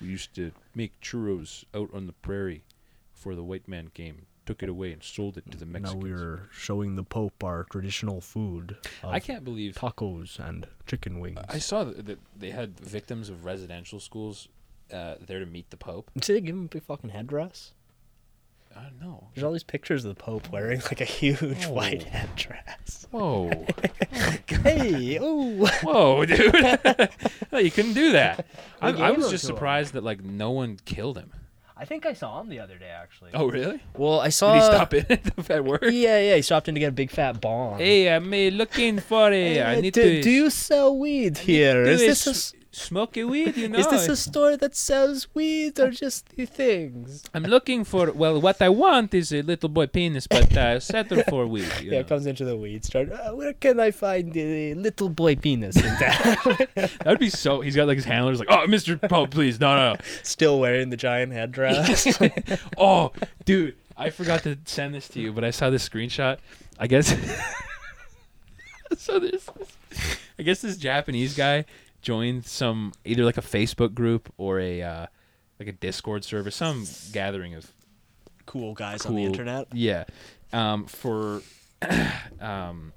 F: we used to make churros out on the prairie before the white man came, took it away, and sold it to the
E: now
F: Mexicans.
E: we're showing the Pope our traditional food. Of
F: I can't believe
E: tacos and chicken wings.
F: I saw that that they had victims of residential schools uh, there to meet the Pope. Uh,
E: Did they give him a big fucking headdress?
F: I don't know.
E: There's all these pictures of the Pope wearing like a huge white
F: Oh.
E: headdress.
F: Whoa.
E: hey, oh,
F: Whoa, dude! no, you couldn't do that. I,
E: Who
F: I
E: gave
F: was
E: them
F: just
E: to him?
F: surprised that like no one killed him.
E: I think I saw him the other day actually.
F: Oh, really?
E: Well, I
F: Did
E: saw.
F: he stop in at, the, at work?
E: Uh, Yeah, yeah, he stopped in to get a big fat bomb.
F: Hey, I'm uh, looking for a. I need to.
E: Uh, Do you sell weed here?
F: do
E: Is
F: a
E: this a,
F: s- smoke a weed? You know.
E: is this a store that sells weed or just the things?
F: I'm looking for. Well, what I want is a little boy penis, but uh, settle for weed. you
E: Yeah,
F: know.
E: comes into the weed store. Uh, where can I find the little boy penis? in town?"
F: That would be so. He's got like his handlers, like, oh, Mr. Pope, please, no, no, no.
E: Still wearing the giant headdress.
F: oh, dude, I forgot to send this to you, but I saw this screenshot. I guess. so there's, this, I guess this Japanese guy joined some either like a Facebook group or a uh, like a Discord server, some gathering of
E: cool guys
F: cool, Yeah, um, for um,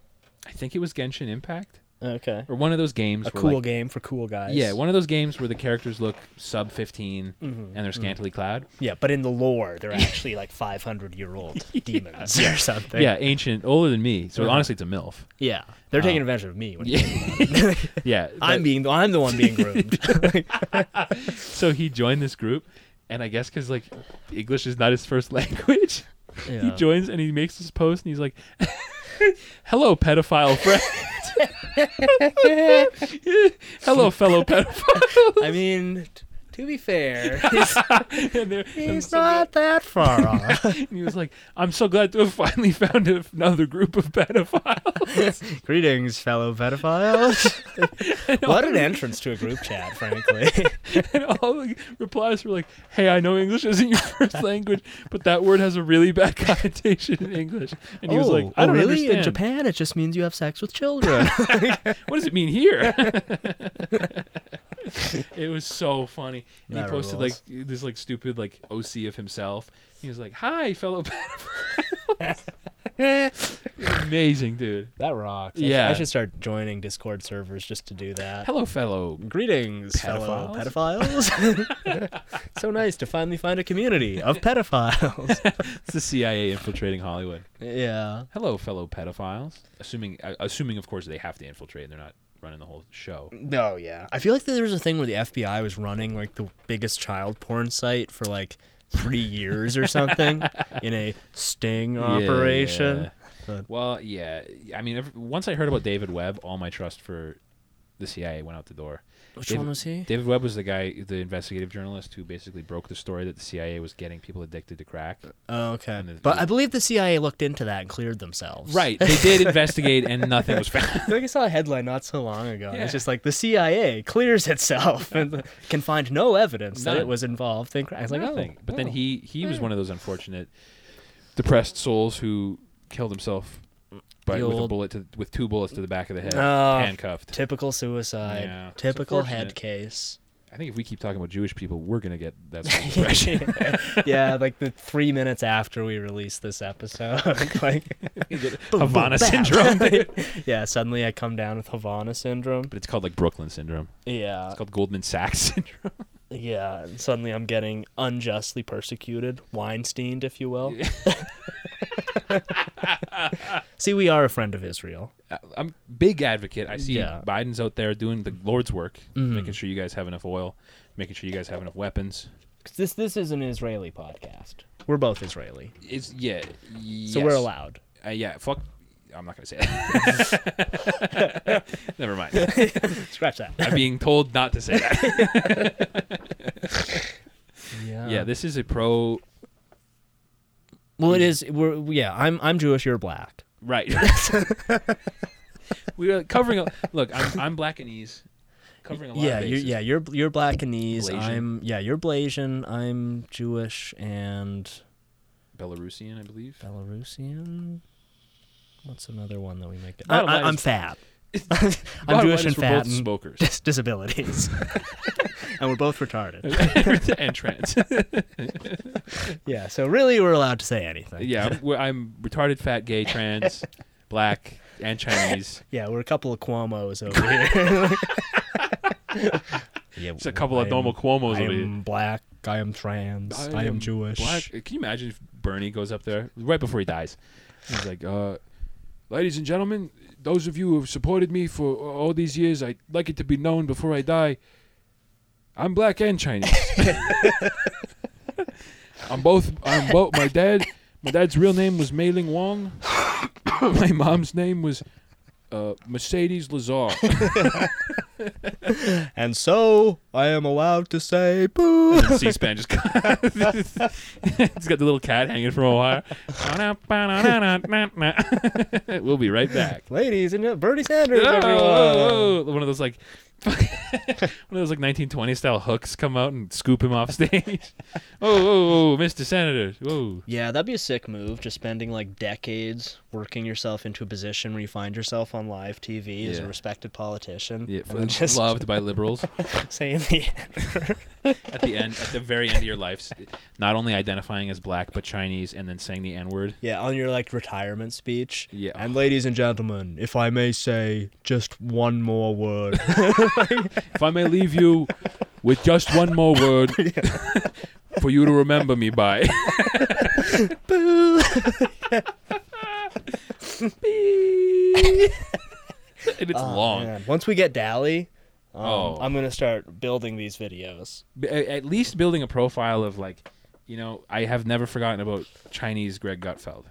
F: I think it was Genshin Impact
E: Okay.
F: or one of those games.
E: A
F: where,
E: cool
F: like,
E: game for cool guys.
F: Yeah, one of those games where the characters look sub 15
E: Mm-hmm.
F: and they're scantily clad.
E: yeah, but in the lore, they're actually like 500 year old demons or something.
F: Yeah, ancient, older than me. So honestly, it's a MILF.
E: Yeah. They're
F: Uh,
E: taking advantage of me. When you think about it.
F: Yeah.
E: I'm
F: but-
E: being I'm the one being groomed.
F: so he joined this group, and I guess because like English is not his first language, he
E: Yeah.
F: joins and he makes this post, and he's like, "Hello, pedophile friend. Hello, fellow pedophile."
E: I mean, t- to be fair,
F: and, there- and
E: he's
F: so glad-
E: not that far off.
F: and he was like, "I'm so glad to have finally found another group of pedophiles."
E: Greetings, fellow pedophiles. what an entrance to a group chat, frankly.
F: and all the replies were like, "Hey, I know English isn't your first language, but that word has a really bad connotation in English." And he was like, "I don't
E: Oh, really? In
F: understand.
E: Japan, it just means you have sex with children.
F: what does it mean here? it was so funny. And he
E: That
F: posted
E: rules.
F: like this like stupid like OC of himself. He was like, "Hi, fellow pedophiles." Amazing, dude.
E: that rocks. I sh-
F: Yeah.
E: I should start joining Discord servers just to do that.
F: Hello, fellow.
E: Greetings, fellow pedophiles. so nice to finally find a community of pedophiles.
F: It's the CIA infiltrating Hollywood.
E: yeah.
F: Hello, fellow pedophiles. Assuming, uh, assuming of course they have to infiltrate. and They're not running the whole show.
E: No, yeah. I feel like there was a thing where the FBI was running like the biggest child porn site for like three years or something in a sting operation. But-
F: Well, yeah. I mean, ev once I heard about David Webb, all my trust for the CIA went out the door.
E: Which
F: David-
E: one was he?
F: David Webb was the guy, the investigative journalist who basically broke the story that the CIA was getting people addicted to crack.
E: Oh, okay.
F: And it-
E: But I believe the CIA looked into that and cleared themselves.
F: Right. They did investigate, and nothing was found.
E: I think I saw a headline not so long ago.
F: Yeah.
E: It's just like the CIA clears itself and can find no evidence that
F: None.
E: it was involved in crime. I was like,
F: nothing.
E: oh,
F: but then
E: oh.
F: he he was one of those unfortunate, depressed souls who killed himself by
E: The
F: with a
E: old-
F: bullet to, with two bullets to the back of the head,
E: Oh.
F: handcuffed.
E: typical suicide,
F: Yeah, it's
E: typical head
F: unfortunate.
E: case.
F: I think if we keep talking about Jewish people, we're gonna get that sort of impression.
E: yeah, like the three minutes after we release this episode, like bam.
F: Havana syndrome, dude.
E: yeah, suddenly I come down with Havana syndrome.
F: but it's called like Brooklyn syndrome.
E: Yeah,
F: It's called Goldman Sachs syndrome.
E: yeah. And suddenly I'm getting unjustly persecuted, Weinsteined, if you will. See, we are a friend of Israel.
F: I'm big advocate. I see
E: Yeah. Mm-hmm.
F: Biden's out there doing the Lord's work, making sure you guys have enough oil, making sure you guys have enough weapons.
E: 'Cause This this is an Israeli podcast. We're both Israeli,
F: It's yeah.
E: so we're allowed.
F: Uh, yeah. Fuck. I'm not gonna say it. Never mind.
E: Scratch that.
F: I'm being told not to say that.
E: Yeah.
F: yeah. This is a pro.
E: well, it is. We're yeah. I'm I'm Jewish. You're black.
F: Right. we are covering. A, look, I'm, I'm black and ease, covering a lot.
E: yeah,
F: of
E: you're,
F: bases.
E: yeah, you're you're Blackanese.
F: Blasian.
E: I'm yeah, you're Blasian. I'm Jewish and
F: Belarusian, I believe.
E: Belarusian. What's another one that we make? I,
F: Bottom
E: I,
F: line
E: I'm
F: is-
E: fat. I'm
F: Bottom
E: Jewish
F: line
E: and
F: is we're
E: fat
F: both
E: and
F: smokers.
E: dis- disabilities, and we're both retarded.
F: and trans.
E: Yeah, so really, we're allowed to say anything.
F: yeah, I'm, we're- I'm retarded, fat, gay, trans, black, and Chinese.
E: Yeah, we're a couple of Cuomo's over here. yeah,
F: It's a couple of normal Cuomo's
E: I
F: over here.
E: am black. I am trans. I, am, Jewish.
F: Black. Can you imagine if Bernie goes up there right before he dies? He's like, uh,
I: Ladies and gentlemen, those of you who have supported me for all these years, I'd like it to be known before I die. I'm black and Chinese. I'm both. I'm both. My dad. My dad's real name was Mei Ling Wong. my mom's name was uh, Mercedes Lazar.
E: And so I am allowed to say boo.
F: and C-SPAN just it's got the little cat hanging from a wire. we'll be right back.
E: Ladies and gen- Bernie Sanders, everyone.
F: Oh, one of those like one of those like 1920 style hooks come out and scoop him off stage. Oh, oh, oh, Mr. Senator. Whoa.
E: Yeah, that'd be a sick move. Just spending like decades working yourself into a position where you find yourself on live TV as a
F: Yeah.
E: respected politician.
F: Yeah,
E: and then just
F: loved by liberals
E: saying the
F: at the end, at the very end of your life, s- not only identifying as black but Chinese, and then saying the N word.
E: Yeah, on your like retirement speech.
F: Yeah.
E: And ladies and gentlemen, if I may say just one more word.
I: If I may leave you with just one more word for you to remember me by.
F: And it's long.
E: Oh, Man, Once we get Dally, um,
F: Oh.
E: I'm gonna start building these videos.
F: B- a- at least building a profile of like, you know, I have never forgotten about Chinese Greg Gutfeld.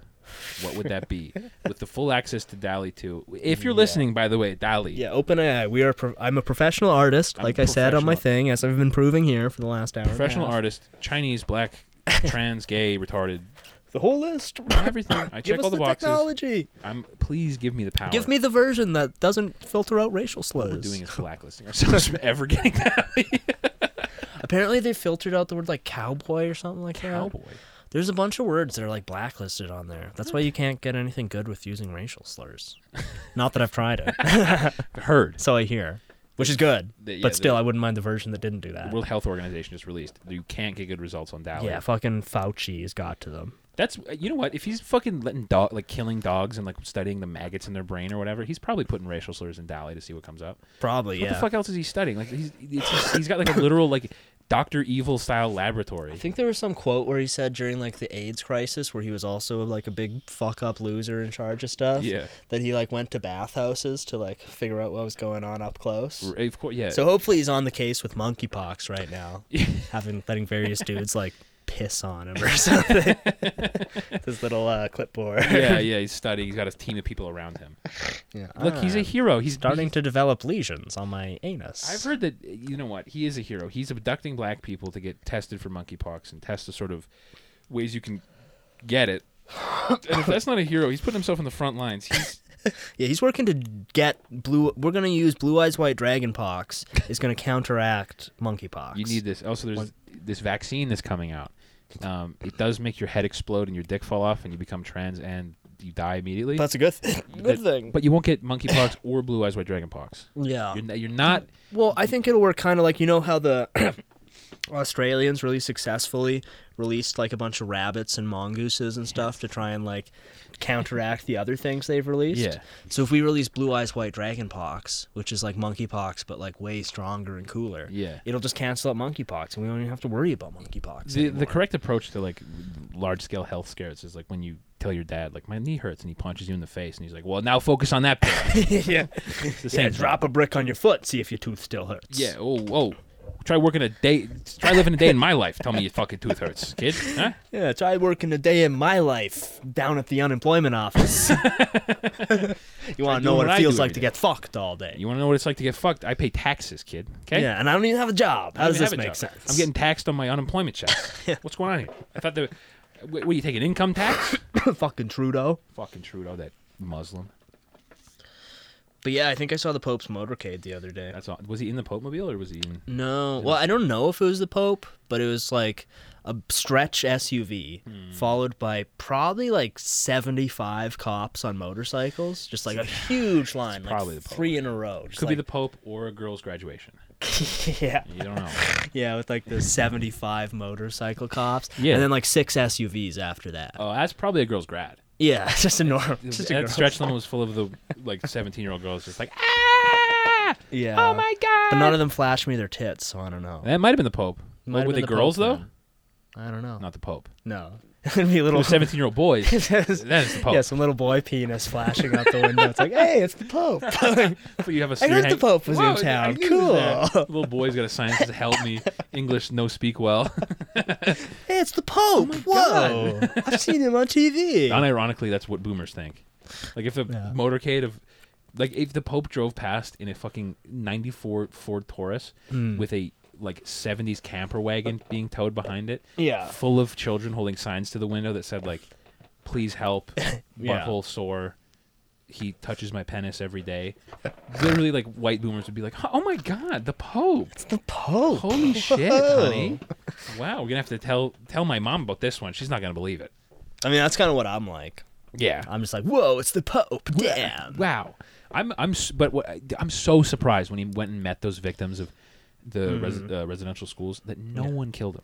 F: What would that be with the full access to Dali too? If you're listening, by the way, Dali.
E: Yeah, OpenAI. We are. Pro- I'm a professional artist,
F: I'm
E: like I said on my
F: professional.
E: thing, as I've been proving here for the last hour. and a
F: Professional
E: half.
F: artist, Chinese, black, trans, gay, retarded,
E: The whole list.
F: everything. I
E: Give
F: check
E: us
F: all the,
E: the,
F: boxes.
E: technology.
F: I'm please give me the power.
E: Give me the version that doesn't filter out racial slurs.
F: What we're doing is blacklisting ourselves from ever getting Dali.
E: Apparently, they filtered out the word like cowboy or something like that.
F: Cowboy.
E: There's a bunch of words that are like blacklisted on there. That's why you can't get anything good with using racial slurs. Not that I've tried it,
F: Heard.
E: so I hear, which is good.
F: The- yeah,
E: but still,
F: the-
E: I wouldn't mind the version that didn't do that.
F: World Health Organization just released. You can't get good results on Dali.
E: yeah, fucking Fauci's got to them.
F: That's you know what? If he's fucking letting dog like killing dogs and like studying the maggots in their brain or whatever, he's probably putting racial slurs in Dali to see what comes up.
E: Probably,
F: What
E: yeah.
F: the fuck else is he studying? Like he's it's, he's- he's got like a literal like Doctor Evil style laboratory.
E: I think there was some quote where he said during like the AIDS crisis, where he was also like a big fuck up loser in charge of stuff.
F: Yeah.
E: That he like went to bathhouses to like figure out what was going on up close.
F: Of course, yeah.
E: So hopefully he's on the case with monkeypox right now, having letting various dudes like piss on him or something. His little uh, clipboard.
F: yeah, yeah, he's studying. He's got a team of people around him.
E: Yeah.
F: Look, he's a hero. He's
E: starting to develop lesions on my anus.
F: I've heard that you know what he is a hero. He's abducting black people to get tested for monkeypox and test the sort of ways you can get it. And if that's not a hero, he's putting himself in the front lines. He's
E: Yeah, he's working to get blue. We're gonna use blue eyes white dragon pox. Is gonna counteract monkeypox.
F: You need this. Also, there's this vaccine that's coming out. Um, it does make your head explode and your dick fall off, and you become trans and you die immediately.
E: That's a good, th- good
F: That-
E: thing.
F: But you won't get monkeypox or blue eyes white dragon pox.
E: yeah.
F: You're, n- you're not.
E: Well, I think it'll work kind of like you know how the Australians really successfully released like a bunch of rabbits and mongooses and stuff to try and like counteract the other things they've released.
F: Yeah.
E: So if we release blue eyes white dragon pox, which is like monkeypox but like way stronger and cooler,
F: Yeah.
E: it'll just cancel out monkeypox and we don't even have to worry about monkeypox.
F: The, the
E: anymore.
F: correct approach to like large scale health scares is like when you tell your dad like my knee hurts and he punches you in the face and he's like, well now focus on that. Pill.
E: yeah.
F: It's the
E: yeah,
F: same. thing.
E: drop a brick on your foot, see if your tooth still hurts.
F: Yeah. Oh. Whoa. Try working a day. Try living a day in my life. Tell me your fucking tooth hurts, kid. Huh?
E: Yeah, try working a day in my life down at the unemployment office. you want to know
F: doing
E: what,
F: what I
E: it feels
F: do
E: like
F: every
E: to
F: day.
E: get fucked all day.
F: You want to know what it's like to get fucked? I pay taxes, kid. Okay.
E: Yeah, and I don't even have a job. How does
F: even
E: this
F: have a
E: make
F: job.
E: sense?
F: I'm getting taxed on my unemployment check. What's going on here? I thought the what, what are you taking income tax?
E: fucking Trudeau.
F: Fucking Trudeau, that Muslim.
E: But yeah, I think I saw the Pope's motorcade the other day.
F: That's all. Was he in the Pope mobile or was he in?
E: No, well, I don't know if it was the Pope, but it was like a stretch SUV
F: Hmm.
E: followed by probably like seventy-five cops on motorcycles, just like a huge line, like
F: probably the Pope.
E: three in a row. just
F: Could be
E: like-
F: the Pope or a girl's graduation.
E: yeah,
F: You don't know.
E: yeah, with like the seventy-five motorcycle cops,
F: Yeah.
E: and then like six SUVs after that.
F: oh, that's probably a girl's grad.
E: Yeah, it's just a norm. Just a
F: that
E: girl.
F: stretch limit was full of the like 17 year old girls just like ah!
E: Yeah. Oh my god. But none of them flashed me their tits, so I don't know.
F: that might have been the Pope.
E: Might
F: What,
E: have
F: were
E: been the
F: they girls
E: Pope
F: though?
E: then. I don't know.
F: Not the Pope.
E: No. It'd be a
F: The
E: little
F: 17 year old boys. that
E: Yes.
F: is the Pope.
E: Yeah, some little boy penis flashing out the window. It's like, hey, it's the Pope.
F: So you have a
E: I heard
F: hang-
E: the Pope was
F: Whoa,
E: in town.
F: I knew it was
E: Cool.
F: there. Little boy's got a sign that says "Help me, English no speak well."
E: Hey, it's the Pope. Whoa. I've seen him on TV.
F: Unironically, that's what boomers think. Like if the
E: Yeah.
F: motorcade of, like if the Pope drove past in a fucking '94 Ford Taurus
E: Hmm.
F: with a like 70s camper wagon being towed behind it,
E: Yeah.
F: full of children holding signs to the window that said like, "Please help,
E: Yeah.
F: butthole sore." He touches my penis every day. Literally, like white boomers would be like, "Oh my god, the Pope!"
E: The Pope.
F: Holy shit, honey! Wow, we're gonna have to tell tell my mom about this one. She's not gonna believe it.
E: I mean, that's kind of what I'm like.
F: Yeah.
E: I'm just like, whoa, it's the Pope. Damn.
F: Wow. I'm I'm s- but what, I'm so surprised when he went and met those victims of the
E: Mm-hmm.
F: res, uh, residential schools that no one killed him.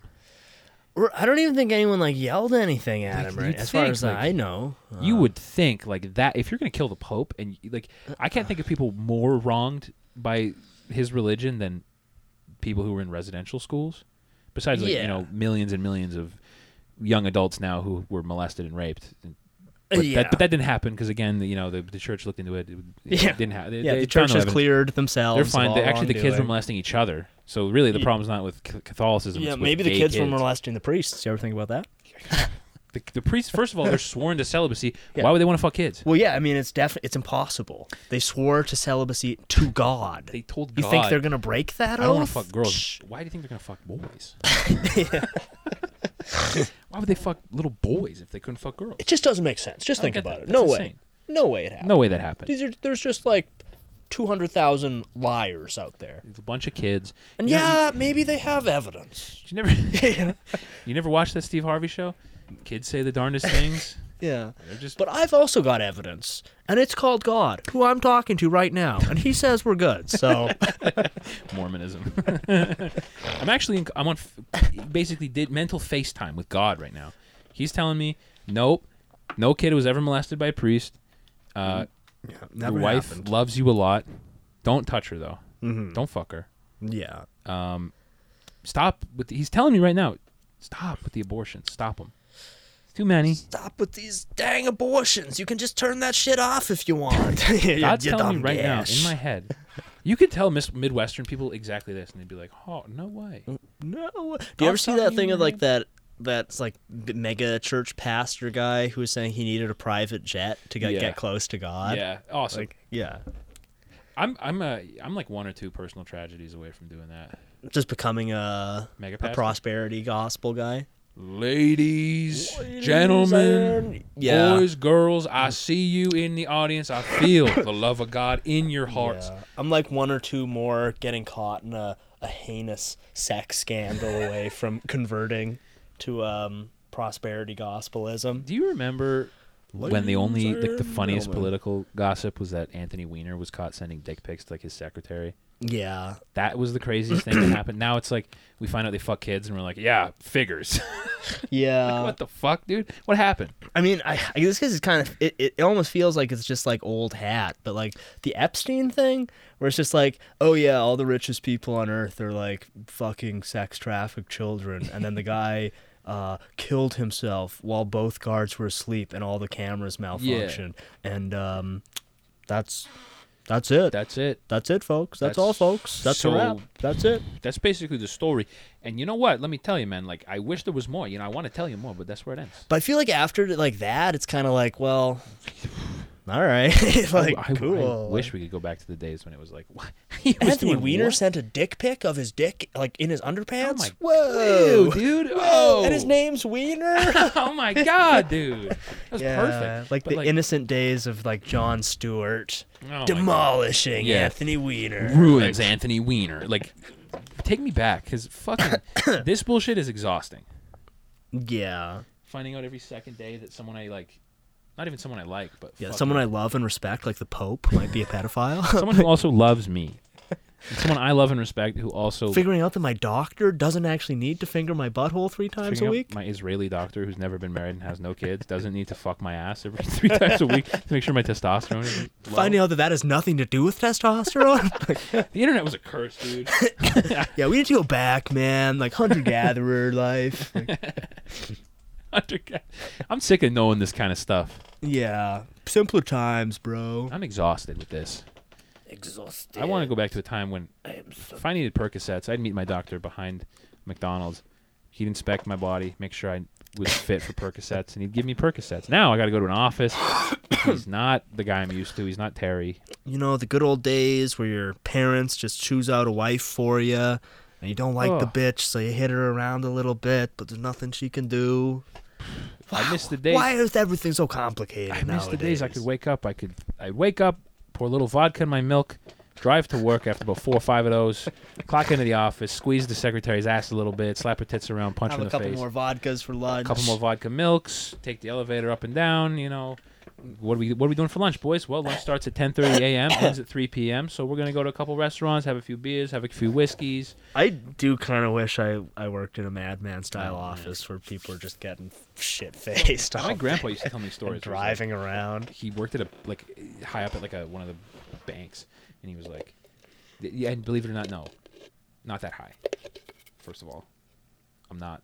E: Or- I don't even think anyone like yelled anything at
F: Like,
E: him, right?
F: you'd
E: As far
F: think,
E: as
F: like-
E: I know. Uh,
F: you would think like that if you're gonna kill the Pope and you- like I can't think of people more wronged by his religion than people who were in residential schools. Besides, like
E: Yeah.
F: you know, millions and millions of young adults now who were molested and raped. But,
E: yeah.
F: that, but that didn't happen because again, the, you know, the, the church looked into it. It, it
E: yeah.
F: didn't happen.
E: yeah, the church has cleared themselves.
F: They're
E: of
F: fine.
E: all
F: They, actually, the kids were
E: wrongdoing.
F: molesting each other. So really, the problem's not with c- Catholicism.
E: Yeah,
F: it's with
E: maybe the
F: gay
E: kids, were molesting the priests. You ever think about that?
F: The, the priests, first of all, they're sworn to celibacy.
E: Yeah.
F: Why would they want to fuck kids?
E: Well, yeah, I mean, it's definitely it's impossible. They swore to celibacy to God.
F: They told
E: you think
F: God,
E: they're gonna break that?
F: I don't
E: want to
F: fuck girls. Why do you think they're gonna fuck boys? Why would they fuck little boys if they couldn't fuck girls?
E: It just doesn't make sense. Just
F: I don't
E: think
F: get
E: about
F: that.
E: it.
F: That's
E: No way.
F: insane.
E: No way it happened.
F: No way that happened.
E: These are, there's just like two hundred thousand liars out there.
F: It's a bunch of kids.
E: And
F: You know-
E: yeah, maybe they have evidence.
F: you never, you never watched that Steve Harvey show? Kids say the darndest things.
E: Yeah.
F: They're just
E: But I've also got evidence, and it's called God, who I'm talking to right now, and he says we're good. So
F: Mormonism. I'm actually in, I'm on f- basically did mental FaceTime with God right now. He's telling me, nope, no kid was ever molested by a priest. Uh, your
E: never
F: wife
E: happened. Mm-hmm.
F: loves you a lot. Don't touch her though. Don't fuck her.
E: Yeah.
F: Stop with. The, he's telling me right now, stop with the abortions. Stop them. It's too many.
E: Stop with these dang abortions. You can just turn that shit off if you want. You
F: God's telling
E: dumb
F: me right
E: gash.
F: now in my head. You could tell mis- Midwestern people exactly this, and they'd be like, "Oh, no way."
E: No. Do you ever see that thing of like that that's like b- mega church pastor guy who was saying he needed a private jet to get,
F: Yeah.
E: get close to God?
F: Yeah, awesome.
E: Like yeah.
F: I'm I'm a I'm like one or two personal tragedies away from doing that.
E: Just becoming a
F: Mega
E: a
F: pastor?
E: prosperity gospel guy.
F: Ladies, gentlemen,
E: Yeah.
F: boys, girls, I see you in the audience. I feel the love of God in your hearts.
E: Yeah. I'm like one or two more getting caught in a, a heinous sex scandal away from converting to um prosperity gospelism.
F: Do you remember when the only like the funniest political gossip was that Anthony Weiner was caught sending dick pics to like his secretary?
E: Yeah.
F: That was the craziest thing that happened. Now it's like we find out they fuck kids and we're like, yeah, figures.
E: Yeah.
F: what the fuck, dude? What happened?
E: I mean, I, I guess this is kind of it, it. almost feels like it's just like old hat, but like the Epstein thing, where it's just like, oh yeah, all the richest people on earth are like fucking sex trafficked children, and then the guy uh, killed himself while both guards were asleep and all the cameras malfunctioned, and um, that's that's it.
F: That's it.
E: that's it, folks. That's,
F: that's
E: all, folks. That's a
F: so-
E: wrap. That's it.
F: That's basically the story. And you know what? Let me tell you, man. Like, I wish there was more. You know, I want to tell you more, but that's where it ends.
E: But I feel like after like that, it's kind of like, well, All right.
F: I-
E: like,
F: I, I
E: cool.
F: wish we could go back to the days when it was like, what? He was
E: Anthony
F: doing
E: Weiner
F: what? Oh
E: sent a dick pic of his dick, like in his underpants.
F: my-
E: Whoa,
F: Ew, dude.
E: Whoa.
F: Oh.
E: And his name's Weiner.
F: oh my god, dude. That was perfect.
E: Like
F: But, oh
E: the innocent days of like John Stewart
F: my God.
E: demolishing
F: Yeah.
E: Anthony Weiner.
F: ruins Anthony Weiner. Like, take me back, because fucking this bullshit is exhausting.
E: Yeah.
F: Finding out every second day that someone I like, not even someone I like, but
E: Yeah,
F: fuck,
E: someone I love and respect, like the Pope, might be a pedophile.
F: someone who also loves me, And someone I love and respect, who also
E: Figuring out that my doctor doesn't actually need to finger my butthole three times
F: figuring
E: a
F: out
E: week.
F: my Israeli doctor who's never been married and has no kids doesn't need to fuck my ass every three times a week to make sure my testosterone. is low.
E: Finding out that that has nothing to do with testosterone. Like,
F: the internet was a curse, dude.
E: yeah, we need to go back, man. Like hunter gatherer life. Like,
F: Hunter Ga- I'm sick of knowing this kind of stuff.
E: yeah, simpler times, bro.
F: I'm exhausted with this.
E: Exhausted.
F: I want to go back to a time when if I needed Percocets, I'd meet my doctor behind McDonald's. He'd inspect my body, make sure I was fit for Percocets, and he'd give me Percocets. Now I got to go to an office. He's not the guy I'm used to. He's not Terry.
E: you know, the good old days where your parents just choose out a wife for you and you don't like the
F: Ugh.
E: bitch, so you hit her around a little bit, but there's nothing she can do.
F: I miss the days.
E: Why is everything so complicated?
F: I miss the days I could wake up. I could. I'd wake up, pour a little vodka in my milk, drive to work after about four or five of those, clock into the office, squeeze the secretary's ass a little bit, slap her tits around, punch
E: have
F: her
E: a
F: in the
E: couple
F: face.
E: more vodkas for lunch.
F: couple more vodka milks, take the elevator up and down, you know. What are we what are we doing for lunch, boys? Well, lunch starts at 10:30 a.m., ends at 3 p.m. So we're going to go to a couple restaurants, have a few beers, have a few whiskeys.
E: I do kind of wish I, I worked in a madman style
F: Oh,
E: office where people are just getting shit faced.
F: My grandpa used to tell me stories. where it was like-
E: driving around.
F: he worked at a like high up at like a one of the banks, and he was like, yeah, and believe it or not, no, not that high. First of all, I'm not.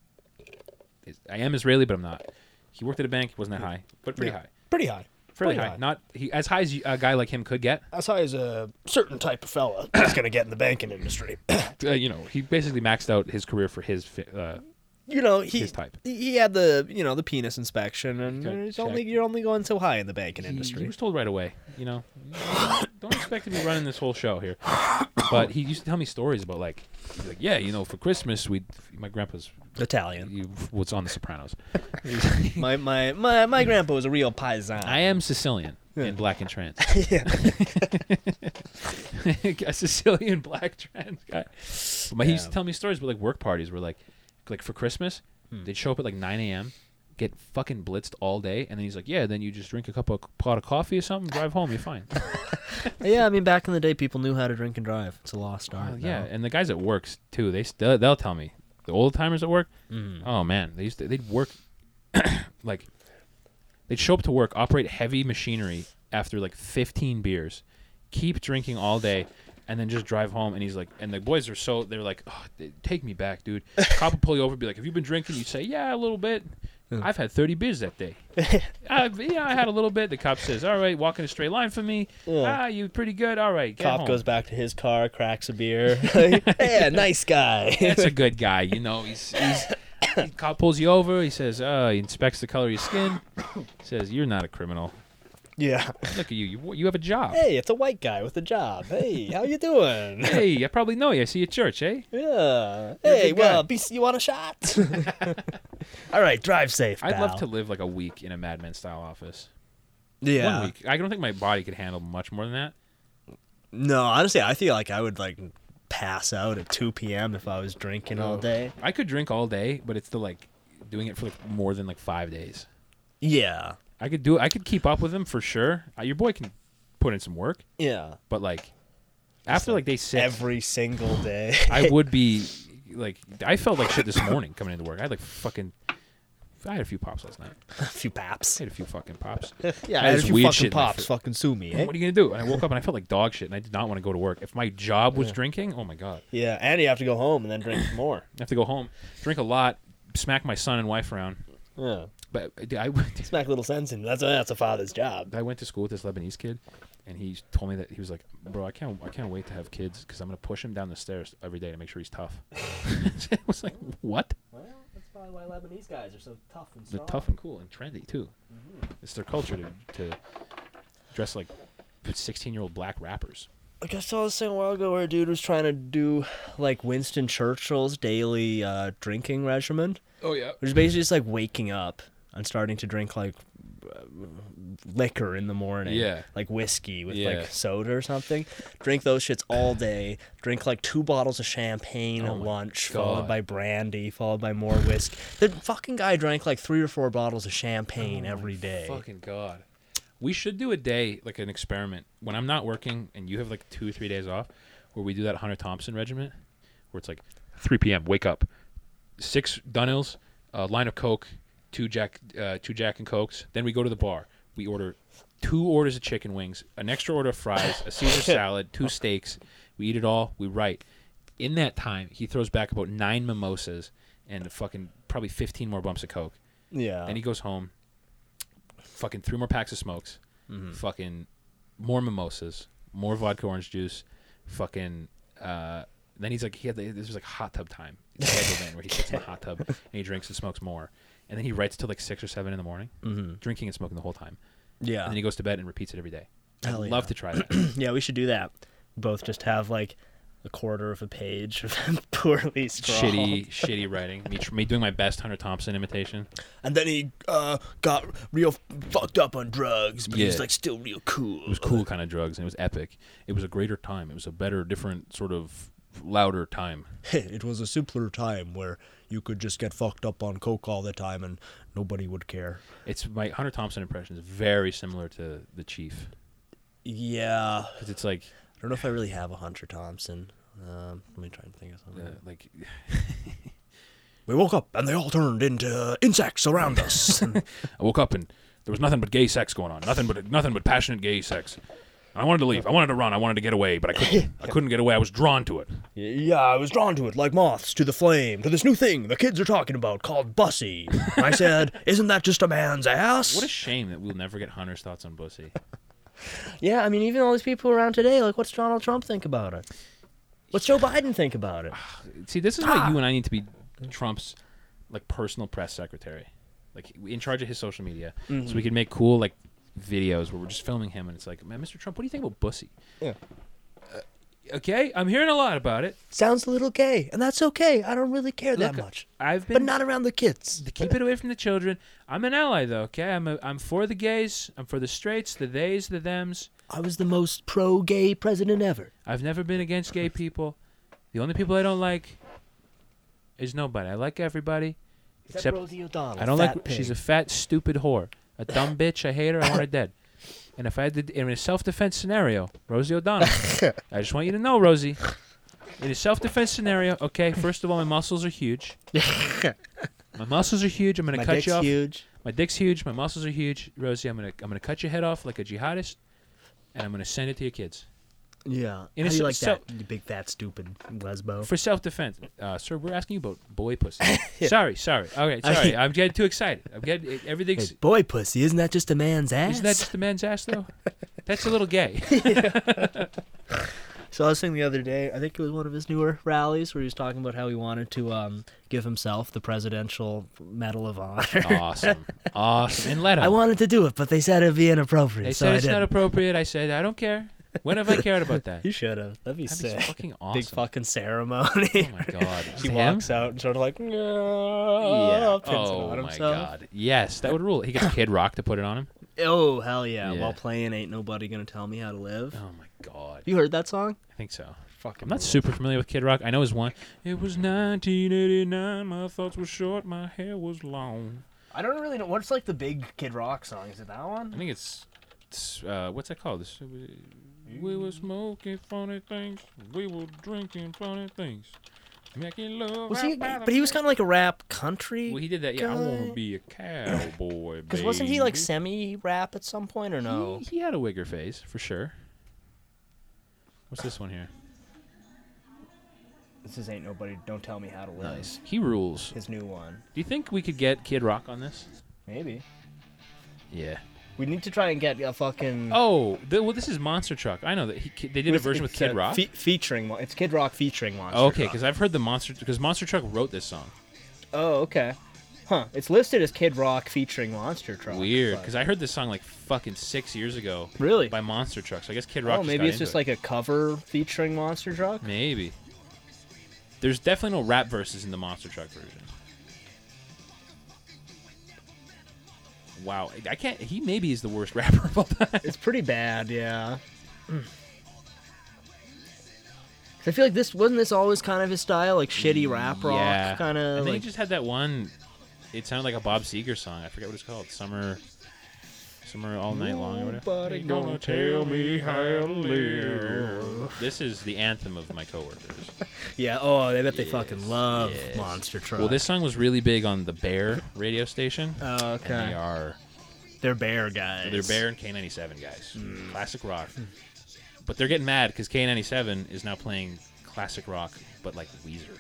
F: is- I am Israeli, but I'm not. He worked at a bank, wasn't that high, but pretty high,
E: Pretty high.
F: fairly
E: Pretty
F: high. Not he as high as you- a guy like him could get.
E: As high as a certain type of fella is going to get in the banking industry.
F: uh, you know, he basically maxed out his career for his. fi- Uh,
E: you know he
F: His type.
E: he had the you know the penis inspection and
F: Okay,
E: it's only
F: check.
E: you're only going so high in the banking
F: he, he
E: industry
F: was told right away, you know, don't expect to be running this whole show here. But he used to tell me stories about like, he's like yeah, you know, for Christmas we, my grandpa's
E: Italian.
F: he was on The Sopranos.
E: My my my my grandpa was a real paisan.
F: I am Sicilian and black and trans.
E: Yeah.
F: a Sicilian black trans guy. But my, he used to tell me stories about like work parties where like like for Christmas they'd show up at like 9 a.m. Get fucking blitzed all day, and then he's like, "Yeah, then you just drink a cup of pot of coffee or something, drive home, you're fine."
E: yeah, I mean back in the day, people knew how to drink and drive. It's a lost art.
F: Uh, yeah, and the guys at works too, they still they'll tell me the old timers at work.
E: Mm-hmm.
F: Oh man, they used to, they'd work like they'd show up to work, operate heavy machinery after like 15 beers, keep drinking all day, and then just drive home. And he's like, and the boys are so they're like, oh, they- take me back, dude. Cop would pull you over, and be like, have you been drinking? You'd say, yeah, a little bit. I've had 30 beers that day. I, yeah, I had a little bit. The cop says, all right, walk in a straight line for me. Ah, you pretty good. All right, get
E: Cop
F: home.
E: goes back to his car, cracks a beer. yeah, nice guy.
F: That's a good guy, you know. He's, he's he cop pulls you over. He says, uh, he inspects the color of your skin. Says, you're not a criminal.
E: yeah.
F: Look at you, you, you have a job.
E: Hey, it's a white guy with a job. Hey, how you doing?
F: Hey, I probably know you. I see you at church, eh?
E: Yeah. Hey,
F: good
E: well,
F: guy.
E: be, you want a shot? All right, drive safe.
F: I'd love to
E: pal.
F: live like a week in a madman style office.
E: Yeah.
F: One week. I don't think my body could handle much more than that.
E: No, honestly, I feel like I would like pass out at 2 p.m. if I was drinking
F: Oh.
E: all day.
F: I could drink all day, but it's the like doing it for like more than like five days.
E: Yeah.
F: I could do. I could keep up with him for sure. Uh, your boy can put in some work,
E: Yeah.
F: but like after like day six,
E: Every single day.
F: I would be like I felt like shit this morning coming into work. I had like fucking I had a few pops last night. I
E: a few paps.
F: had a few fucking pops.
E: Yeah,
F: I had
E: there's
F: this
E: few
F: weird
E: fucking
F: shit in my
E: pops.
F: food.
E: Fucking sue me, eh?
F: What are you gonna do? And I woke up and I felt like dog shit, and I did not want to go to work. If my job was drinking, oh my god,
E: Yeah, and you have to go home and then drink some more.
F: I have to go home, drink a lot, smack my son and wife around.
E: Yeah.
F: But uh, I, I-
E: Smack little sense in. That's a, that's a father's job.
F: I went to school with this Lebanese kid, and he told me that he was like, "Bro, I can't, I can't wait to have kids because I'm gonna push him down the stairs every day to make sure he's tough." I was like, "What?"
E: Well, that's probably why Lebanese guys are so tough and
F: They're tough and cool and trendy too. It's their culture to, to dressed like 16 year old black rappers.
E: I guess I was saying a while ago where a dude was trying to do like Winston Churchill's daily uh, drinking regimen.
F: Oh, yeah.
E: Which is basically just like waking up and starting to drink like uh, liquor in the morning.
F: Yeah.
E: Like whiskey with
F: Yeah.
E: like soda or something. Drink those shits all day. Drink like two bottles of champagne at lunch, followed
F: Oh God.
E: by brandy, followed by more whiskey. The fucking guy drank like three or four bottles of
F: Oh,
E: champagne every day.
F: Fucking god. We should do a day like an experiment when I'm not working and you have like two or three days off, where we do that Hunter Thompson regiment, where it's like 3 p.m. Wake up, six Dunhills, a line of Coke, two Jack, uh, two Jack and Cokes. Then we go to the bar. We order two orders of chicken wings, an extra order of fries, a Caesar salad, two steaks. We eat it all. We write. In that time, he throws back about nine mimosas and fucking probably 15 more bumps of Coke.
E: Yeah.
F: Then he goes home fucking three more packs of smokes,
E: Mm-hmm.
F: fucking more mimosas, more vodka orange juice, fucking. Uh, then he's like, he had the, this was like hot tub time, It's scheduled in where he sits in the hot tub and he drinks and smokes more, and then he writes till like six or seven in the morning,
E: Mhm.
F: drinking and smoking the whole time.
E: Yeah.
F: and then he goes to bed and repeats it every day.
E: Hell
F: I'd
E: yeah.
F: love to try that.
E: yeah, we should do that. Both just have like a quarter of a page of poorly scrawled.
F: shitty, shitty writing. Me, tr- me doing my best Hunter Thompson imitation.
E: And then he uh, got real fucked up on drugs, but he's like still real cool.
F: It was cool kind of drugs, and it was epic. It was a greater time. It was a better, different sort of louder time.
E: it was a simpler time where you could just get fucked up on coke all the time and nobody would care.
F: It's my Hunter Thompson impression is very similar to the Chief.
E: Yeah.
F: 'Cause it's like
E: I don't know if I really have a Hunter Thompson. Um, let me try and think of something.
F: uh, like
E: We woke up and they all turned into insects around us.
F: I woke up and there was nothing but gay sex going on. Nothing but nothing but passionate gay sex. And I wanted to leave. I wanted to run. I wanted to get away, but I couldn't. I couldn't get away. I was drawn to it.
E: yeah, I was drawn to it like moths to the flame, to this new thing the kids are talking about called Bussy. I said, Isn't that just a man's ass?
F: What a shame that we'll never get Hunter's thoughts on Bussy.
E: Yeah, I mean, even all these people around today, like, what's Donald Trump think about it? What's Joe Biden think about it?
F: See, this is why you and I need to be Trump's like personal press secretary, like in charge of his social media, so we
K: Mhm.
F: can make cool like videos where we're just filming him and it's like, man, Mr. Trump, what do you think about Bussy? Uh,
E: Yeah.
F: Okay, I'm hearing a lot about it.
E: Sounds a little gay, and that's okay. I don't really care that
F: Look,
E: much.
F: I've been
E: But not around the kids.
F: keep it away from the children. I'm an ally though, okay? I'm a, I'm for the gays, I'm for the straights, the theys, the thems.
E: I was the most pro gay president ever.
F: I've never been against gay people. The only people I don't like is nobody. I like everybody.
E: Except Rosie O'Donnell,
F: I don't
E: fat
F: like she's a
E: pig.
F: fat stupid whore. A dumb bitch, I hate her, I want her dead. And if I had to in a self-defense scenario, Rosie O'Donnell. I just want you to know, Rosie. In a self-defense scenario, okay, first of all, my muscles are huge. My muscles are huge. I'm gonna
E: My
F: cut
E: dick's
F: you off.
E: huge.
F: My dick's huge. My muscles are huge, Rosie. I'm gonna I'm gonna cut your head off like a jihadist, and I'm gonna send it to your kids.
E: Yeah.
F: In
E: How
F: a
E: do
F: se-
E: you like
F: so-
E: that, you big, fat, stupid lesbo?
F: For self-defense, uh, sir, we're asking you about boy pussy. Sorry, sorry. Okay,
E: I-
F: sorry. I'm getting too excited. I'm getting everything's.
E: Hey, boy pussy, isn't that just a man's ass?
F: Isn't that just a man's ass though? That's a little gay.
E: So I was saying the other day, I think it was one of his newer rallies where he was talking about how he wanted to um, give himself the Presidential Medal of Honor.
F: Awesome. Awesome. And let him.
E: I wanted to do it, but they said it'd be inappropriate.
F: Oh. They
E: so
F: said
E: I
F: it's
E: didn't.
F: not appropriate. I said I don't care. When have I cared about that?
E: You should have. That'd be
F: That'd be
E: sick.
F: fucking
E: Big
F: awesome.
E: fucking ceremony. Oh
F: my god.
E: he
F: Him?
E: walks out and sort of like, yeah.
F: Yeah.
E: pins it on
F: Oh my
E: himself.
F: god. Yes, that would rule. He gets Kid Rock to put it on him.
E: Oh hell yeah.
F: Yeah.
E: While playing, ain't nobody gonna tell me how to live.
F: Oh my god.
E: You heard that song?
F: I think so.
E: Fucking
F: I'm not super familiar with Kid Rock. I know his one. It was 1989. My thoughts were short. My hair was long.
E: I don't really know. What's like the big Kid Rock song? Is it that one?
F: I think it's. it's uh, what's that called? This, we were smoking funny things. We were drinking funny things. Making love.
E: Was
F: out
E: he?
F: by the
E: But he was kind of like a rap country.
F: Well, he did that. Yeah, I want
E: guy.
F: to be a cowboy.
E: Because wasn't he like
F: baby.
E: semi rap at some point or no?
F: He, he had a wigger phase for sure. What's this one here?
E: This is ain't nobody. Don't tell me how to live.
F: Nice. He rules.
E: His new one.
F: Do you think we could get Kid Rock on this?
E: Maybe.
F: Yeah.
E: We need to try and get a fucking.
F: Oh, the, well, this is Monster Truck. I know that he, ki- they did a version with
E: it's,
F: Kid
E: uh,
F: Rock.
E: fe- featuring. Mon- It's Kid Rock featuring Monster.
F: oh, okay,
E: Truck.
F: because I've heard the Monster because Monster Truck wrote this song.
E: Oh, okay. Huh. It's listed as Kid Rock featuring Monster Truck.
F: Weird, because I heard this song like fucking six years ago.
E: Really?
F: By Monster Truck. So I guess Kid Rock.
E: oh, maybe it's just like a cover featuring Monster Truck.
F: Maybe. There's definitely no rap verses in the Monster Truck version. Wow, I can't. He maybe is the worst rapper of all time.
E: It's pretty bad, yeah. Hmm. 'Cause I feel like this wasn't this always kind of his style, like shitty rap rock
F: Mm, yeah.
E: kind
F: I
E: of.
F: think he
E: Like,
F: just had that one. It sounded like a Bob Seger song. I forget what it's called. Summer. Summer all night long or whatever.
E: Nobody
F: Ain't
E: gonna tell me how to
F: live. This is the anthem of my coworkers.
E: yeah. Oh, they bet they fucking love Monster Truck.
F: Well, this song was really big on the Bear radio station.
E: Oh, okay.
F: And they are
E: they're bear guys.
F: they're Bear and K97 guys.
E: Mm.
F: Classic rock. But they're getting mad because K97 is now playing classic rock, but like Weezer.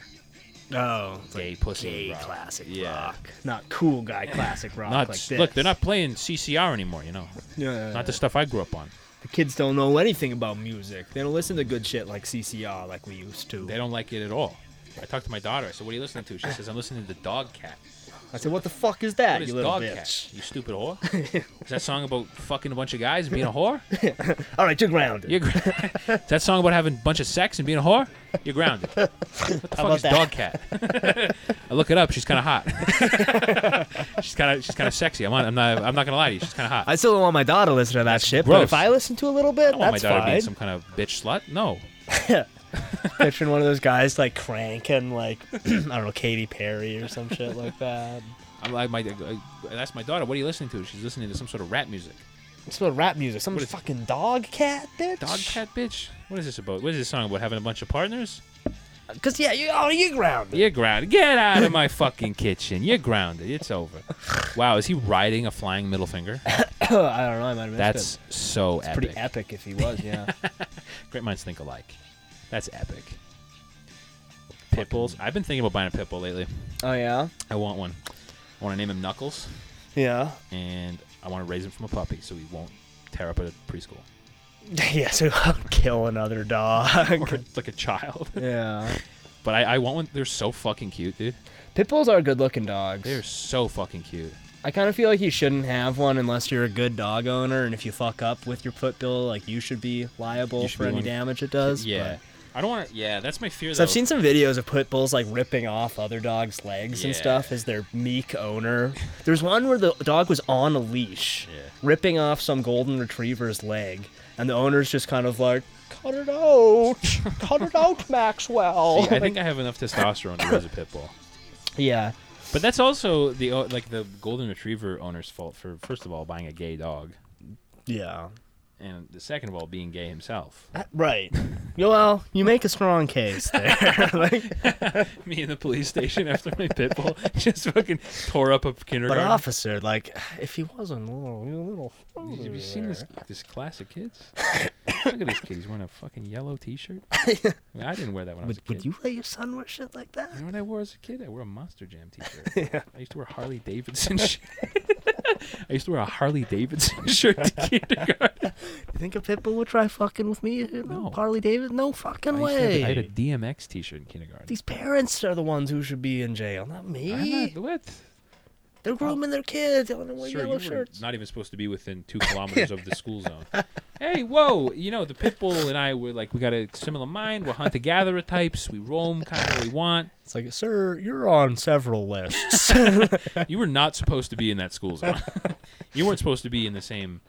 E: Oh,
F: gay pussy
E: gay
F: rock.
E: classic
F: yeah.
E: rock, not cool guy classic rock.
F: Not
E: like this.
F: look, they're not playing CCR anymore. You know,
E: Yeah.
F: not the stuff I grew up on.
E: The kids don't know anything about music. They don't listen to good shit like CCR like we used to.
F: They don't like it at all. I talked to my daughter. I said, "What are you listening to?" She says, "I'm listening to Dogcat."
E: I said, "What the fuck is that,
F: What is
E: you little
F: Dogcat?
E: bitch?"
F: You stupid whore. is that song about fucking a bunch of guys and being a whore?
E: All right, you're grounded.
F: You're gr- is that song about having a bunch of sex and being a whore? You're grounded. What the
E: How
F: fuck is
E: about
F: Dogcat? I look it up. She's kind of hot. she's kind of she's kind of sexy. I'm not, I'm not I'm not gonna lie to you. She's kind of hot.
E: I still don't want my daughter to listen to that shit, but
F: gross.
E: if I listen to a little bit,
F: I don't want my
E: that's
F: daughter being
E: fine.
F: some kind of bitch slut. No,
E: Picturing one of those guys like cranking like I don't know Katy Perry or some shit like that.
F: I'm like my I asked my daughter, "What are you listening to?" She's listening to some sort of rap music.
E: It's about rap music. Some
F: What is-
E: fucking dog cat, bitch.
F: Dog cat bitch. What is this about? What is this song about? Having a bunch of partners?
E: Cause yeah, you oh you grounded.
F: You're grounded. Get out of my fucking kitchen. You're grounded. It's over. Wow, is he riding a flying middle finger?
E: I don't know. I might have missed
F: That's
E: it.
F: so
E: It's
F: epic.
E: pretty epic if he was. Yeah.
F: Great minds think alike. That's epic. Pit bulls. I've been thinking about buying a pit bull lately.
E: oh yeah.
F: I want one. I want to name him Knuckles,
E: Yeah.
F: and I want to raise him from a puppy so he won't tear up a preschool
E: yeah. So I'll kill another dog.
F: or like a child.
E: yeah.
F: But I, I want one. They're so fucking cute, dude.
E: Pit bulls are good looking dogs.
F: They're so fucking cute.
E: I kind of feel like you shouldn't have one unless you're a good dog owner, and if you fuck up with your pit bull, like you should be liable
F: You should
E: for
F: be
E: any
F: one-
E: damage it does.
F: Yeah.
E: but-
F: I don't want to. Yeah, that's my fear.
E: So
F: though.
E: I've seen some videos of pit bulls like ripping off other dogs' legs and
F: Yeah.
E: stuff as their meek owner. There's one where the dog was on a leash,
F: Yeah.
E: ripping off some golden retriever's leg, and the owner's just kind of like, "Cut it out, cut it out, Maxwell."
F: See, I think I have enough testosterone to raise a pit bull.
E: yeah,
F: But that's also the o- like the golden retriever owner's fault for first of all buying a gay dog,
E: yeah,
F: and the second of all being gay himself.
E: right. Yeah, well, you make a strong case there. Like,
F: Me in the police station after my pit bull just fucking tore up a
E: But
F: kindergarten.
E: officer, like, if he wasn't a little, a little
F: Have
E: further
F: you seen this
E: there.
F: this class of kids? Look at this kid. He's wearing a fucking yellow T-shirt. I, mean, I didn't wear that when I was
E: Would,
F: a kid.
E: would you let your son wear shit like that?
F: You know what I wore as a kid? I wore a Monster Jam T-shirt. I used to wear Harley Davidson shit. I used to wear a Harley Davidson shirt to kindergarten.
E: You think a pit bull would try fucking with me?
F: No.
E: Harley David? No fucking
F: I, used to have a- I had a
E: way.
F: DMX T-shirt in kindergarten.
E: These parents are the ones who should be in jail, not
F: I'm
E: me.
F: not, what?
E: They're grooming their kids. They want to wear
F: Sir,
E: yellow
F: you were
E: shirts.
F: not even supposed to be within two kilometers of the school zone. Hey, whoa! You know the pit bull and I were like we got a similar mind. We're hunter gatherer types. We roam kind of where we want.
E: It's like, sir, you're on several lists.
F: You were not supposed to be in that school zone. you weren't supposed to be in the same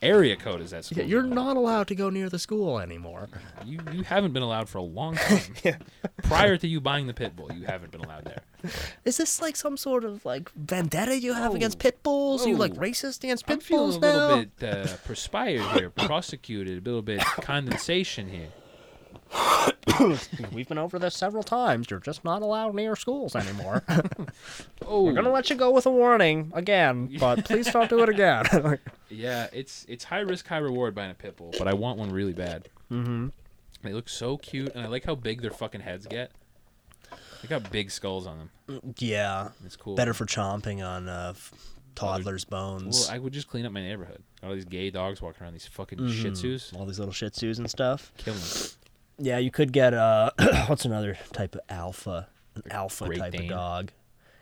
F: area code as that school.
E: yeah, you're
F: zone.
E: not allowed to go near the school anymore.
F: You you haven't been allowed for a long time. Prior to you buying the pit bull, you haven't been allowed there.
E: Is this like some sort of like vendetta you have against pit bulls? you like
F: Oh.
E: racist against
F: I'm
E: pit
F: feeling
E: bulls
F: a
E: now?
F: little bit uh, perspired here, prosecuted, a little bit condensation here.
E: We've been over this several times. You're just not allowed near schools anymore.
F: Oh,
E: We're gonna let you go with a warning again, but please don't do it again.
F: Yeah, it's it's high risk, high reward buying a pit bull, but I want one really bad. Mm-hmm. They look so cute, and I like how big their fucking heads get. They got big skulls on them.
E: yeah,
F: It's cool.
E: better for chomping on uh, f- toddlers' bones,
F: Well, I would just clean up my neighborhood. All these gay dogs walking around, these fucking Shih Tzus,
E: all these little Shih Tzus and stuff.
F: kill 'em.
E: Yeah, you could get uh, what's another type of alpha, an alpha
F: Great
E: type
F: Dane.
E: of dog.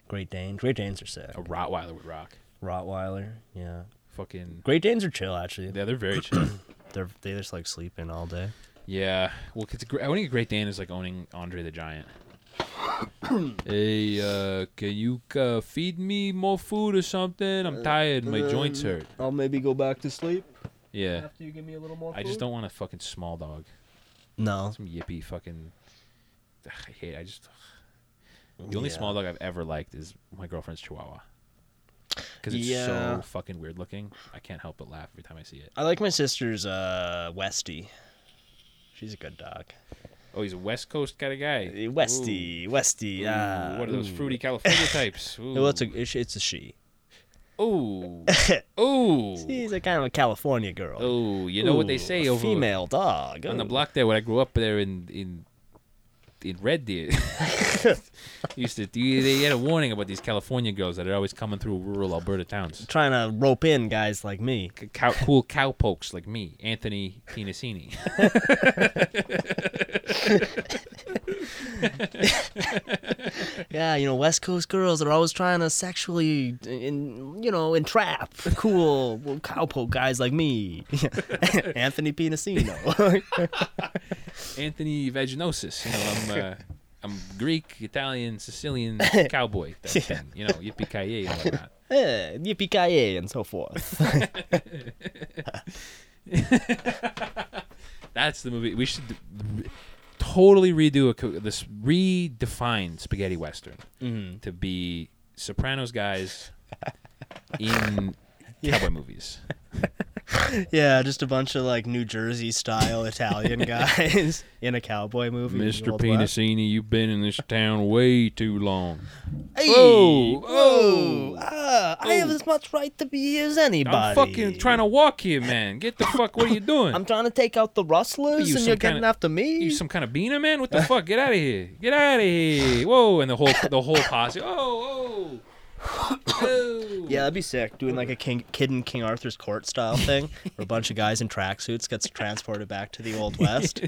E: Great Danes. Great Danes are sick.
F: A Rottweiler would rock.
E: Rottweiler, yeah.
F: Fucking.
E: Great Danes are chill, actually.
F: Yeah, they're very chill.
E: they're they just like sleep in all day.
F: Yeah. Well, it's a gr- owning a Great Dane is like owning Andre the Giant. hey, uh, can you uh, feed me more food or something? I'm tired. My joints hurt.
E: Uh, I'll maybe go back to sleep.
F: Yeah.
E: After you give me a little more.
F: I just don't want a fucking small dog.
E: No.
F: Some yippy fucking. Ugh, I hate. I just. The only
E: Yeah.
F: small dog I've ever liked is my girlfriend's Chihuahua. Because it's
E: Yeah.
F: so fucking weird looking. I can't help but laugh every time I see it.
E: I like my sister's uh Westie. She's a good dog.
F: Oh, he's a West Coast kind of guy.
E: Westie, Westie.
F: Ooh,
E: ah,
F: what are those
E: ooh.
F: fruity California types? Ooh.
E: Well, it's a it's it's a she.
F: Ooh. Ooh.
E: She's a kind of a California girl.
F: Oh, you know what they
E: Ooh,
F: say
E: a
F: over
E: female dog
F: on the
E: Ooh.
F: block there when I grew up there in in in Red Deer. used to they had a warning about these California girls that are always coming through rural Alberta towns.
E: Trying to rope in guys like me.
F: Cow, cool cowpokes like me, Anthony Pinasini.
E: yeah, you know, West Coast girls are always trying to sexually, in, you know, entrap cool well, cowpoke guys like me, Anthony Pinasino.
F: Anthony Vaginosis. You know, I'm uh, I'm Greek, Italian, Sicilian cowboy. type thing, You know, yippee ki and whatnot.
E: Eh, yippee ki and so forth.
F: That's the movie. We should d- re- totally redo a co- this redefine spaghetti western
E: Mhm.
F: to be Sopranos guys in cowboy movies.
E: yeah, just a bunch of like New Jersey style Italian guys in a cowboy movie. with the
F: Mr.
E: old black-
F: Penisini, you've been in this town way too long.
E: Hey,
F: Whoa,
E: whoa, ah, I have as much right to be here as anybody.
F: I'm fucking trying to walk here, man. Get the fuck. What are you doing?
E: I'm trying to take out the rustlers,
F: You
E: and
F: some
E: you're
F: kinda-
E: getting after me.
F: You some kind of beaner, man? What the fuck? Get out of here! Get out of here! Whoa! And the whole the whole posse. Oh, oh, oh.
E: Yeah, that'd be sick. Doing like a King, kid in King Arthur's court style thing, where a bunch of guys in tracksuits gets transported back to the old west.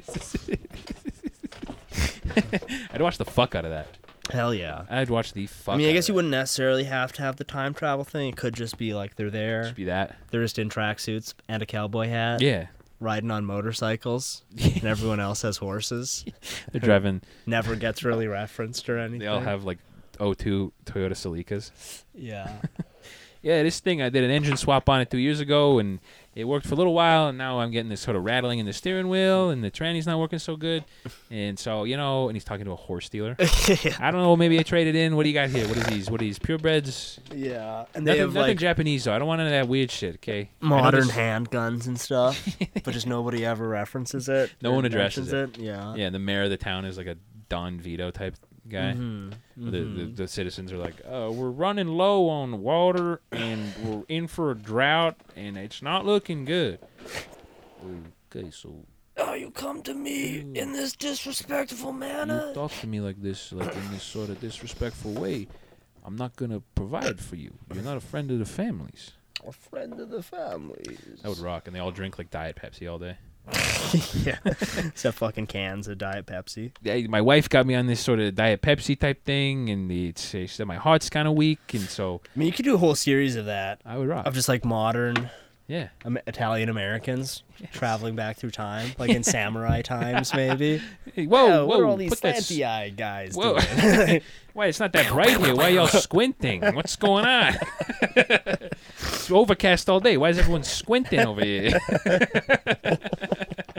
F: I'd watch the fuck out of that.
E: Hell yeah.
F: I'd watch the fuck.
E: I mean, I
F: out
E: guess
F: of
E: you wouldn't necessarily have to have the time travel thing. It could just be like they're there.
F: that. be that.
E: They're just in tracksuits and a cowboy hat.
F: Yeah,
E: Riding on motorcycles, and everyone else has horses.
F: they're driving.
E: Never gets really referenced or anything.
F: They all have like 02 Toyota Celicas.
E: Yeah.
F: Yeah, this thing I did an engine swap on it two years ago, and it worked for a little while. And now I'm getting this sort of rattling in the steering wheel, and the tranny's not working so good. And so you know, and he's talking to a horse dealer. I don't know. Maybe I traded in. What do you got here? What is these? What are these purebreds?
E: Yeah. And they
F: Nothing,
E: have
F: nothing
E: like
F: Japanese though. I don't want any of that weird shit. Okay. I know
E: modern
F: this-
E: handguns and stuff, but just nobody ever references it.
F: No
E: or
F: one addresses
E: mentions Yeah.
F: Yeah, the mayor of the town is like a Don Vito type guy. The, the, the citizens are like, uh, we're running low on water and we're in for a drought and it's not looking good. Okay, so
L: Oh, you come to me in this disrespectful manner?
F: you talk to me like this, like in this sort of disrespectful way. I'm not gonna provide for you. You're not a friend of the families.
E: A friend of the family.
F: That would rock, and they all drink like Diet Pepsi all day.
E: yeah. Except fucking cans of Diet Pepsi.
F: I- my wife got me on this sort of Diet Pepsi type thing, and it's, uh, she said my heart's kind of weak, and so
E: I mean, you could do a whole series of that
F: I would rock.
E: of just like modern
F: yeah,
E: um, Italian Americans traveling back through time, like in samurai times, maybe.
F: Hey, whoa,
E: Yeah,
F: whoa,
E: what are all these
F: put that s-
E: slanty-eyed guys
F: Whoa.
E: doing?
F: Why it's not that bright here? Why y'all squinting? What's going on? it's overcast all day. Why is everyone squinting over here?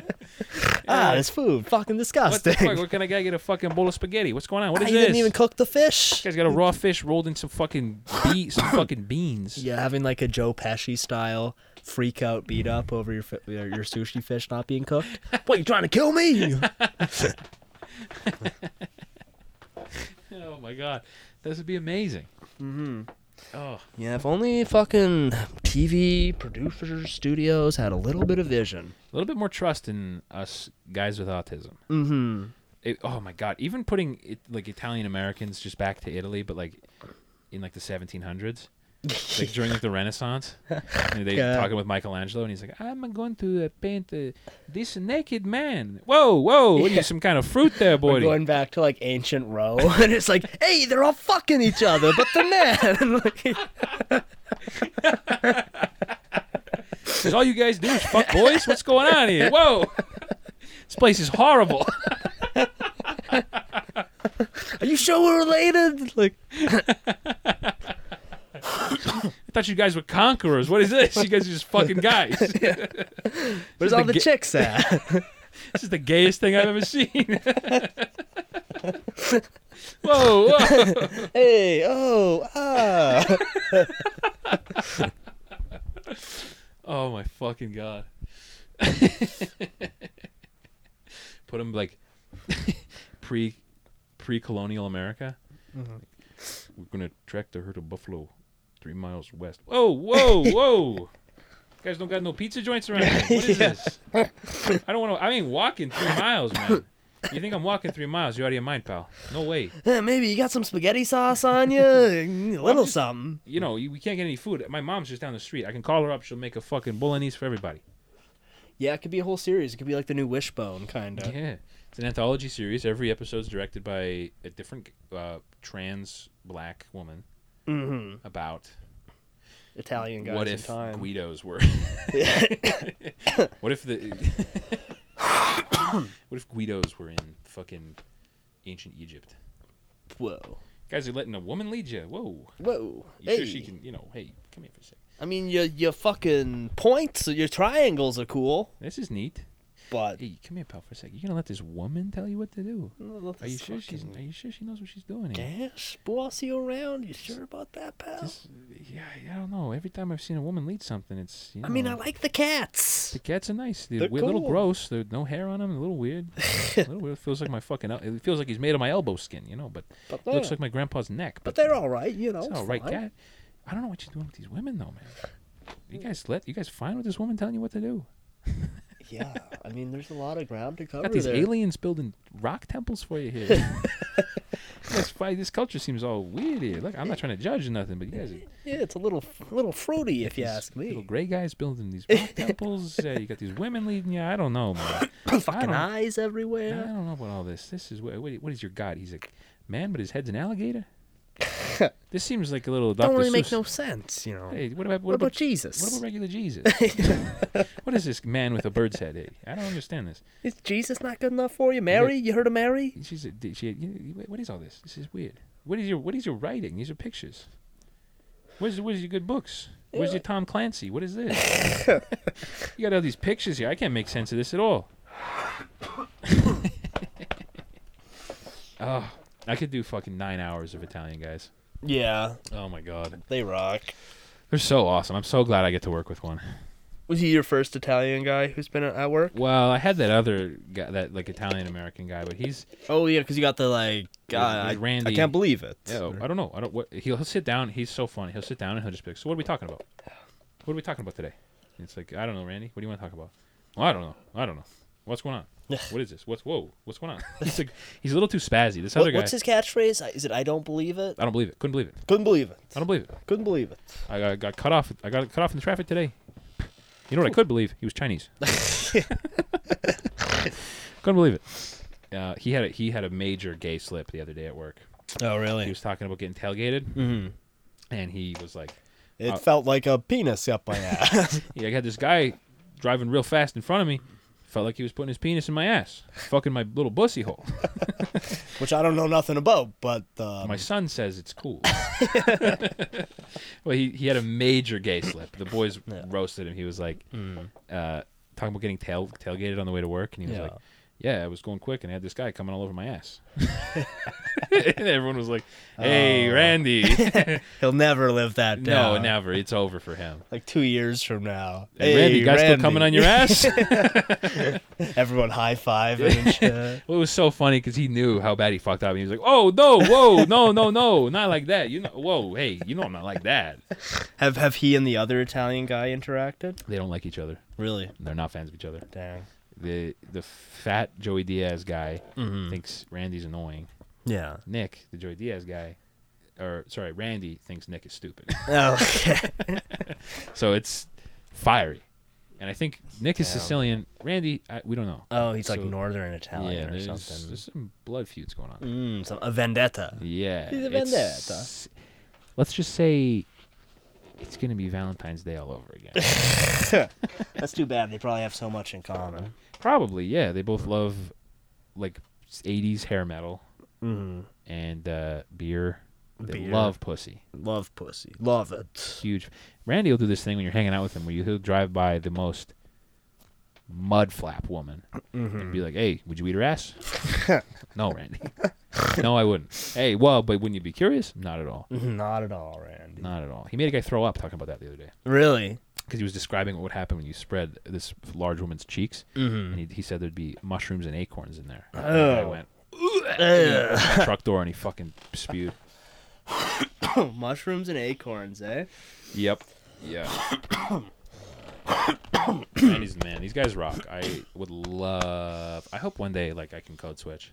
E: ah, this food, fucking
F: what the
E: disgusting.
F: fuck? What can I guy get a fucking bowl of spaghetti? What's going on? What
E: Ah,
F: is
E: you
F: this?
E: didn't even cook the fish.
F: this guy's got a raw fish rolled in some fucking be- some fucking beans.
E: Yeah, having like a Joe Pesci style freak out beat up over your fi- your your sushi fish not being cooked. what you trying to kill me?
F: Oh my god, this would be amazing. Mm-hmm. Oh,
E: yeah, if only fucking TV producers studios had a little bit of vision.
F: a little bit more trust in us guys with autism.
E: Mm-hmm.
F: it, oh my god even putting it, like italian americans just back to italy but like in like the 1700s like during like the Renaissance. And they
M: Yeah.
F: talking with Michelangelo, and he's like, "I'm going to uh, paint uh, this naked man." Whoa, whoa! What are you, some kind of fruit there,
E: We're
F: boy?
E: going back to like ancient Rome, and it's like, hey, they're all fucking each other, but they're not. And,
F: All you guys do is fuck boys. What's going on here? Whoa! This place is horrible.
E: Are you sure we're related? Like,
F: I thought you guys were conquerors. What is this? You guys are just fucking guys.
E: Where's all the chicks at?
F: this is the gayest thing I've ever seen. whoa, whoa.
E: hey, oh, ah.
F: oh my fucking god. Put him like pre pre colonial America.
M: Mhm.
F: We're gonna track the herd of buffalo three miles west. Whoa, whoa, whoa! You guys don't got no pizza joints around here. What is
M: Yeah.
F: this? I don't want to. I ain't walking three miles, man. You think I'm walking three miles? You're out of your mind, pal. No way.
E: Eh, Maybe you got some spaghetti sauce on you, a little something.
F: You know, you- we can't get any food. My mom's just down the street. I can call her up. She'll make a fucking bolognese for everybody.
E: Yeah, it could be a whole series. It could be like the new Wishbone, kind of.
F: Yeah. It's an anthology series. Every episode's directed by a different uh, trans black woman
E: Mhm.
F: about
E: Italian guys
F: what
E: in
F: if
E: time.
F: Guidos were.
E: Yeah.
F: what if the What if Guidos were in fucking ancient Egypt?
E: Whoa.
F: Guys are letting a woman lead you. Whoa.
E: Whoa.
F: You sure she
E: Hey.
F: can, you know, hey, come here for a second.
E: I mean, your your fucking points, your triangles are cool.
F: This is neat.
E: But
F: hey, come here, pal, for a second. You gonna let this woman tell you what to do? Are you sure she's are you sure she knows what she's doing here?
E: Gas, bossy around. You sure about that, pal?
F: Yeah, I don't know. Every time I've seen a woman lead something, it's. You know,
E: I mean, I like the cats.
F: oh. The cats are nice. They're,
E: They're
F: weird- a little
E: cool.
F: gross. They're no hair on them. A little weird. a little weird. Feels like my fucking. el- It feels like he's made of my elbow skin, you know. But,
E: But
F: it looks
E: they're-
F: like my grandpa's neck.
E: But they're all right, you know.
F: it's all right,
E: fine.
F: cat. I don't know what you're doing with these women, though, man. You guys let you guys fine with this woman telling you what to do?
E: Yeah, I mean, there's a lot of ground to cover.
F: Got these
E: there.
F: aliens building rock temples for you here. That's why this culture seems all weird here. Look, I'm not trying to judge or nothing, but you guys, are-
E: Yeah, it's a little, a little fruity, if you
F: these
E: ask me.
F: little gray guys building these rock temples. Uh, you got these women leading you. I don't know, man. I
E: Fucking
F: don't-
E: eyes
F: I
E: everywhere.
F: don't know about all this. This is what, what what is your god? He's a man, but his head's an alligator. this seems like a little.
E: Don't
F: Dr.
E: really make
F: Seuss.
E: no sense, you know.
F: Hey, what about what,
E: What about Jesus?
F: What about regular Jesus? what is this man with a bird's head? Hey, I don't understand this.
E: Is Jesus not good enough for you? Mary, you heard of Mary?
F: She's a, did she, you- you- what is all this? This is weird. What is your what is your writing? These are pictures. Where's where's your good books? Where's your Tom Clancy? What is this? you got all these pictures here. I can't make sense of this at all. oh, I could do fucking nine hours of Italian guys.
E: Yeah.
F: Oh my god.
E: They rock.
F: They're so awesome. I'm so glad I get to work with one.
E: Was he your first Italian guy who's been at- at work?
F: Well, I had that other guy, that like Italian American guy, but he's
E: Oh yeah, because you got the like.
F: There's-
E: Uh,
F: there's Randy.
E: I can't believe it.
F: Yeah, I don't know. I don't. What, he'll, he'll sit down. He's so funny. He'll sit down and he'll just be like, "So what are we talking about? What are we talking about today?" And it's like, "I don't know, Randy. What do you want to talk about?" Well, I don't know. I don't know. What's going on? what is this? What's whoa? What's going on? He's like, he's a little too spazzy. This
E: What-
F: other guy.
E: what's his catchphrase? Is it I don't believe it?
F: I don't believe it. Couldn't believe it.
E: Couldn't believe it.
F: I don't believe it.
E: Couldn't believe it.
F: I got, got cut off. I got cut off in traffic today. You know what I could believe? He was Chinese. Couldn't believe it. Uh, he had a, he had a major gay slip the other day at work.
E: Oh, really?
F: He was talking about getting tailgated,
E: Mhm.
F: and he was like,
E: It
F: uh,
E: felt like a penis up my ass.
F: yeah, I got this guy driving real fast in front of me. Felt like he was putting his penis in my ass, fucking my little bussy hole.
E: which I don't know nothing about, but um,
F: my son says it's cool. well, he, he had a major gay slip. The boys roasted him. He was like,
E: Mm.
F: uh, talking about getting tail tailgated on the way to work, and he was
M: Yeah.
F: like, "Yeah, I was going quick, and I had this guy coming all over my ass." and everyone was like, "Hey,
E: Oh.
F: Randy,
E: he'll never live that
F: no,
E: down.
F: never. It's over for him."
E: Like two years from now.
F: Hey, Randy, you guys still coming on your ass?
E: Everyone high five and shit.
F: Well, it was so funny because he knew how bad he fucked up. He was like, "Oh no, whoa, no, no, no, not like that. You know, whoa, hey, you know, I'm not like that."
E: Have have he and the other Italian guy interacted?
F: They don't like each other.
E: Really?
F: They're not fans of each other.
E: Dang.
F: The the fat Joey Diaz guy
E: Mhm.
F: thinks Randy's annoying.
E: Yeah.
F: Nick, the Joey Diaz guy, or sorry, Randy thinks Nick is stupid.
E: Oh, okay.
F: so it's fiery, and I think Nick is
E: Yeah.
F: Sicilian. Randy, I, we don't know.
E: Oh, he's like
F: So-
E: Northern Italian
F: yeah,
E: or
F: there's-
E: something.
F: There's some blood feuds going on.
E: Mm, so a vendetta.
F: Yeah,
E: He's a
F: it's-
E: vendetta.
F: Let's just say it's gonna be Valentine's Day all over again.
E: That's too bad. They probably have so much in common.
F: Probably, yeah. They both love like '80s hair metal
E: Mhm.
F: and uh, beer. They
E: Beer.
F: love pussy.
E: Love pussy. Love it.
F: Huge. Randy will do this thing when you're hanging out with him, where you, he'll drive by the most mud flap woman and
E: Mhm.
F: be like, "Hey, would you eat her ass?" no, Randy. no, I wouldn't. Hey, well, but wouldn't you be curious? Not at all.
E: Not at all, Randy.
F: Not at all. He made a guy throw up talking about that the other day.
E: Really?
F: Because he was describing what would happen when you spread this large woman's cheeks,
E: Mhm.
F: and he, he said there'd be mushrooms and acorns in there. And the guy
E: Oh.
F: went
E: Ugh.
F: "Ugh," truck door, and he fucking spewed.
E: Oh, Mushrooms and acorns, eh?
F: Yep. Yeah. Randy's the man. These guys rock. I would love. I hope one day, like, I can code switch.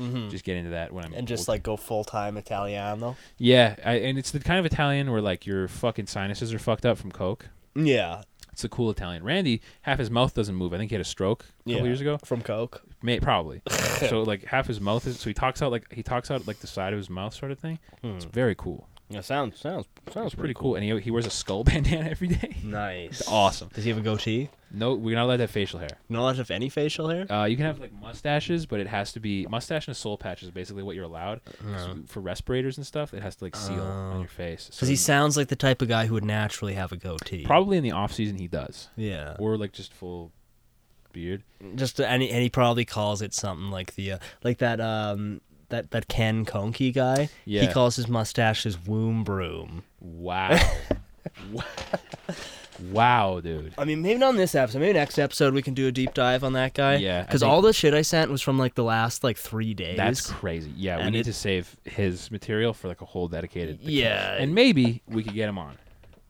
E: Mhm.
F: Just get into that when I'm
E: And just
F: old.
E: like go full time Italiano.
F: Yeah, I, and it's the kind of Italian where like your fucking sinuses are fucked up from coke.
E: Yeah.
F: It's a cool Italian. Randy, half his mouth doesn't move. I think he had a stroke a couple
E: Yeah.
F: years ago.
E: From coke.
F: May, probably. so like half his mouth is so he talks out like he talks out like the side of his mouth sort of thing. It's
E: Hmm.
F: very cool.
E: Yeah, sounds sounds sounds
F: It's pretty cool. And he, he wears a skull bandana every day.
E: Nice.
F: It's awesome.
E: Does he have a goatee?
F: No, we're not allowed to have facial hair.
E: Not allowed to have any facial hair.
F: Uh, you can have like mustaches, but it has to be mustache and a soul patch is basically what you're allowed 'Cause for respirators and stuff. It has to like seal on your face. So
E: Because he sounds like the type of guy who would naturally have a goatee.
F: probably in the off season he does.
E: Yeah.
F: or like just full beard.
E: Just and he, and he probably calls it something like the uh, like that um that that Ken Conkey guy. He
F: Yeah.
E: calls his mustache his womb broom.
F: Wow. Wa- wow, dude.
E: I mean, maybe not in this episode. Maybe next episode we can do a deep dive on that guy.
F: Yeah, I
E: Because
F: think-
E: all the shit I sent was from like the last like three days.
F: That's crazy. Yeah, we
E: And
F: need
E: it-
F: to save his material for like a whole dedicated.
E: Yeah.
F: and maybe we could get him on,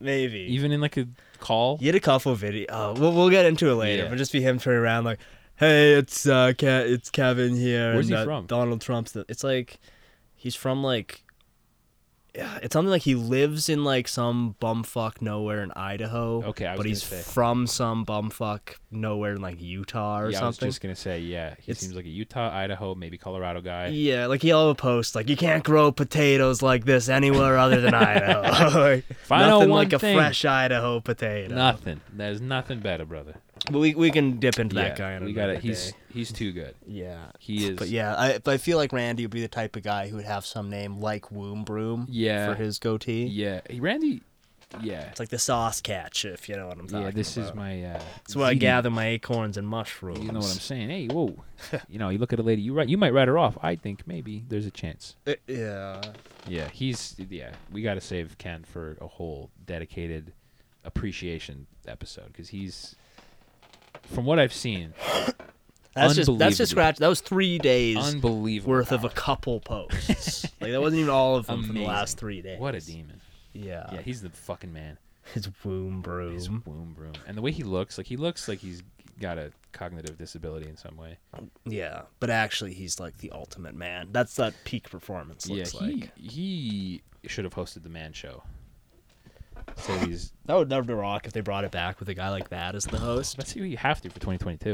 E: maybe.
F: even in like a call.
E: He had a couple video. Oh, we'll, we'll get into it later,
F: Yeah.
E: but just be him turning around like, "Hey, it's uh, Ke- it's Kevin here."
F: Where's
E: and,
F: he
E: uh,
F: from?
E: Donald Trump's. The- it's like, he's from like, yeah, it's something like he lives in like some bumfuck nowhere in Idaho.
F: Okay, I was
E: but
F: gonna
E: he's
F: say.
E: from some bumfuck nowhere in like Utah or
F: yeah, I was
E: something.
F: just gonna say, yeah, he
E: It's-
F: seems like a Utah, Idaho, maybe Colorado guy.
E: Yeah, like he'll have a post like, "You can't grow potatoes like this anywhere other than Idaho." like,
F: I know
E: nothing
F: one
E: like a
F: thing-
E: fresh Idaho potato.
F: Nothing. There's nothing better, brother.
E: But we we can dip into
F: Yeah,
E: that guy. In
F: we
E: another
F: got it. He's
E: day.
F: he's too good.
E: yeah.
F: He is.
E: But yeah, I but I feel like Randy would be the type of guy who would have some name like Womb Broom
F: Yeah.
E: for his goatee.
F: Yeah, Hey, Randy. Yeah.
E: It's like the sauce catch, if you know what I'm talking
F: Yeah. This is
E: about.
F: my. Uh,
E: That's where I
F: ZD.
E: gather my acorns and mushrooms.
F: You know what I'm saying? Hey, whoa. you know, you look at a lady, you right, you might write her off. I think maybe there's a chance.
E: Uh, yeah.
F: Yeah, he's yeah. We got to save Ken for a whole dedicated appreciation episode because he's, from what I've seen,
E: That's just that's
F: Unbelievable.
E: just scratch. That was three days
F: unbelievable
E: worth of a
F: power.
E: couple posts. like that wasn't even all of them for the
F: Amazing.
E: last three days.
F: What a demon!
E: Yeah.
F: yeah, he's the fucking man.
E: His womb uh, broom.
F: His womb broom, and the way he looks, like he looks like he's got a cognitive disability in some way.
E: Yeah, but actually, he's like the ultimate man. That's that peak performance looks
F: yeah,
E: like.
F: he he should have hosted the man show. So he's
E: That would never be rock if they brought it back with a guy like that as the host.
F: That's who you have to for 2022.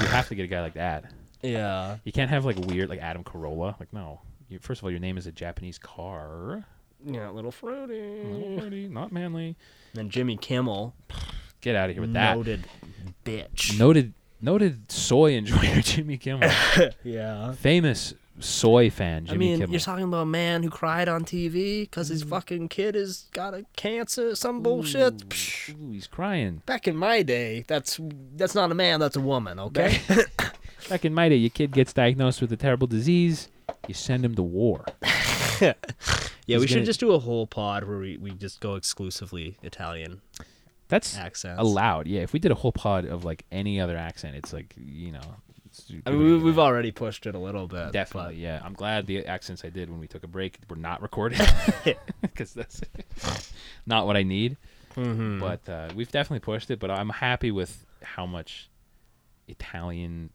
F: you have to get a guy like that.
E: Yeah.
F: You can't have like weird like Adam Carolla. Like no. You, first of all, your name is a Japanese car.
E: Yeah, little fruity.
F: Lordy, Not manly.
E: Then Jimmy Kimmel,
F: Get out of here with that. Noted.
E: noted bitch.
F: Noted, soy enjoyer Jimmy Kimmel.
E: Yeah.
F: Famous soy fan Jimmy
E: I mean,
F: Kimmel.
E: you're talking about a man who cried on TV because his fucking kid has got a cancer, some bullshit. Psh,
F: Ooh, he's crying.
E: Back in my day, that's that's not a man, that's a woman, okay?
F: Back in my day, your kid gets diagnosed with a terrible disease. You send him to war.
E: yeah, we
F: He's
E: should
F: gonna-
E: just do a whole pod where we, we just go exclusively Italian
F: That's
E: accents.
F: allowed. Yeah, if we did a whole pod of like any other accent, it's like you know. it's-
E: I mean, we, we've already pushed it a little bit. Uh, but-
F: Definitely, yeah. I'm glad the accents I did when we took a break were not recorded because that's not what I need.
E: Mm-hmm.
F: But uh, we've definitely pushed it. But I'm happy with how much Italian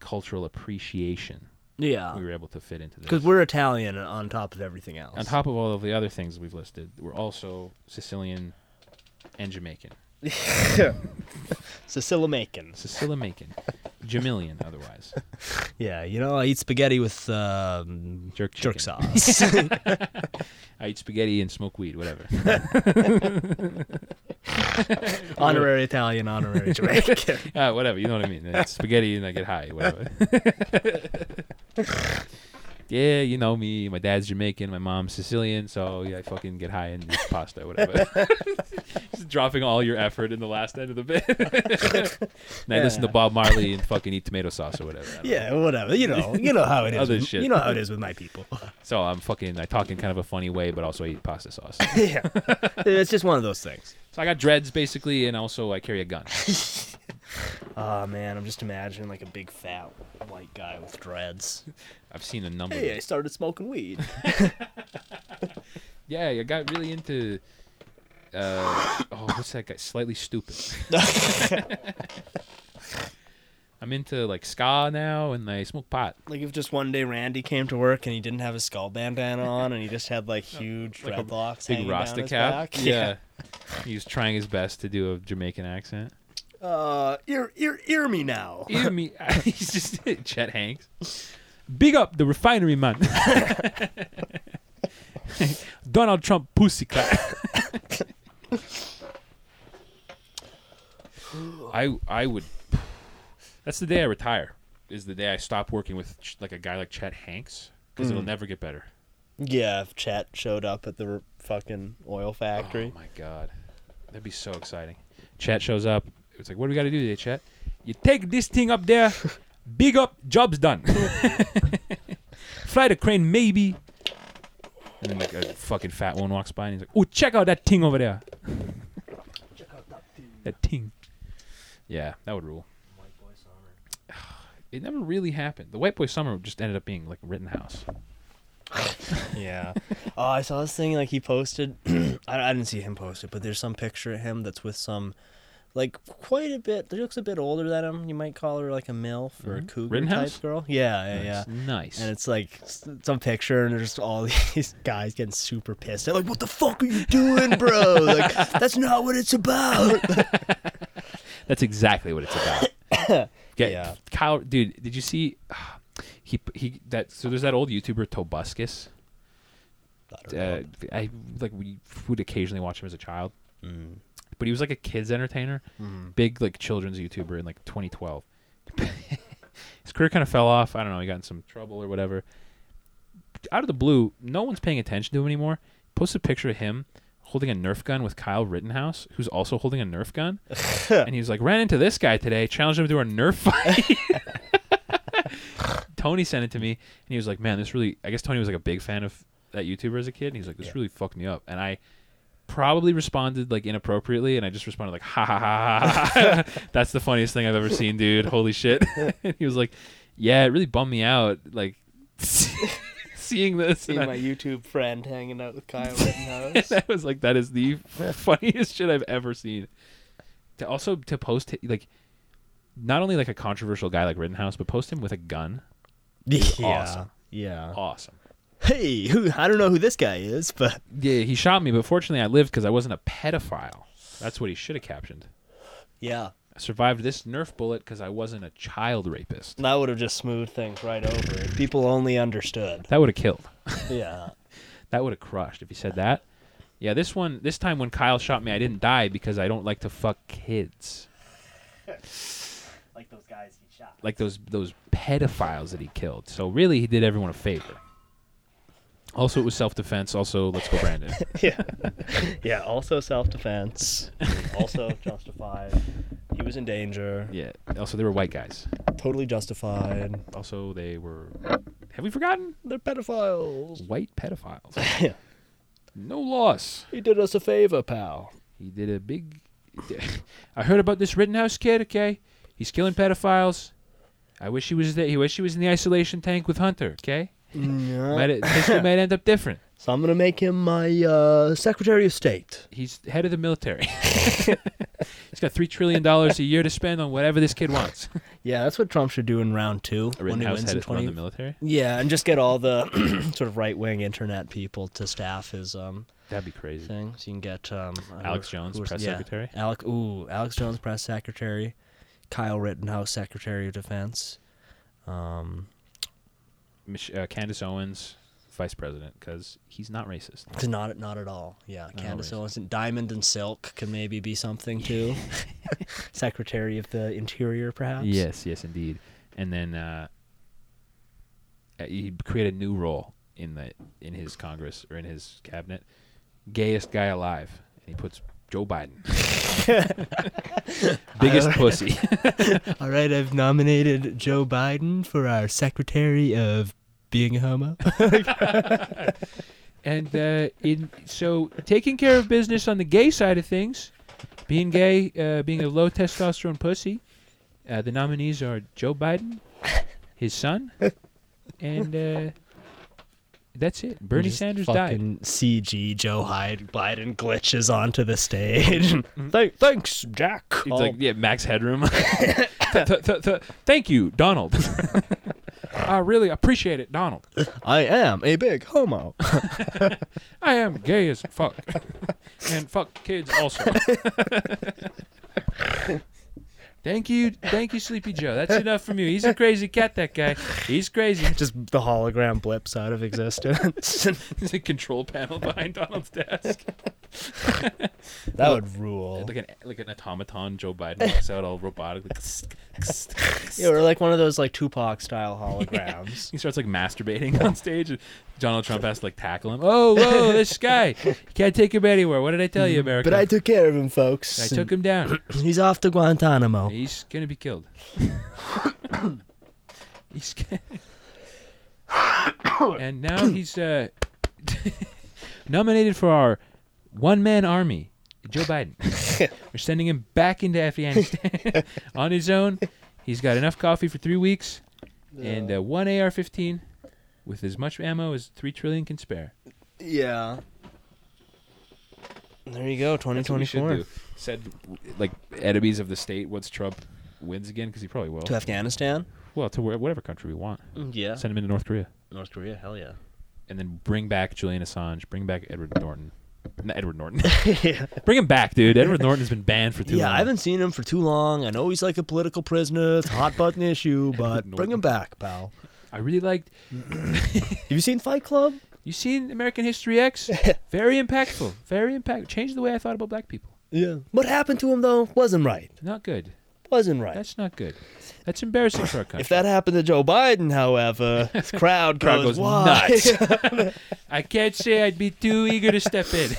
F: cultural appreciation
E: Yeah.
F: we were able to fit into this.
E: Because Uh, we're Italian on top of everything else.
F: On top of all of the other things we've listed, we're also Sicilian and Jamaican.
E: Sicilimacan.
F: Sicilimacan. Jamilian, otherwise.
E: Yeah, you know, I eat spaghetti with um,
F: jerk,
E: jerk
F: chicken.
E: sauce.
F: I eat spaghetti and smoke weed, whatever.
E: Honorary Italian, honorary Jamaican.
F: uh, whatever, you know what I mean. It's spaghetti and I get high, whatever. yeah, you know me. My dad's Jamaican, my mom's Sicilian, so yeah, I fucking get high and eat pasta, whatever. Just dropping all your effort in the last end of the bit. and I listen to
E: Yeah.
F: Bob Marley and fucking eat tomato sauce or whatever. I don't
E: yeah, whatever. You know, you know how it is.
F: Other
E: with-
F: shit.
E: You know how it is with my people.
F: So I'm fucking. I talk in kind of a funny way, but also I eat pasta sauce.
E: yeah, it's just one of those things.
F: So I got dreads basically, and also I carry a gun.
E: Oh man, I'm just imagining like a big fat white guy with dreads.
F: I've seen a number.
E: Hey, I
F: Of,
E: started smoking weed.
F: yeah, I got really into. Uh, oh, what's that guy? Slightly stupid. I'm into like ska now, and I smoke pot.
E: like if just one day Randy came to work and he didn't have his skull bandana on and he just had like huge
F: Like a
E: dreadlocks,
F: big
E: hanging down
F: Rasta
E: his
F: cap.
E: back.
F: Yeah. He was trying his best to do a Jamaican accent.
E: Uh, ear, ear, ear me now.
F: Ear me. He's just Chet Hanks. Big up the refinery man. Donald Trump pussy cat. I I would. That's the day I retire. Is the day I stop working with ch- like a guy like Chet Hanks because it'll
E: Mm.
F: never get better.
E: Yeah, if Chet showed up at the r- fucking oil
F: Oh
E: factory.
F: my god, that'd be so exciting. Chet shows up. It's like, what do we got to do today, Chet? You take this thing up there. Big up, job's done. Fly the crane, maybe. And then like a fucking fat one walks by and he's like, oh, check out that thing over there. that thing. Yeah, that would rule. It never really happened. The White Boy Summer just ended up being like Rittenhouse.
E: yeah. Oh, I saw this thing like he posted. I, I didn't see him post it, but there's some picture of him that's with some, like quite a bit. She looks a bit older than him. You might call her like a milf or a cougar
F: Mm-hmm. Rittenhouse?
E: type girl. Yeah, yeah,
F: Nice,
E: yeah.
F: nice.
E: And it's like s- some picture, and there's all these guys getting super pissed. They're like, "What the fuck are you doing, bro? like, that's not what it's about."
F: That's exactly what it's about. Get,
E: Yeah.
F: Kyle, dude, did you see? He he. That so there's that old YouTuber Tobuscus. Uh, I like we would occasionally watch him as a child, but he was like a kids entertainer,
N: Mm.
F: big like children's YouTuber in like 2012. His career kind of fell off. I don't know. He got in some trouble or whatever. Out of the blue, no one's paying attention to him anymore. Post a picture of him holding a Nerf gun with Kyle Rittenhouse, who's also holding a Nerf gun, and he was like, ran into this guy today, challenged him to a Nerf fight. Tony sent it to me, and he was like, "Man, this really." I guess Tony was like a big fan of that YouTuber as a kid, and he's like, "This
N: Yeah.
F: really fucked me up," and I probably responded like inappropriately, and I just responded like, "Ha ha ha ha!" ha. That's the funniest thing I've ever seen, dude. Holy shit! and he was like, "Yeah, it really bummed me out." Like. Seeing this,
E: See
F: and I-
E: my YouTube friend hanging out with Kyle Rittenhouse.
F: that was like that is the funniest shit I've ever seen. To also to post hi- like not only like a controversial guy like Rittenhouse, but post him with a gun. is
E: Yeah,
F: Awesome.
E: yeah.
F: Awesome.
E: Hey, who? I don't know who this guy is, but
F: Yeah, he shot me, but fortunately I lived because I wasn't a pedophile. That's what he should have captioned.
E: yeah,
F: I survived this Nerf bullet because I wasn't a child rapist.
E: that would have just smoothed things right over. If people only understood.
F: That would have killed.
E: Yeah.
F: That would have crushed if he said that. Yeah, this one, this time when Kyle shot me, I didn't die because I don't like to fuck kids.
E: like those guys he shot.
F: like those those pedophiles that he killed. So really, he did everyone a favor. Also, it was self defense. Also, let's go, Brandon.
E: yeah. Yeah, also self defense. Also justified. He was in danger.
F: yeah. Also, they were white guys.
E: Totally justified.
F: Also, they were. Have we forgotten?
E: They're pedophiles.
F: White pedophiles. No loss.
E: He did us a favor, pal.
F: He did a big. I heard about this Rittenhouse kid. Okay, he's killing pedophiles. I wish he was there. He wish he was in the isolation tank with Hunter. Okay, might
E: Yeah.
F: it, history might end up different.
E: So I'm gonna make him my uh, Secretary of State.
F: He's head of the military. He's got three trillion dollars a year to spend on whatever this kid wants.
E: Yeah, that's what Trump should do in round two when
F: A
E: he
F: Rittenhouse
E: wins
F: had
E: in
F: it run
E: twenty.
F: the military?
E: Yeah, and just get all the sort of right wing internet people to staff his um.
F: That'd be crazy.
E: Thing. So you can get um. I
F: Alex
E: don't know
F: Jones,
E: who was-
F: press
E: yeah,
F: secretary?
E: Alec, ooh, Alex Jones, press secretary. Kyle Rittenhouse, secretary of defense. Um,
F: Mich- uh, Candace Owens, vice president, because he's not racist.
E: It's not not at all. Yeah,
F: Not
E: Candace
F: racist.
E: Owens and Diamond and Silk can maybe be something too. Secretary of the Interior, perhaps.
F: Yes, yes, indeed. And then uh, uh, he created a new role in the in his Congress or in his cabinet, gayest guy alive, and he puts Joe Biden, biggest
E: All right.
F: pussy.
E: all right, I've nominated Joe Biden for our Secretary of being a homo.
O: and uh, in so taking care of business on the gay side of things, being gay, uh, being a low testosterone pussy, uh, the nominees are Joe Biden, his son, and uh, that's it. Bernie
E: Just
O: Sanders died.
E: fucking CG Joe Hyde Biden glitches onto the stage. Th- thanks, Jack.
F: He's
E: All-
F: like, yeah, Max Headroom. Th- th- th- th- Thank you, Donald.
O: I really appreciate it, Donald.
E: I am a big homo.
O: I am gay as fuck, and fuck kids also. thank you, thank you, Sleepy Joe. That's enough from you. He's a crazy cat. That guy. He's crazy.
E: Just the hologram blips out of existence.
F: There's a control panel behind Donald's desk.
E: that would rule.
F: Like an like an automaton, Joe Biden walks out all robotic.
E: Yeah, or like one of those like Tupac style holograms.
F: He starts like masturbating on stage, and Donald Trump has to like tackle him.
O: Oh, whoa, this guy. You can't take him anywhere. What did I tell
F: Mm,
O: you, America?
E: But I took care of him, folks.
O: I took him down.
E: He's off to Guantanamo.
O: He's going to be killed. he's gonna- And now he's uh, nominated for our one man army, Joe Biden. We're sending him back into Afghanistan on his own. He's got enough coffee for three weeks and uh, one AR 15 with as much ammo as 3 trillion can spare.
E: Yeah. There you go,
F: That's what we should
E: 2024.
F: do. Said like enemies of the state once Trump wins again because he probably will.
E: To Afghanistan?
F: well, to where, whatever country we want.
E: Yeah.
F: Send him into North Korea.
E: North Korea, hell yeah.
F: and then bring back Julian Assange, bring back Edward Norton. Not Edward Norton. Bring him back, dude. Edward Norton has been banned for too
E: yeah,
F: long.
E: I haven't seen him for too long. I know he's like a political prisoner. It's a hot button issue, but bring him back, pal.
O: I really liked.
E: Have you seen Fight Club?
O: You seen American History X? Very impactful. Very impactful. Changed the way I thought about black people.
E: Yeah. What happened to him, though, wasn't right.
O: Not good.
E: Wasn't right.
O: That's not good. That's embarrassing for our country.
E: If that happened to Joe Biden, however, the crowd goes,
O: Crowd goes
E: "Why?"
O: nuts. I can't say I'd be too eager to step in.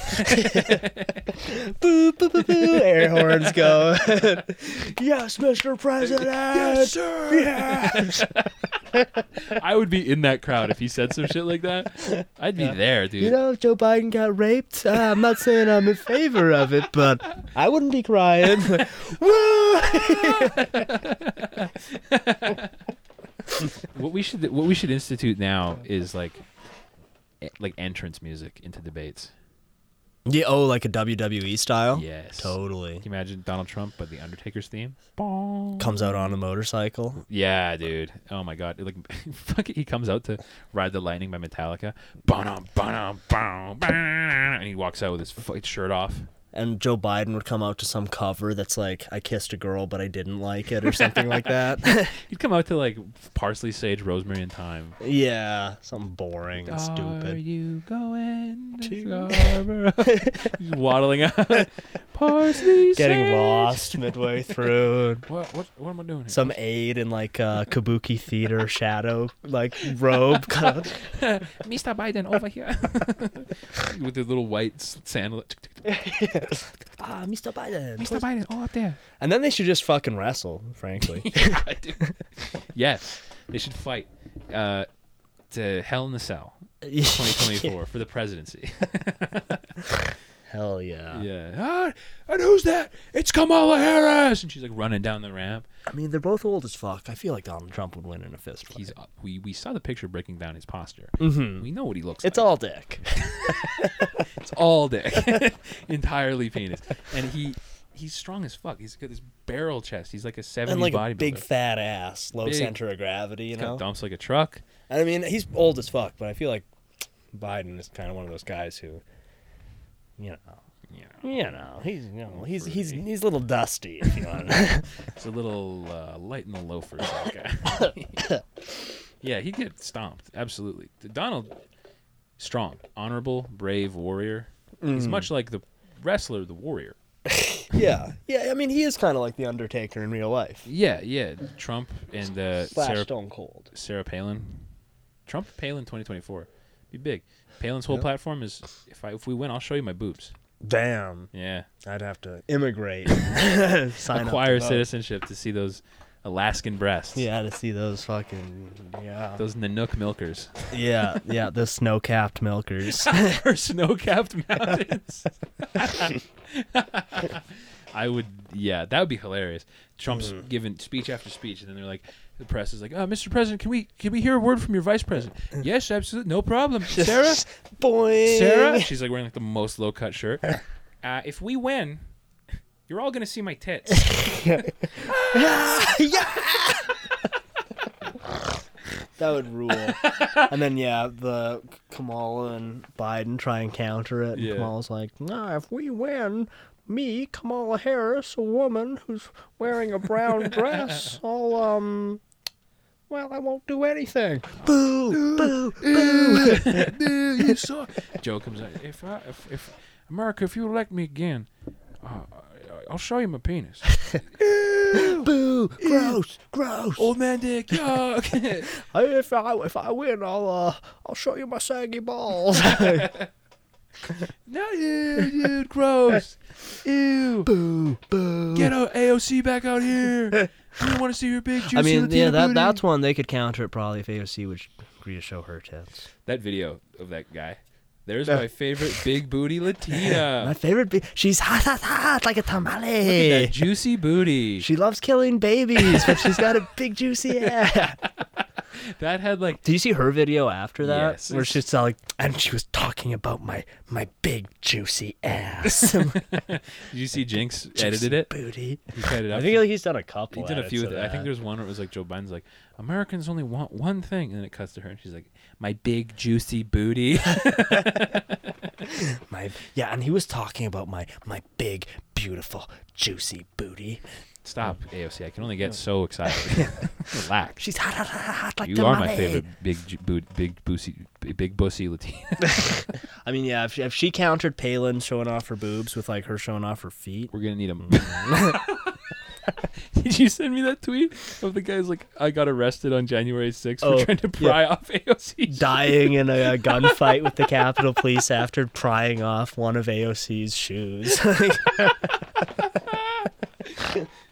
E: boo, boo, boo, boo. Air horns go. yes, Mr. President. Yes, sir.
F: I would be in that crowd if he said some shit like that. I'd be there, dude.
E: You know, Joe Biden got raped. Uh, I'm not saying I'm in favor of it, but I wouldn't be crying. Woo!
F: what we should what we should institute now is like e- like entrance music into debates.
E: yeah, oh, like a WWE style?
F: Yes.
E: Totally.
F: Can you imagine Donald Trump but the Undertaker's theme?
E: Comes out on a motorcycle.
F: Yeah, dude. Oh my god. Like fuck it, he comes out to Ride the Lightning by Metallica. Ba-dum, ba-dum, ba-dum, ba-dum, and he walks out with his fucking shirt off.
E: And Joe Biden would come out to some cover that's like, I kissed a girl, but I didn't like it, or something like that.
F: He'd come out to like parsley, sage, rosemary, and thyme.
E: yeah, something boring and
O: Are
E: stupid.
O: you going to
F: Scarborough. He's waddling out. parsley,
E: Getting
F: sage.
E: lost midway through.
O: What, what, what am I doing here?
E: Some aide in like a kabuki theater shadow, like robe. kind of-
O: Mr. Biden over here.
F: with his little white s- sandal.
E: Ah, Mr. Biden.
O: Mr. Biden, all up there.
E: And then they should just fucking wrestle, frankly.
F: Yes, they should fight. Uh, to Hell in the Cell, 2024 for the presidency.
E: Hell yeah.
F: yeah. Ah, and who's that? It's Kamala Harris, and she's like running down the ramp.
E: I mean, they're both old as fuck. I feel like Donald Trump would win in a fist fight.
F: He's up. We we saw the picture breaking down his posture. We know what he looks
E: Mm-hmm. It's
F: like.
E: all dick.
F: It's all dick, entirely penis, and he. he's strong as fuck. He's got this barrel chest. He's like a 70s
E: and like a
F: bodybuilder.
E: big fat ass, low
F: Big.
E: center of gravity. You
F: He's got
E: know,
F: dumps like a truck.
E: I mean, he's old as fuck, but I feel like Biden is kind of one of those guys who, you know,
F: you
E: know, he's you know, he's he's he's a little dusty if you want.
F: It's a little uh, light in the loafers, that guy. yeah, he'd get stomped. Absolutely. Donald, strong, honorable, brave warrior. He's
E: Mm.
F: much like the wrestler, the warrior.
E: yeah, yeah. I mean, he is kind of like the Undertaker in real life.
F: Yeah, yeah. Trump and uh,
E: Slash
F: Sarah,
E: Stone Cold.
F: Sarah Palin. Trump Palin 2024. Be big. Palin's whole
E: Yeah.
F: platform is if I if we win, I'll show you my boobs.
E: Damn.
F: Yeah.
E: I'd have to immigrate, sign
F: Acquire
E: up to vote.
F: citizenship to see those Alaskan breasts.
E: Yeah, to see those fucking yeah.
F: Those Nanook milkers.
E: yeah, yeah, the snow-capped milkers.
F: Or snow-capped mountains. I would, yeah, that would be hilarious. Trump's
P: Mm.
F: giving speech after speech, and then they're like, the press is like, oh, Mr. President, can we can we hear a word from your vice president? yes, absolutely, no problem. Sarah,
E: boy,
F: Sarah, she's like wearing like the most low cut shirt. Uh, if we win, you're all gonna see my tits.
E: That would rule. and then yeah, the Kamala and Biden try and counter it. And
Q: Yeah.
E: Kamala's like, "Nah, if we win, me Kamala Harris, a woman who's wearing a brown dress, I'll um, well, I won't do anything." Boo! Boo! Boo!
F: you saw. Joe comes out. If I, if, if America, if you elect me again, uh, I'll show you my penis.
E: Boo! Gross! Gross!
F: Old man dick. Yuck!
E: if I if I win, I'll uh, I'll show you my saggy balls.
F: no, dude, dude, gross. Ew.
E: Boo, boo.
F: Get out, AOC back out here. We want to see your big juicy
E: I mean,
F: Latina
E: yeah, that
F: booty.
E: that's one they could counter it probably if AOC would agree to show her tits.
F: That video of that guy. There's
E: Yeah.
F: my favorite big booty Latina.
E: My favorite, be- she's hot, hot, hot like a
F: Look at
E: tamale.
F: that juicy booty.
E: She loves killing babies, but she's got a big juicy ass.
F: That had like.
E: Did you see her video after that?
F: Yes,
E: Where
F: it's-
E: she's like, and she was talking about my my big juicy ass.
F: Did you see Jinx
E: Juicy
F: edited it?
E: booty.
F: He cut it
E: I
F: up.
E: think, like, he's done a couple
F: He did a
E: edits
F: few.
E: of
F: With it. I think
E: that.
F: there's one where it was like Joe Biden's like, "Americans only want one thing," and then it cuts to her, and she's like, "My big juicy booty."
E: my yeah, and he was talking about my my big beautiful juicy booty.
F: Stop, AOC. I can only get so excited. Relax.
E: She's hot, hot, hot, hot like
F: you are my
E: tamale.
F: favorite big ju- boot, big boosy, big bussy Latina.
E: I mean, yeah, if she, if she countered Palin showing off her boobs with like her showing off her feet,
F: we're gonna need them. Did you send me that tweet of the guy's like, I got arrested on January 6th for
E: Oh,
F: trying to
E: yeah.
F: pry off AOC?
E: dying in a, uh gunfight with the Capitol Police after prying off one of AOC's shoes.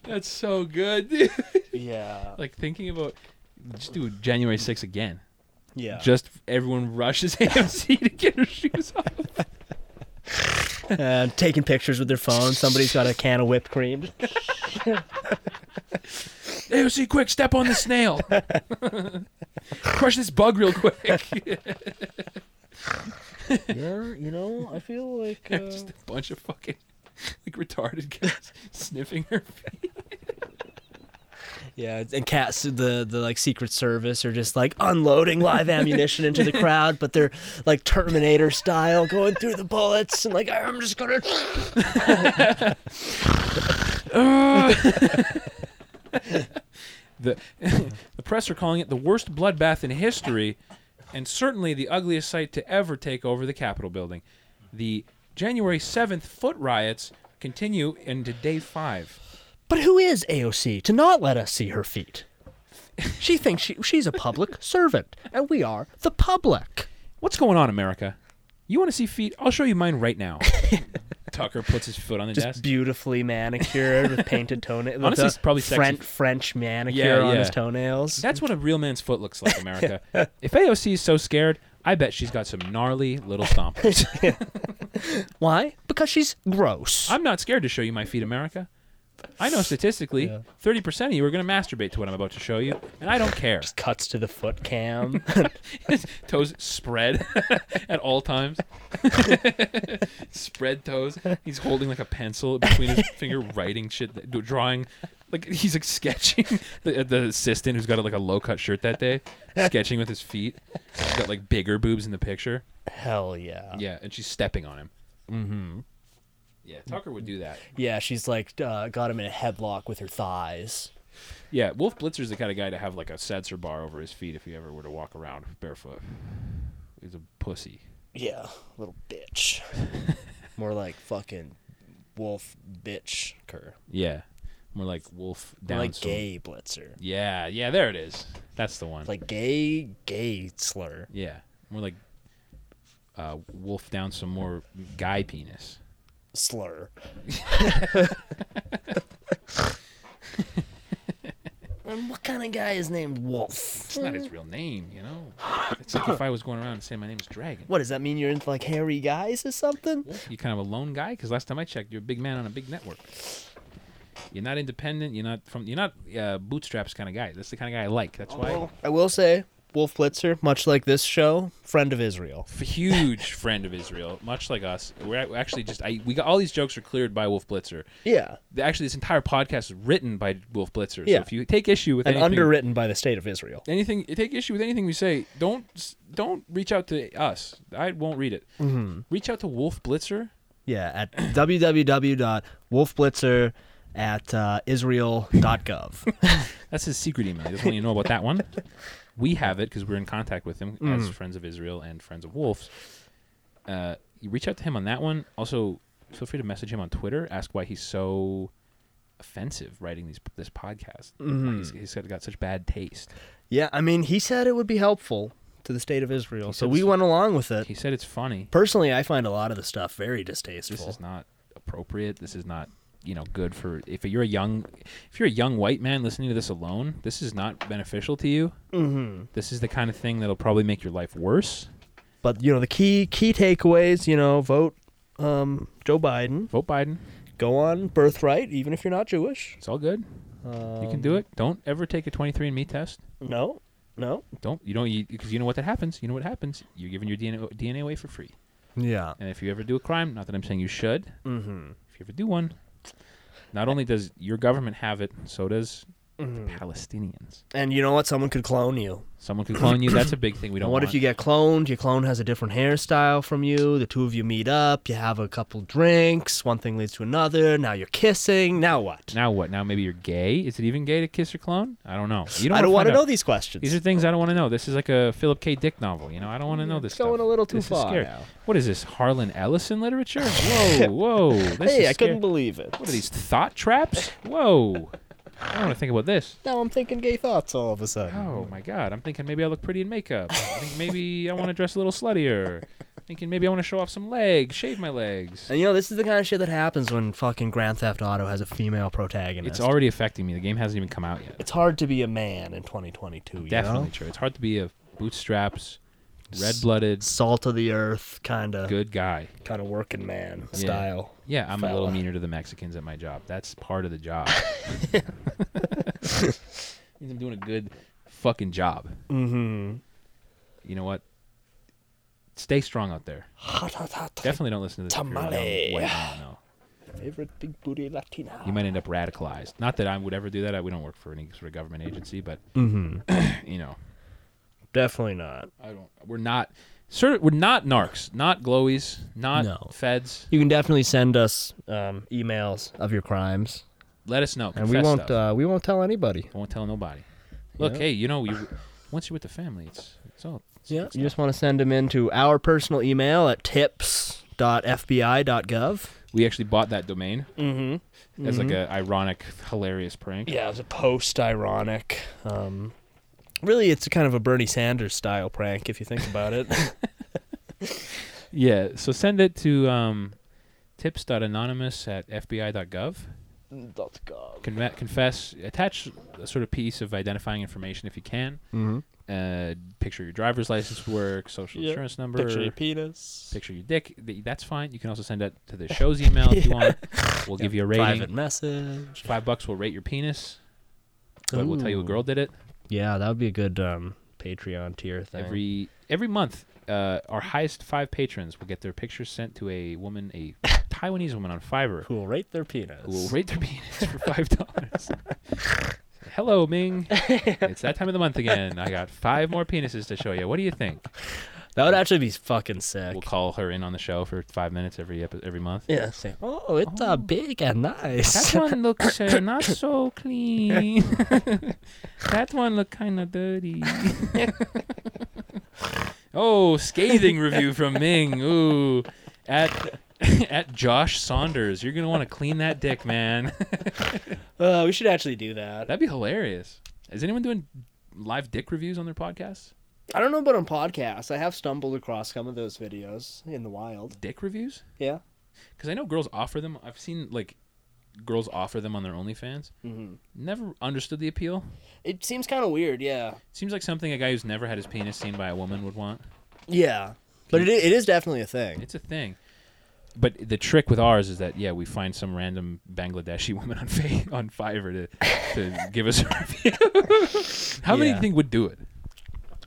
F: That's so good, dude.
E: Yeah.
F: Like thinking about just do January 6th again.
E: Yeah.
F: Just everyone rushes AMC to get her shoes off.
E: uh, taking pictures with their phone. Somebody's got a can of whipped cream.
F: AOC, quick, step on the snail. Crush this bug real quick.
E: yeah, you know, I feel like uh,
F: just a bunch of fucking like retarded guys sniffing her feet.
E: yeah, and cats the the like Secret Service are just like unloading live ammunition into the crowd, but they're like Terminator style, going through the bullets and like I'm just gonna.
F: the the press are calling it the worst bloodbath in history, and certainly the ugliest sight to ever take over the Capitol building. The January seventh foot riots continue into day five.
E: But who is AOC to not let us see her feet? She thinks she, she's a public servant, and we are the public.
F: What's going on, America? You want to see feet? I'll show you mine right now. Tucker puts his foot on the desk.
E: Just beautifully manicured with painted toenails.
F: Honestly, it's probably sexy.
E: French, French manicure on his toenails.
F: That's what a real man's foot looks like, America. if AOC is so scared, I bet she's got some gnarly little stompers.
E: Why? Because she's gross.
F: I'm not scared to show you my feet, America. I know statistically, thirty percent of you are going to masturbate to what I'm about to show you, and I don't care. Just
R: cuts to the foot cam,
F: toes spread at all times. spread toes. He's holding like a pencil between his finger, writing shit, drawing. Like he's like sketching. The, the assistant who's got like a low cut shirt that day, sketching with his feet. He's got like bigger boobs in the picture.
R: Hell yeah.
E: Uh.
F: Yeah, and she's stepping on him. Mm-hmm. Yeah, Tucker would do that.
R: Yeah, she's like uh, got him in a headlock with her thighs.
F: Yeah, Wolf Blitzer's the kind of guy to have like a sensor bar over his feet if he ever were to walk around barefoot. He's a pussy.
R: Yeah, little bitch. More like fucking wolf bitch cur.
F: Yeah. More like wolf
R: More
F: down.
R: like
F: some-
R: gay blitzer.
F: Yeah, yeah, there it is. That's the one.
R: Like gay gay slur.
F: Yeah. More like uh, wolf down some more guy penis.
R: Slur.
E: And what kind of guy is named Wolf?
F: It's not his real name, you know? It's like if I was going around and saying my name is Dragon.
E: What does that mean? You're into like hairy guys or something?
F: You kind of a lone guy? Because last time I checked, you're a big man on a big network. You're not independent. You're not from. You're not uh, bootstraps kind of guy. That's the kind of guy I like.
R: Oh,
F: That's why
E: I will say, Wolf Blitzer, much like this show, friend of Israel.
F: huge friend of Israel, much like us. We're a- actually just I we got all these jokes are cleared by Wolf Blitzer.
E: Yeah.
F: The- Actually, this entire podcast is written by Wolf Blitzer.
E: Yeah.
F: So if you take issue with
E: and
F: anything,
E: underwritten by the state of Israel.
F: anything, take issue with anything we say, don't s- don't reach out to us. I won't read it.
E: Mhm.
F: Reach out to Wolf Blitzer.
E: Yeah, at www.wolfblitzer at uh, israel.gov.
F: That's his secret email. He doesn't want you to know about that one. We have it because we're in contact with him as
E: Mm.
F: friends of Israel and friends of Wolves. Uh, you reach out to him on that one. Also, feel free to message him on Twitter. Ask why he's so offensive writing these this podcast.
E: Mhm.
F: He's, he's got, got such bad taste.
E: yeah, I mean, he said it would be helpful to the state of Israel, so
F: said
E: we
F: it's-
E: went along with it.
F: He said it's funny.
E: Personally, I find a lot of the stuff very distasteful.
F: This is not appropriate. This is not you know good for if you're a young if you're a young white man listening to this alone. This is not beneficial to you.
E: Mhm.
F: This is the kind of thing that'll probably make your life worse.
E: But you know the key key takeaways. You know, vote um, Joe Biden.
F: Vote Biden.
E: Go on birthright, even if you're not Jewish.
F: It's all good. you can do
E: Um,
F: it. Don't ever take a 23andMe test.
E: No, no.
F: Don't you don't because you, know what that happens. You know what happens. You're giving your DNA, o- DNA away for free.
E: Yeah.
F: And if you ever do a crime, not that I'm saying you should,
E: Mhm.
F: if you ever do one, not only does your government have it, so does
E: Mm-hmm.
F: the Palestinians.
E: And you know what? Someone could clone you.
F: Someone could clone you. That's a big thing we don't
E: And what
F: want.
E: if you get cloned? Your clone has a different hairstyle from you. The two of you meet up. You have a couple drinks. One thing leads to another. Now you're kissing. Now what?
F: Now what? Now maybe you're gay. Is it even gay to kiss your clone? I don't know. You
E: I don't
F: want
E: wanna know these questions.
F: These are things I don't want to know. This is like a Philip K. Dick novel. You know, I don't want to know this.
E: going
F: stuff.
E: a little too
F: This is
E: far
F: scary.
E: now.
F: What is this Harlan Ellison literature? Whoa, whoa! This
E: hey,
F: is
E: I couldn't
F: scary.
E: believe it.
F: What are these thought traps? Whoa! I don't want to think about this.
E: Now I'm thinking gay thoughts all of a sudden.
F: Oh my god! I'm thinking maybe I look pretty in makeup. I think maybe I want to dress a little sluttier. Thinking maybe I want to show off some legs, shave my legs.
E: And you know, this is the kind of shit that happens when fucking Grand Theft Auto has a female protagonist.
F: It's already affecting me. The game hasn't even come out yet.
E: It's hard to be a man in 2022. You
F: Definitely
E: know?
F: true. It's hard to be a bootstraps, red-blooded,
E: salt of the earth kind of
F: good guy.
E: kind of working man
F: Yeah.
E: style.
F: Yeah, I'm a little
E: fella.
F: meaner to the Mexicans at my job. That's part of the job. Means I'm doing a good fucking job.
E: Mm-hmm.
F: You know what? Stay strong out there.
E: Hot, hot, hot.
F: Definitely don't listen to this. if you're a young
E: Tamale.
F: white man, no.
E: Favorite big booty Latina.
F: You might end up radicalized. Not that I would ever do that. I, we don't work for any sort of government agency, but
E: Mhm.
F: you know,
E: Definitely not.
F: I don't. We're not. Sir, we're not narcs, not glowies, not
E: No.
F: feds.
E: You can definitely send us um, emails of your crimes,
F: Let us know.
E: and we
F: Confess
E: won't
F: stuff.
E: uh, we won't tell anybody.
F: I won't tell nobody. Look,
E: Yeah.
F: hey, you know, you once you're with the family, it's it's all
E: Yeah. You just want to send them into our personal email at tips.fbi.gov.
F: we actually bought that domain
E: Mm-hmm.
F: as like a ironic, hilarious prank.
E: Yeah, it was a post ironic. Um, really, it's a kind of a Bernie Sanders style prank if you think about it.
F: Yeah. So send it to um, tips.anonymous at fbi.gov.
E: That's God.
F: Con- confess. Attach a sort of piece of identifying information if you can.
E: Mhm.
F: uh, picture your driver's license work, social
E: Yeah.
F: insurance number,
E: Picture your penis,
F: picture your dick. Th- That's fine. You can also send that to the show's email if you want. We'll give you a rating.
E: Private message.
F: Five bucks will rate your penis. But we'll tell you a
E: Ooh.
F: girl did it.
E: Yeah, that would be a good um, Patreon tier thing.
F: Every every month, uh, our highest five patrons will get their pictures sent to a woman, a Taiwanese woman on Fiverr,
E: who will rate their penis.
F: who will rate their penis for five dollars. Hello, Ming. it's that time of the month again. I got five more penises to show you. What do you think?
E: That would actually be fucking sick.
F: We'll call her in on the show for five minutes every epi- every month.
E: Yeah. Say, oh, it's uh, big and nice.
F: That one looks uh, not so clean. that one looked kind of dirty. oh, scathing review from Ming. Ooh, at at Josh Saunders, you're gonna want to clean that dick, man.
E: Uh, we should actually do that.
F: That'd be hilarious. Is anyone doing live dick reviews on their podcasts?
E: I don't know about on podcasts. I have stumbled across some of those videos in the wild.
F: Dick reviews?
E: Yeah.
F: Because I know girls offer them. I've seen like girls offer them on their OnlyFans.
E: Mhm.
F: Never understood the appeal.
E: It seems kind of weird. Yeah.
F: Seems like something a guy who's never had his penis seen by a woman would want.
E: Yeah. But it, i- it is definitely a thing.
F: It's a thing. But the trick with ours is that yeah, we find some random Bangladeshi woman on fa- on Fiverr to, to give us a review. How many do
E: Yeah.
F: you think would do it?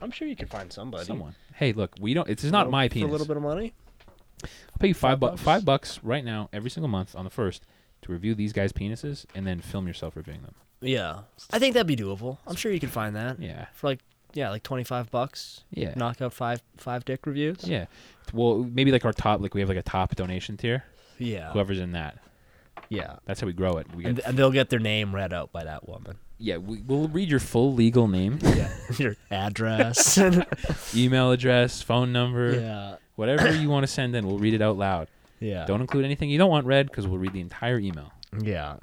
E: I'm sure you could find somebody.
F: Someone. Hey, look, we don't. It's not my penis.
E: For a little bit of money.
F: I'll pay you five bucks. Five bucks right now, every single month on the first, to review these guys' penises and then film yourself reviewing them.
E: Yeah. I think that'd be doable. I'm sure you could find that.
F: Yeah.
E: For like yeah, like 25 bucks.
F: Yeah.
E: Knock out five five dick reviews.
F: Yeah. Well, maybe like our top, like we have like a top donation tier.
E: Yeah.
F: Whoever's in that,
E: Yeah.
F: that's how we grow it. We
E: And,
F: get,
E: th- and they'll get their name read out by that woman.
F: yeah, we, we'll read your full legal name,
E: Yeah. Your address.
F: email address, phone number.
E: yeah.
F: Whatever you want to send in, we'll read it out loud.
E: Yeah.
F: Don't include anything you don't want read because we'll read the entire email.
E: Yeah.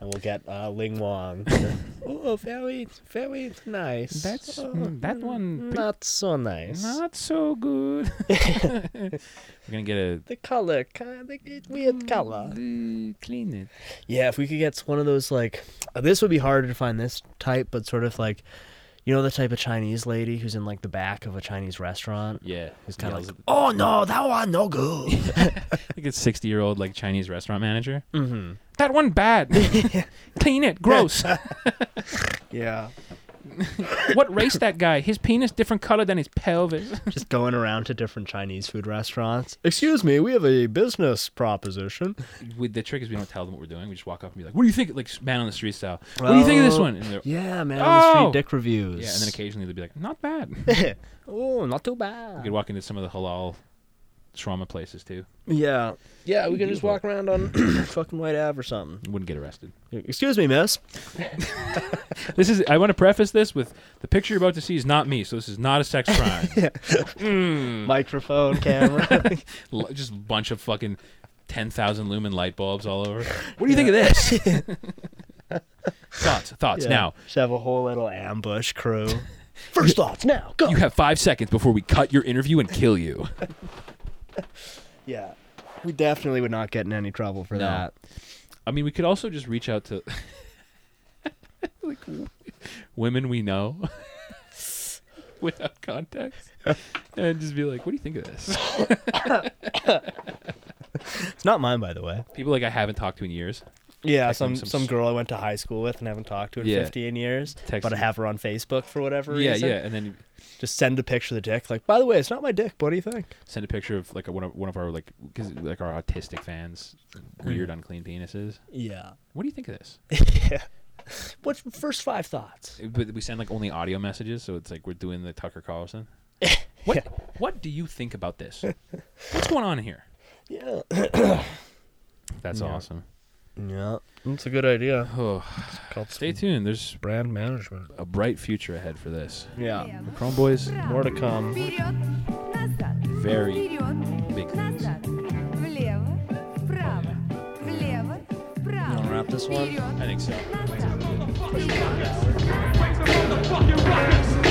E: And we'll get uh, Ling Wong. to- oh, very, very nice.
F: That's mm,
E: Oh,
F: that one pretty-
E: not so nice.
F: not so good. We're gonna get a
E: The color, kind of it's weird color.
F: uh, clean it.
E: Yeah, if we could get one of those like, uh, this would be harder to find this type, but sort of like, you know, the type of Chinese lady who's in like the back of a Chinese restaurant.
F: Yeah,
E: Who's kind of
F: Yells
E: like,
F: at-
E: oh no, that one no good.
F: like a sixty-year-old like Chinese restaurant manager. Mm-hmm. That one bad. clean it. Gross.
E: yeah.
F: what race that guy? His penis different color than his pelvis.
E: Just going around to different Chinese food restaurants. Excuse me, we have a business proposition.
F: With the trick is we don't tell them what we're doing. We just walk up and be like, "What do you think?" Like man on the street style. what do you think of this
E: Oh,
F: one? And they're-
E: Yeah, man. on the
F: Oh!
E: Street dick reviews.
F: yeah, and then occasionally they'll be like, "Not bad."
E: oh, not too
F: We
E: bad.
F: could walk into some of the halal trauma places too.
E: Yeah. Yeah, we could just
F: Beautiful.
E: walk around on fucking White Ave or something. E,
F: Wouldn't get arrested.
E: Excuse me, miss.
F: This is. I want to preface this with the picture you're about to see is not me, so this is not a sex crime. Mm.
E: Microphone, camera.
F: L- Just a bunch of fucking ten thousand lumen light bulbs all over. What do you think of this? thoughts. Thoughts.
E: Yeah.
F: Now
E: Just have a whole little ambush crew. First thoughts now. Go.
F: you have five seconds before we cut your interview and kill you.
E: Yeah. We definitely would not get in any trouble for
F: No.
E: that.
F: I mean, we could also just reach out to like w- women we know without context and just be like, "What do you think of this?"
E: It's not mine, by the way.
F: People like I haven't talked to in years.
E: Yeah,
F: Text them
E: some,
F: some
E: some
F: s-
E: girl I went to high school with and haven't talked to in
F: Yeah.
E: 15 years,
F: Text
E: but I
F: them.
E: have her on Facebook for whatever
F: Yeah,
E: reason.
F: yeah, and then
E: Just send a picture of the dick. Like, by the way, it's not my dick. What do you think?
F: send a picture of like a, one of one of our like because like our autistic fans, weird unclean penises.
E: Yeah.
F: What do you think of this?
E: What's first five thoughts?
F: But we send like only audio messages, so it's like we're doing the Tucker Carlson. What What do you think about this? What's going on here?
E: Yeah.
F: That's awesome.
E: Yeah. That's a good idea.
F: Oh,
E: Called
F: stay tuned. There's
E: brand management.
F: a bright future ahead for this.
E: Yeah.
F: The Chrome Boys,
E: More to come.
F: very big things.
E: You wanna wrap this one?
F: I think so.
H: Raise the motherfucking ruckus.